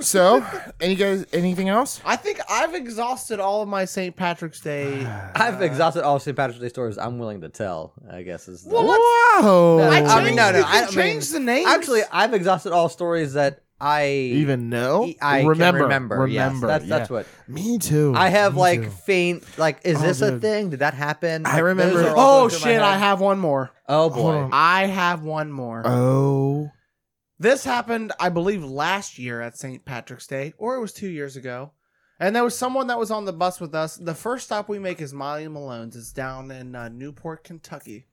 S1: so any guys, anything else?
S3: I think I've exhausted all of my St. Patrick's Day.
S2: *sighs* I've
S3: Uh,
S2: exhausted all St. Patrick's Day stories I'm willing to tell. I guess is the,
S3: Well, let's-
S1: Whoa!
S2: I
S3: I,
S2: mean,
S3: changed,
S2: no, no,
S3: You
S2: I
S3: can
S2: mean,
S3: change the name.
S2: actually I've exhausted all stories that I e,
S1: even know.
S2: I can
S1: remember,
S2: remember. yes, that's that's
S1: yeah.
S2: what
S1: Me too.
S2: I have
S1: me
S2: like
S1: too.
S2: faint like is
S1: Oh,
S2: this a
S1: dude.
S2: thing? Did that happen?
S1: I
S2: Like,
S1: remember-
S2: those are all
S3: Oh
S2: going through my
S3: shit!
S2: head.
S3: I have one more.
S2: oh
S1: Hold
S2: boy.
S1: on.
S3: I have one more.
S1: Oh,
S3: This happened, I believe, last year at St. Patrick's Day, or it was two years ago. And there was someone that was on the bus with us. The first stop we make is Molly Malone's. It's down in uh, Newport, Kentucky.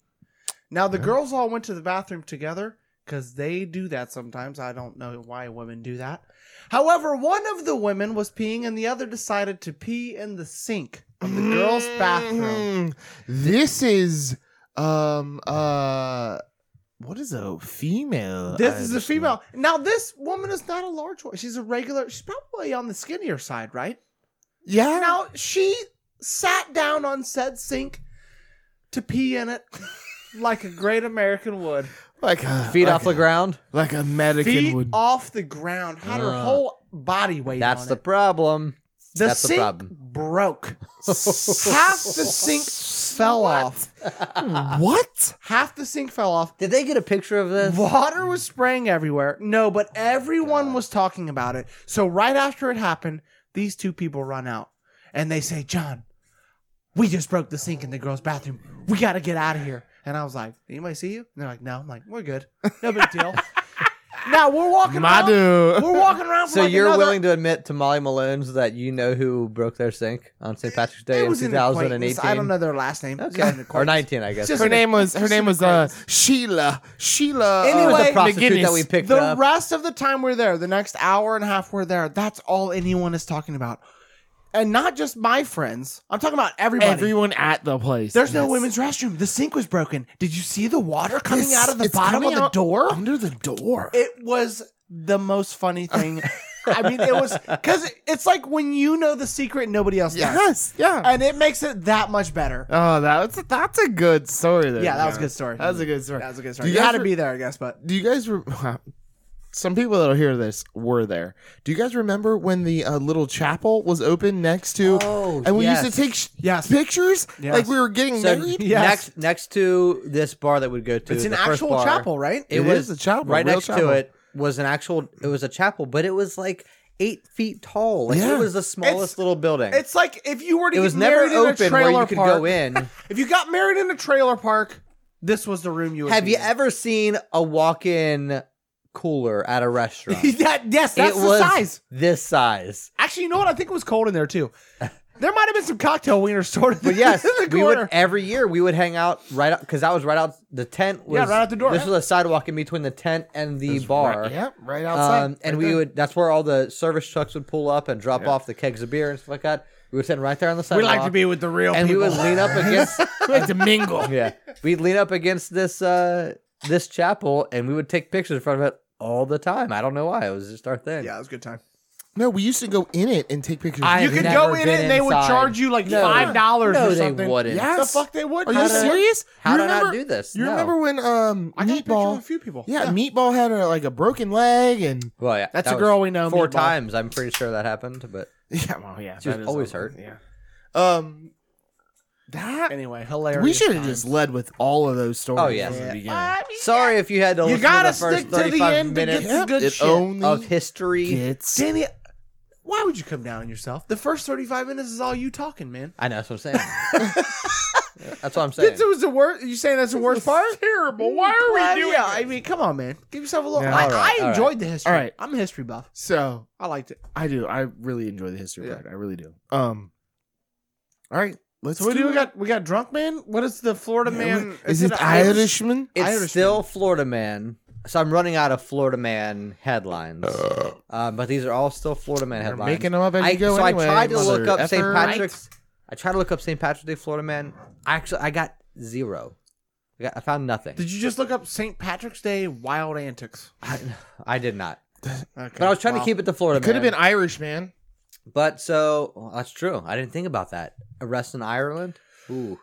S3: Now, the
S1: Yeah.
S3: girls all went to the bathroom together because they do that sometimes. I don't know why women do that. However, one of the women was peeing and the other decided to pee in the sink of the
S1: *laughs*
S3: girls'
S1: Mm.
S3: bathroom.
S1: This is um uh, what is a female?
S3: This
S1: I
S3: is a
S1: just-
S3: female. Now, this woman is not a large one. She's a regular, she's probably on the skinnier side, right?
S1: Yeah.
S3: Now she sat down on said sink to pee in it *laughs* like a great American would.
S1: Like a,
S2: Feet
S1: like
S2: off the
S1: a-
S2: ground.
S1: Like a mannequin
S3: Feet
S1: would.
S3: off the ground, had her
S2: Ugh.
S3: whole body weight
S2: That's
S3: on
S2: the
S3: it. *laughs*
S2: problem.
S3: The
S2: that's the
S3: sink
S2: problem.
S3: broke. Half the sink fell off.
S1: what?
S3: Half the sink fell off.
S2: Did they get a picture of this?
S3: Water was spraying everywhere. No, but everyone was talking about it. So right after it happened, these two people run out and they say, John, we just broke the sink in the girls' bathroom. We got to get out of here. And I was like, anybody see you? And they're like, no. I'm like, we're good. No big deal. now we're walking
S1: My
S3: around.
S1: dude.
S3: We're
S2: *laughs*
S3: walking around for
S2: So
S3: like
S2: you're
S3: another-
S2: willing to admit to Molly Malone's that you know who broke their sink on St. Patrick's Day
S3: It
S2: in
S3: was an acquaintance.
S2: 2018?
S3: I don't know their last name. It was an
S2: Okay. Or
S3: acquaintance.
S2: 19, I guess.
S3: Just-
S1: Her name was her
S3: Just
S1: name was uh Sheila Sheila.
S2: It was
S1: uh,
S2: a prostitute that
S1: McGinnis.
S2: we picked
S3: the
S2: up.
S3: rest of the time we're there, the next hour and a half we're there, that's all anyone is talking about. And not just my friends. I'm talking about everybody.
S1: Everyone at the place.
S3: There's no
S1: That's-
S3: women's restroom. The sink was broken. Did you see the water coming
S1: It's-
S3: out of the
S1: it's
S3: bottom of
S1: coming
S3: the
S1: out
S3: door?
S1: Under the door.
S3: It was the most
S1: *laughs*
S3: funny thing. I mean, it was because it's like when you know the secret and nobody
S1: *laughs*
S3: else does.
S1: yes. Yeah.
S3: And it makes it that much better.
S1: Oh, that's that's a good story. There,
S3: yeah, that was a
S1: John.
S3: good story.
S1: That was a good story.
S3: That was a good story.
S1: Do
S3: You,
S1: you guys
S3: had to
S1: re-
S3: be there, I guess, but
S1: Do you guys? Re- *laughs* Some people that'll hear this were there. Do you guys remember when the uh, little chapel was open next to?
S2: Oh,
S1: and we used
S2: yes.
S1: to take sh-
S3: Yes.
S1: pictures
S3: Yes.
S1: like we were getting
S2: So
S3: *laughs*
S1: married.
S3: Yes.
S2: next next to this bar that we'd go to,
S3: it's an
S2: the first
S3: actual
S2: bar,
S3: chapel, right?
S2: It,
S1: It is
S2: was
S1: a chapel,
S2: Right
S1: real
S2: next
S1: chapel.
S2: to it was an actual. It was a chapel, but it was like eight feet tall. Like
S1: Yeah.
S2: it was the smallest
S3: It's-
S2: little building.
S3: It's like if you were to
S2: it
S3: get
S2: was never
S3: married in a
S2: open where
S3: trailer
S2: you could
S3: park.
S2: go in.
S3: *laughs* If you got married in a trailer park, this was the room you would
S2: Have
S3: be
S2: you
S3: in.
S2: ever seen a walk-in cooler at a restaurant?
S3: *laughs* that, *laughs* yes,
S2: it
S3: that's the
S2: was
S3: size.
S2: this size.
S3: Actually, you know what? I think it was cold in there
S2: *laughs*
S3: too. There might have been some cocktail wieners stored in the,
S2: But yes,
S3: *laughs* in the
S2: we
S3: corner.
S2: would every year we would hang out right out because that was right out the tent was
S3: Yeah, right out the door.
S2: This was a sidewalk in between the tent and the bar.
S1: Right, yep, right outside.
S2: Um, and
S1: Right
S2: we
S1: there.
S2: would that's where all the service trucks would pull up and drop off the kegs of beer and stuff like that. We would sit right there on the
S3: we
S2: sidewalk.
S3: like to be with the real
S2: and
S3: people.
S2: we would
S3: *laughs*
S2: lean up against
S1: We had to mingle.
S2: yeah. We'd lean up against this uh this chapel and we would take pictures in front of it all the time. I don't know why. It was just our thing.
S3: yeah, it was a good time.
S1: No, we used to go in it and take pictures.
S2: I
S3: You
S2: I've
S3: could
S2: never
S3: go in
S2: been
S3: it, and they would
S2: inside.
S3: charge you like
S2: No.
S3: five dollars
S2: No,
S3: or
S2: they
S3: something.
S2: wouldn't.
S3: The
S1: Yes.
S3: fuck they would.
S1: Are you
S3: How did I-
S1: serious?
S2: How
S1: You
S2: did I
S1: remember-
S2: not do this?
S1: You
S2: No.
S1: remember when um
S3: I got a picture of a
S1: meatball?
S3: few people.
S1: Yeah, meatball had a, like a broken leg and *laughs*
S2: Well, yeah,
S3: That's
S2: that
S3: a
S2: was
S3: girl we know,
S2: Four
S3: Meatball.
S2: times, I'm pretty sure that happened. But
S3: Oh,
S1: yeah, well, yeah,
S2: She was
S1: that is
S2: always
S1: awful.
S2: hurt.
S1: Yeah. Um, That
S3: Anyway, hilarious.
S1: we should have
S3: times.
S1: just led with all of those stories
S2: Oh, yeah.
S1: from the
S3: Yeah.
S1: beginning.
S2: Sorry if you had to
S3: You
S2: listen
S3: gotta
S2: to the first
S3: stick to the
S2: 35
S3: end to get
S2: minutes
S3: the good
S1: it
S3: shit.
S1: only
S2: of history.
S1: gets
S3: Danny, why would you come down on yourself? The first 35 minutes is all you talking, man.
S2: I know that's what I'm
S1: *laughs*
S2: saying. that's what I'm saying.
S3: That was the worst. You saying that's the worst part?
S1: terrible. Why are
S3: Well, yeah, I mean, come on, man. Give yourself a little.
S1: Yeah.
S3: I,
S1: All
S2: right,
S3: I
S2: all right.
S3: enjoyed the history.
S1: All right.
S3: I'm a history buff.
S1: So
S3: I liked it.
S1: I do. I really enjoy the history
S3: Yeah.
S1: part. I really do. Um. All right. Let's
S3: So what
S1: do,
S3: do we
S1: it.
S3: got? We got drunk man. What is the Florida man?
S1: Is, it
S3: an
S1: Irishman?
S2: it's
S3: Irishman.
S2: still Florida Man. So I'm running out of Florida Man headlines. Uh, but these are all still Florida Man
S1: They're
S2: headlines.
S1: making them up as
S2: I,
S1: you go.
S2: so
S1: anyway,
S2: I tried to look
S1: mother
S2: up St.
S1: effer.
S2: Patrick's. I tried to look up St. Patrick's Day Florida Man. Actually, I got zero. I, got, I found nothing.
S3: Did you just look up St. Patrick's Day wild antics?
S2: I, *sighs* I did not.
S3: Okay.
S2: But I was trying to
S3: Wow.
S2: keep it to Florida
S1: Could have
S2: Man.
S1: been Irish, man.
S2: But so well, that's true. I didn't think about that. Arrest in Ireland. Ooh,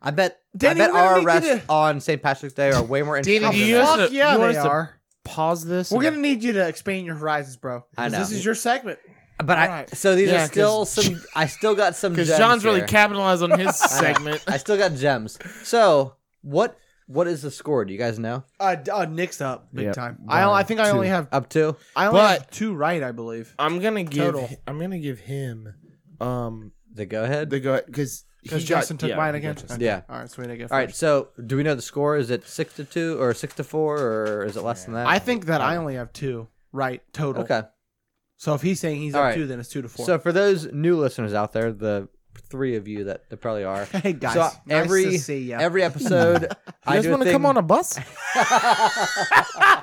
S2: I bet.
S3: Danny,
S2: I bet
S3: we're gonna
S2: our
S3: need you
S2: arrests
S3: to-
S2: on St. Patrick's Day are way
S1: *laughs*
S2: more
S1: Danny,
S2: interesting.
S1: do you
S2: than
S1: have- us
S2: that.
S3: Fuck
S1: to-
S3: yeah,
S1: you want
S3: they
S1: us to-
S3: are.
S1: Pause this.
S3: We're gonna need you to expand your horizons, bro. 'Cause
S2: I know.
S3: This is your segment.
S2: But I
S3: Alright.
S2: so these
S1: Yeah,
S2: are still some. I still
S1: *laughs*
S2: got some
S1: because
S2: gems
S1: John's really
S2: here.
S1: capitalized on his segment.
S2: I still got gems. So what? What is the score? Do you guys know?
S3: Uh, d- uh Nick's up big
S1: Yep.
S3: time. I,
S1: One,
S3: I think
S1: two.
S3: I only have
S2: Up to
S3: I only
S1: But-
S3: have two right, I believe.
S1: I'm gonna give.
S3: Total.
S1: I'm gonna give him. Um.
S2: the go ahead.
S1: The go because
S3: Because Justin took mine again. Okay.
S2: Yeah.
S3: All right, sweet. I guess.
S2: All right. So do we know the score? Is it six to two or six to four or is it less than that?
S3: I think that I only have two right total.
S2: okay.
S3: So if he's saying he's
S2: All
S3: up
S2: right.
S3: two, then it's two to four.
S2: So for those new listeners out there, the three of you that, that probably are.
S3: *laughs* hey guys,
S2: so every
S3: nice to see ya.
S2: every
S3: *laughs*
S2: episode,
S1: You
S2: I
S1: guys
S2: do
S1: want to come on a bus?
S2: *laughs*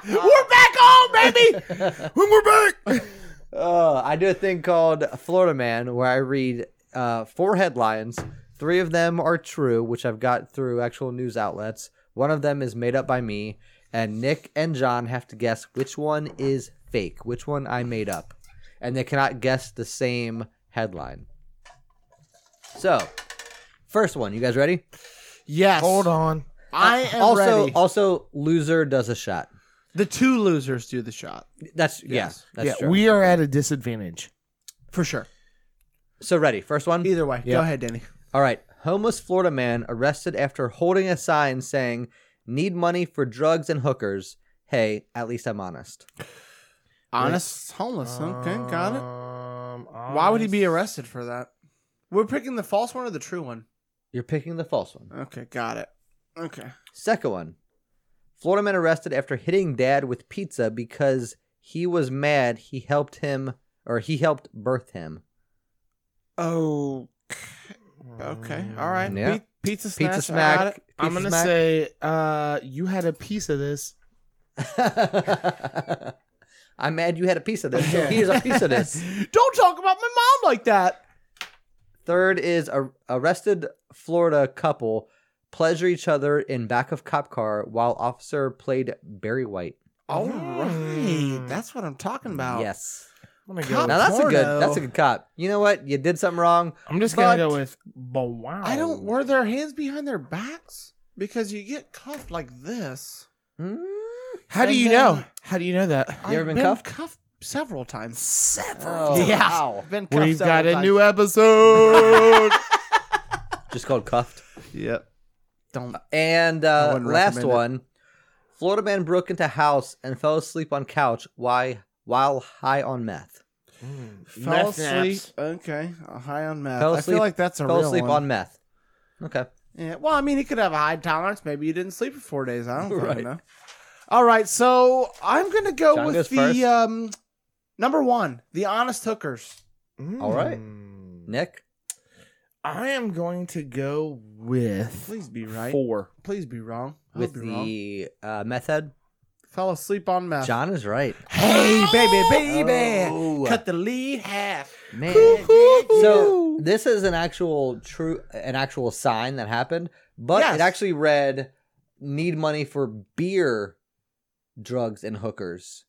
S3: we're back home, *laughs* baby.
S1: when we're back.
S2: Uh, I do a thing called Florida Man, where I read uh, four headlines. Three of them are true, which I've got through actual news outlets. One of them is made up by me, and Nick and John have to guess which one is fake, which one I made up, and they cannot guess the same headline. So, first one, you guys ready?
S3: yes.
S1: Hold on.
S3: I am
S2: also,
S3: ready.
S2: also, loser does a shot.
S3: Uh, the two losers do the shot
S2: That's yes,
S3: Yes.
S2: that's
S1: yeah,
S2: true.
S1: we are at a disadvantage.
S3: for sure.
S2: so ready. First one.
S3: Either way, go ahead, Danny.
S2: All right. Homeless Florida man arrested after holding a sign saying, Need money for drugs and hookers. Hey, at least I'm honest.
S3: Honest, homeless. Okay, got it.
S1: Um,
S3: Why would he be arrested for that? We're picking the false one or the true one.
S2: You're picking the false one.
S3: Okay, got it. Okay.
S2: Second one Florida man arrested after hitting dad with pizza because he was mad he helped him or he helped birth him. *laughs*
S3: Oh. Okay. All right.
S2: Yeah.
S3: Pe- Pizza smash.
S2: Pizza
S3: I got
S2: smack.
S3: it.
S1: I'm
S2: pizza
S1: gonna
S2: smack.
S1: say uh, you had a piece of this.
S2: I'm mad you had a piece of this. So here's a
S3: *laughs*
S2: piece of this.
S3: Don't talk about my mom like that.
S2: Third is a arrested Florida couple pleasure each other in back of cop car while officer played Barry White.
S3: All
S1: Mm.
S3: right. That's what I'm talking about.
S2: Yes.
S1: I'm gonna
S3: Cop-
S1: go.
S2: Now that's a
S3: Florida.
S2: good that's a good cop. You know what? You did something wrong.
S1: I'm just gonna
S2: but-
S1: go with. But wow.
S3: I don't. Were their hands behind their backs? Because you get cuffed like this.
S2: Hmm?
S1: How do
S3: And
S1: you
S3: then-
S1: know? How do you know
S3: *laughs*
S1: that?
S2: You ever been cuffed?
S3: several times.
S1: Several.
S2: Oh,
S3: Yeah.
S2: wow.
S3: I've been cuffed
S1: We've
S3: several
S1: got a
S3: times.
S1: new
S3: *laughs*
S1: episode.
S2: Just called cuffed.
S3: Yep. Don't.
S2: And
S3: I
S2: uh,
S3: wouldn't
S2: last
S3: recommend it.
S2: one. Florida man broke into house and fell asleep on couch why while high on meth.
S3: Fell
S1: Hmm. Meth
S3: asleep.
S1: naps.
S3: Okay. A high on meth.
S2: Fell
S3: I feel
S2: asleep-
S3: like that's a
S2: fell
S3: real
S2: asleep
S3: one.
S2: on meth. Okay.
S3: Yeah. Well, I mean, he could have a high tolerance. Maybe you didn't sleep for four days. I don't fucking
S2: Right.
S3: know. All right. So I'm gonna go
S2: John goes
S3: with the
S2: first.
S3: um number one, the honest hookers.
S2: All right.
S1: Mm.
S2: Nick?
S1: I am going to go with
S3: Please be right.
S1: four.
S3: Please be wrong. I'll
S2: With
S3: be wrong.
S2: the uh, meth head?
S3: Fell asleep on meth.
S2: John is right.
S3: Hey, baby, baby.
S2: Oh.
S3: Cut the lead half.
S2: Man. so
S1: Ooh.
S2: this is an actual true an actual sign that happened, but
S3: Yes.
S2: it actually read need money for beer, drugs and hookers.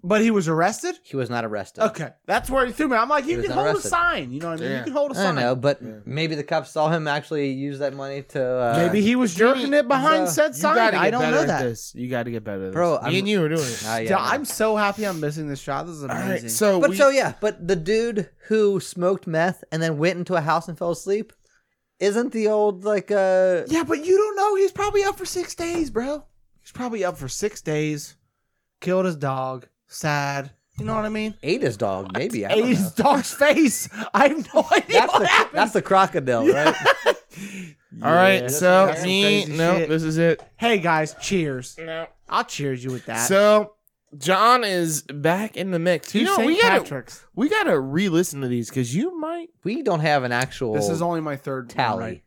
S3: But he was arrested?
S2: He was not arrested.
S3: Okay. That's where he threw me. I'm like,
S2: He
S3: you
S2: was
S3: can
S2: not
S3: hold
S2: arrested.
S3: a sign. You know what I mean?
S1: Yeah.
S3: You can hold a
S2: I
S3: sign.
S2: know, but
S1: Yeah.
S2: maybe the cops saw him actually use that money to uh,
S3: Maybe he was jerking it behind
S2: so-
S3: said
S1: You
S3: sign.
S1: gotta
S3: I
S1: get
S3: don't
S1: better
S3: know
S1: at
S3: that.
S1: This. You got to get better, at this.
S2: Bro,
S1: Me
S2: I'm-
S1: and you are doing it.
S2: Ah, yeah,
S3: Yeah,
S2: I know.
S3: I'm so happy I'm missing this shot. This is
S1: All
S3: amazing.
S1: right, so
S2: But
S1: we,
S2: so yeah, but the dude who smoked meth and then went into a house and fell asleep Isn't the old like uh
S3: Yeah, but you don't know. He's probably up for six days, bro. He's probably up for six days. Killed his dog. Sad. You know what I mean?
S2: ate his dog? Maybe I
S3: Ate
S2: don't know.
S3: his dog's face. *laughs* I have no idea
S2: That's
S3: what
S2: the
S3: happened.
S2: that's the crocodile, right?
S1: All right, so
S3: that's some
S1: me,
S3: crazy
S1: no,
S3: shit.
S1: this is it.
S3: Hey guys, cheers. I'll cheers you with that.
S1: So John is back in the mix.
S3: Two
S1: You know,
S3: St.
S1: we gotta
S3: Patrick's.
S1: we gotta re-listen to these because you might.
S2: we don't have an actual
S3: This is only my third
S2: tally.
S3: One, right?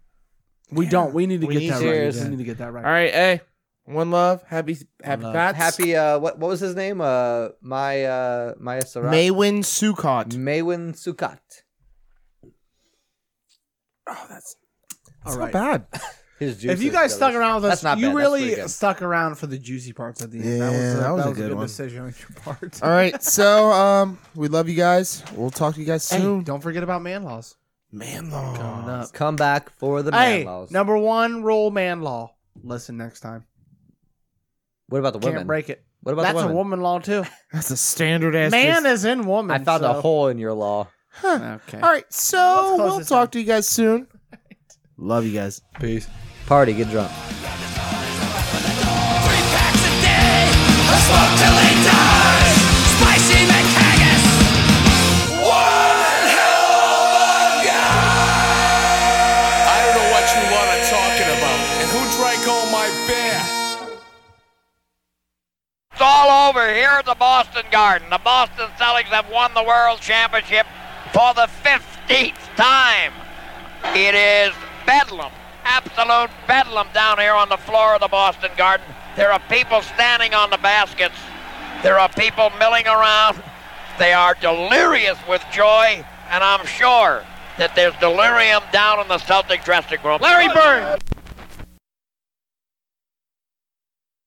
S3: We don't. We need to
S1: We need
S3: get that
S2: cheers.
S3: right. We need to get that right.
S1: All right, hey, one love, happy, happy,
S3: love.
S1: Pats.
S2: Happy uh what what was his name? Uh my uh Maya Sarat.
S1: Maywin
S3: Mm.
S1: Sukot.
S2: Maywin Sukat.
S1: Oh, that's
S3: All
S1: so
S3: right.
S1: bad.
S2: His juice
S3: If you
S2: is
S3: guys stuck
S2: delicious.
S3: around with us,
S2: That's not
S3: you
S2: bad. That's
S3: really
S2: pretty good.
S3: stuck around for the juicy parts at the end.
S1: Yeah,
S3: that was,
S1: that was a
S3: a
S1: good
S3: good,
S1: one.
S3: decision on your part.
S1: All
S3: *laughs*
S1: right, so um, we love you guys. We'll talk to you guys
S3: Hey,
S1: soon.
S3: don't forget about man laws.
S1: Man law
S3: Coming up.
S2: Come back for the
S3: Hey,
S2: man laws.
S3: number one rule man law. Listen next time.
S2: What about the women?
S3: Can't break it.
S2: What about
S3: That's
S2: the
S3: a
S2: women?
S3: woman law too.
S1: That's a standard ass.
S3: man is in woman.
S2: I found a
S3: so-
S2: hole in your law.
S3: Okay.
S1: All right, so
S3: Let's close
S1: we'll
S3: this
S1: talk
S3: down.
S1: to you guys soon. Love you guys.
S2: Peace. Party, get drunk.
S4: Three packs a day, I smoke till he dies. Spicy McHaggis. One hell of a guy. I don't know what you lot are talking about, and who drank all my beer?
S5: It's all over here at the Boston Garden. The Boston Celtics have won the World Championship for the 15th time. It is bedlam, absolute bedlam down here on the floor of the Boston Garden. There are people standing on the baskets. There are people milling around. They are delirious with joy, and I'm sure that there's delirium down in the Celtic dressing room. Larry Bird.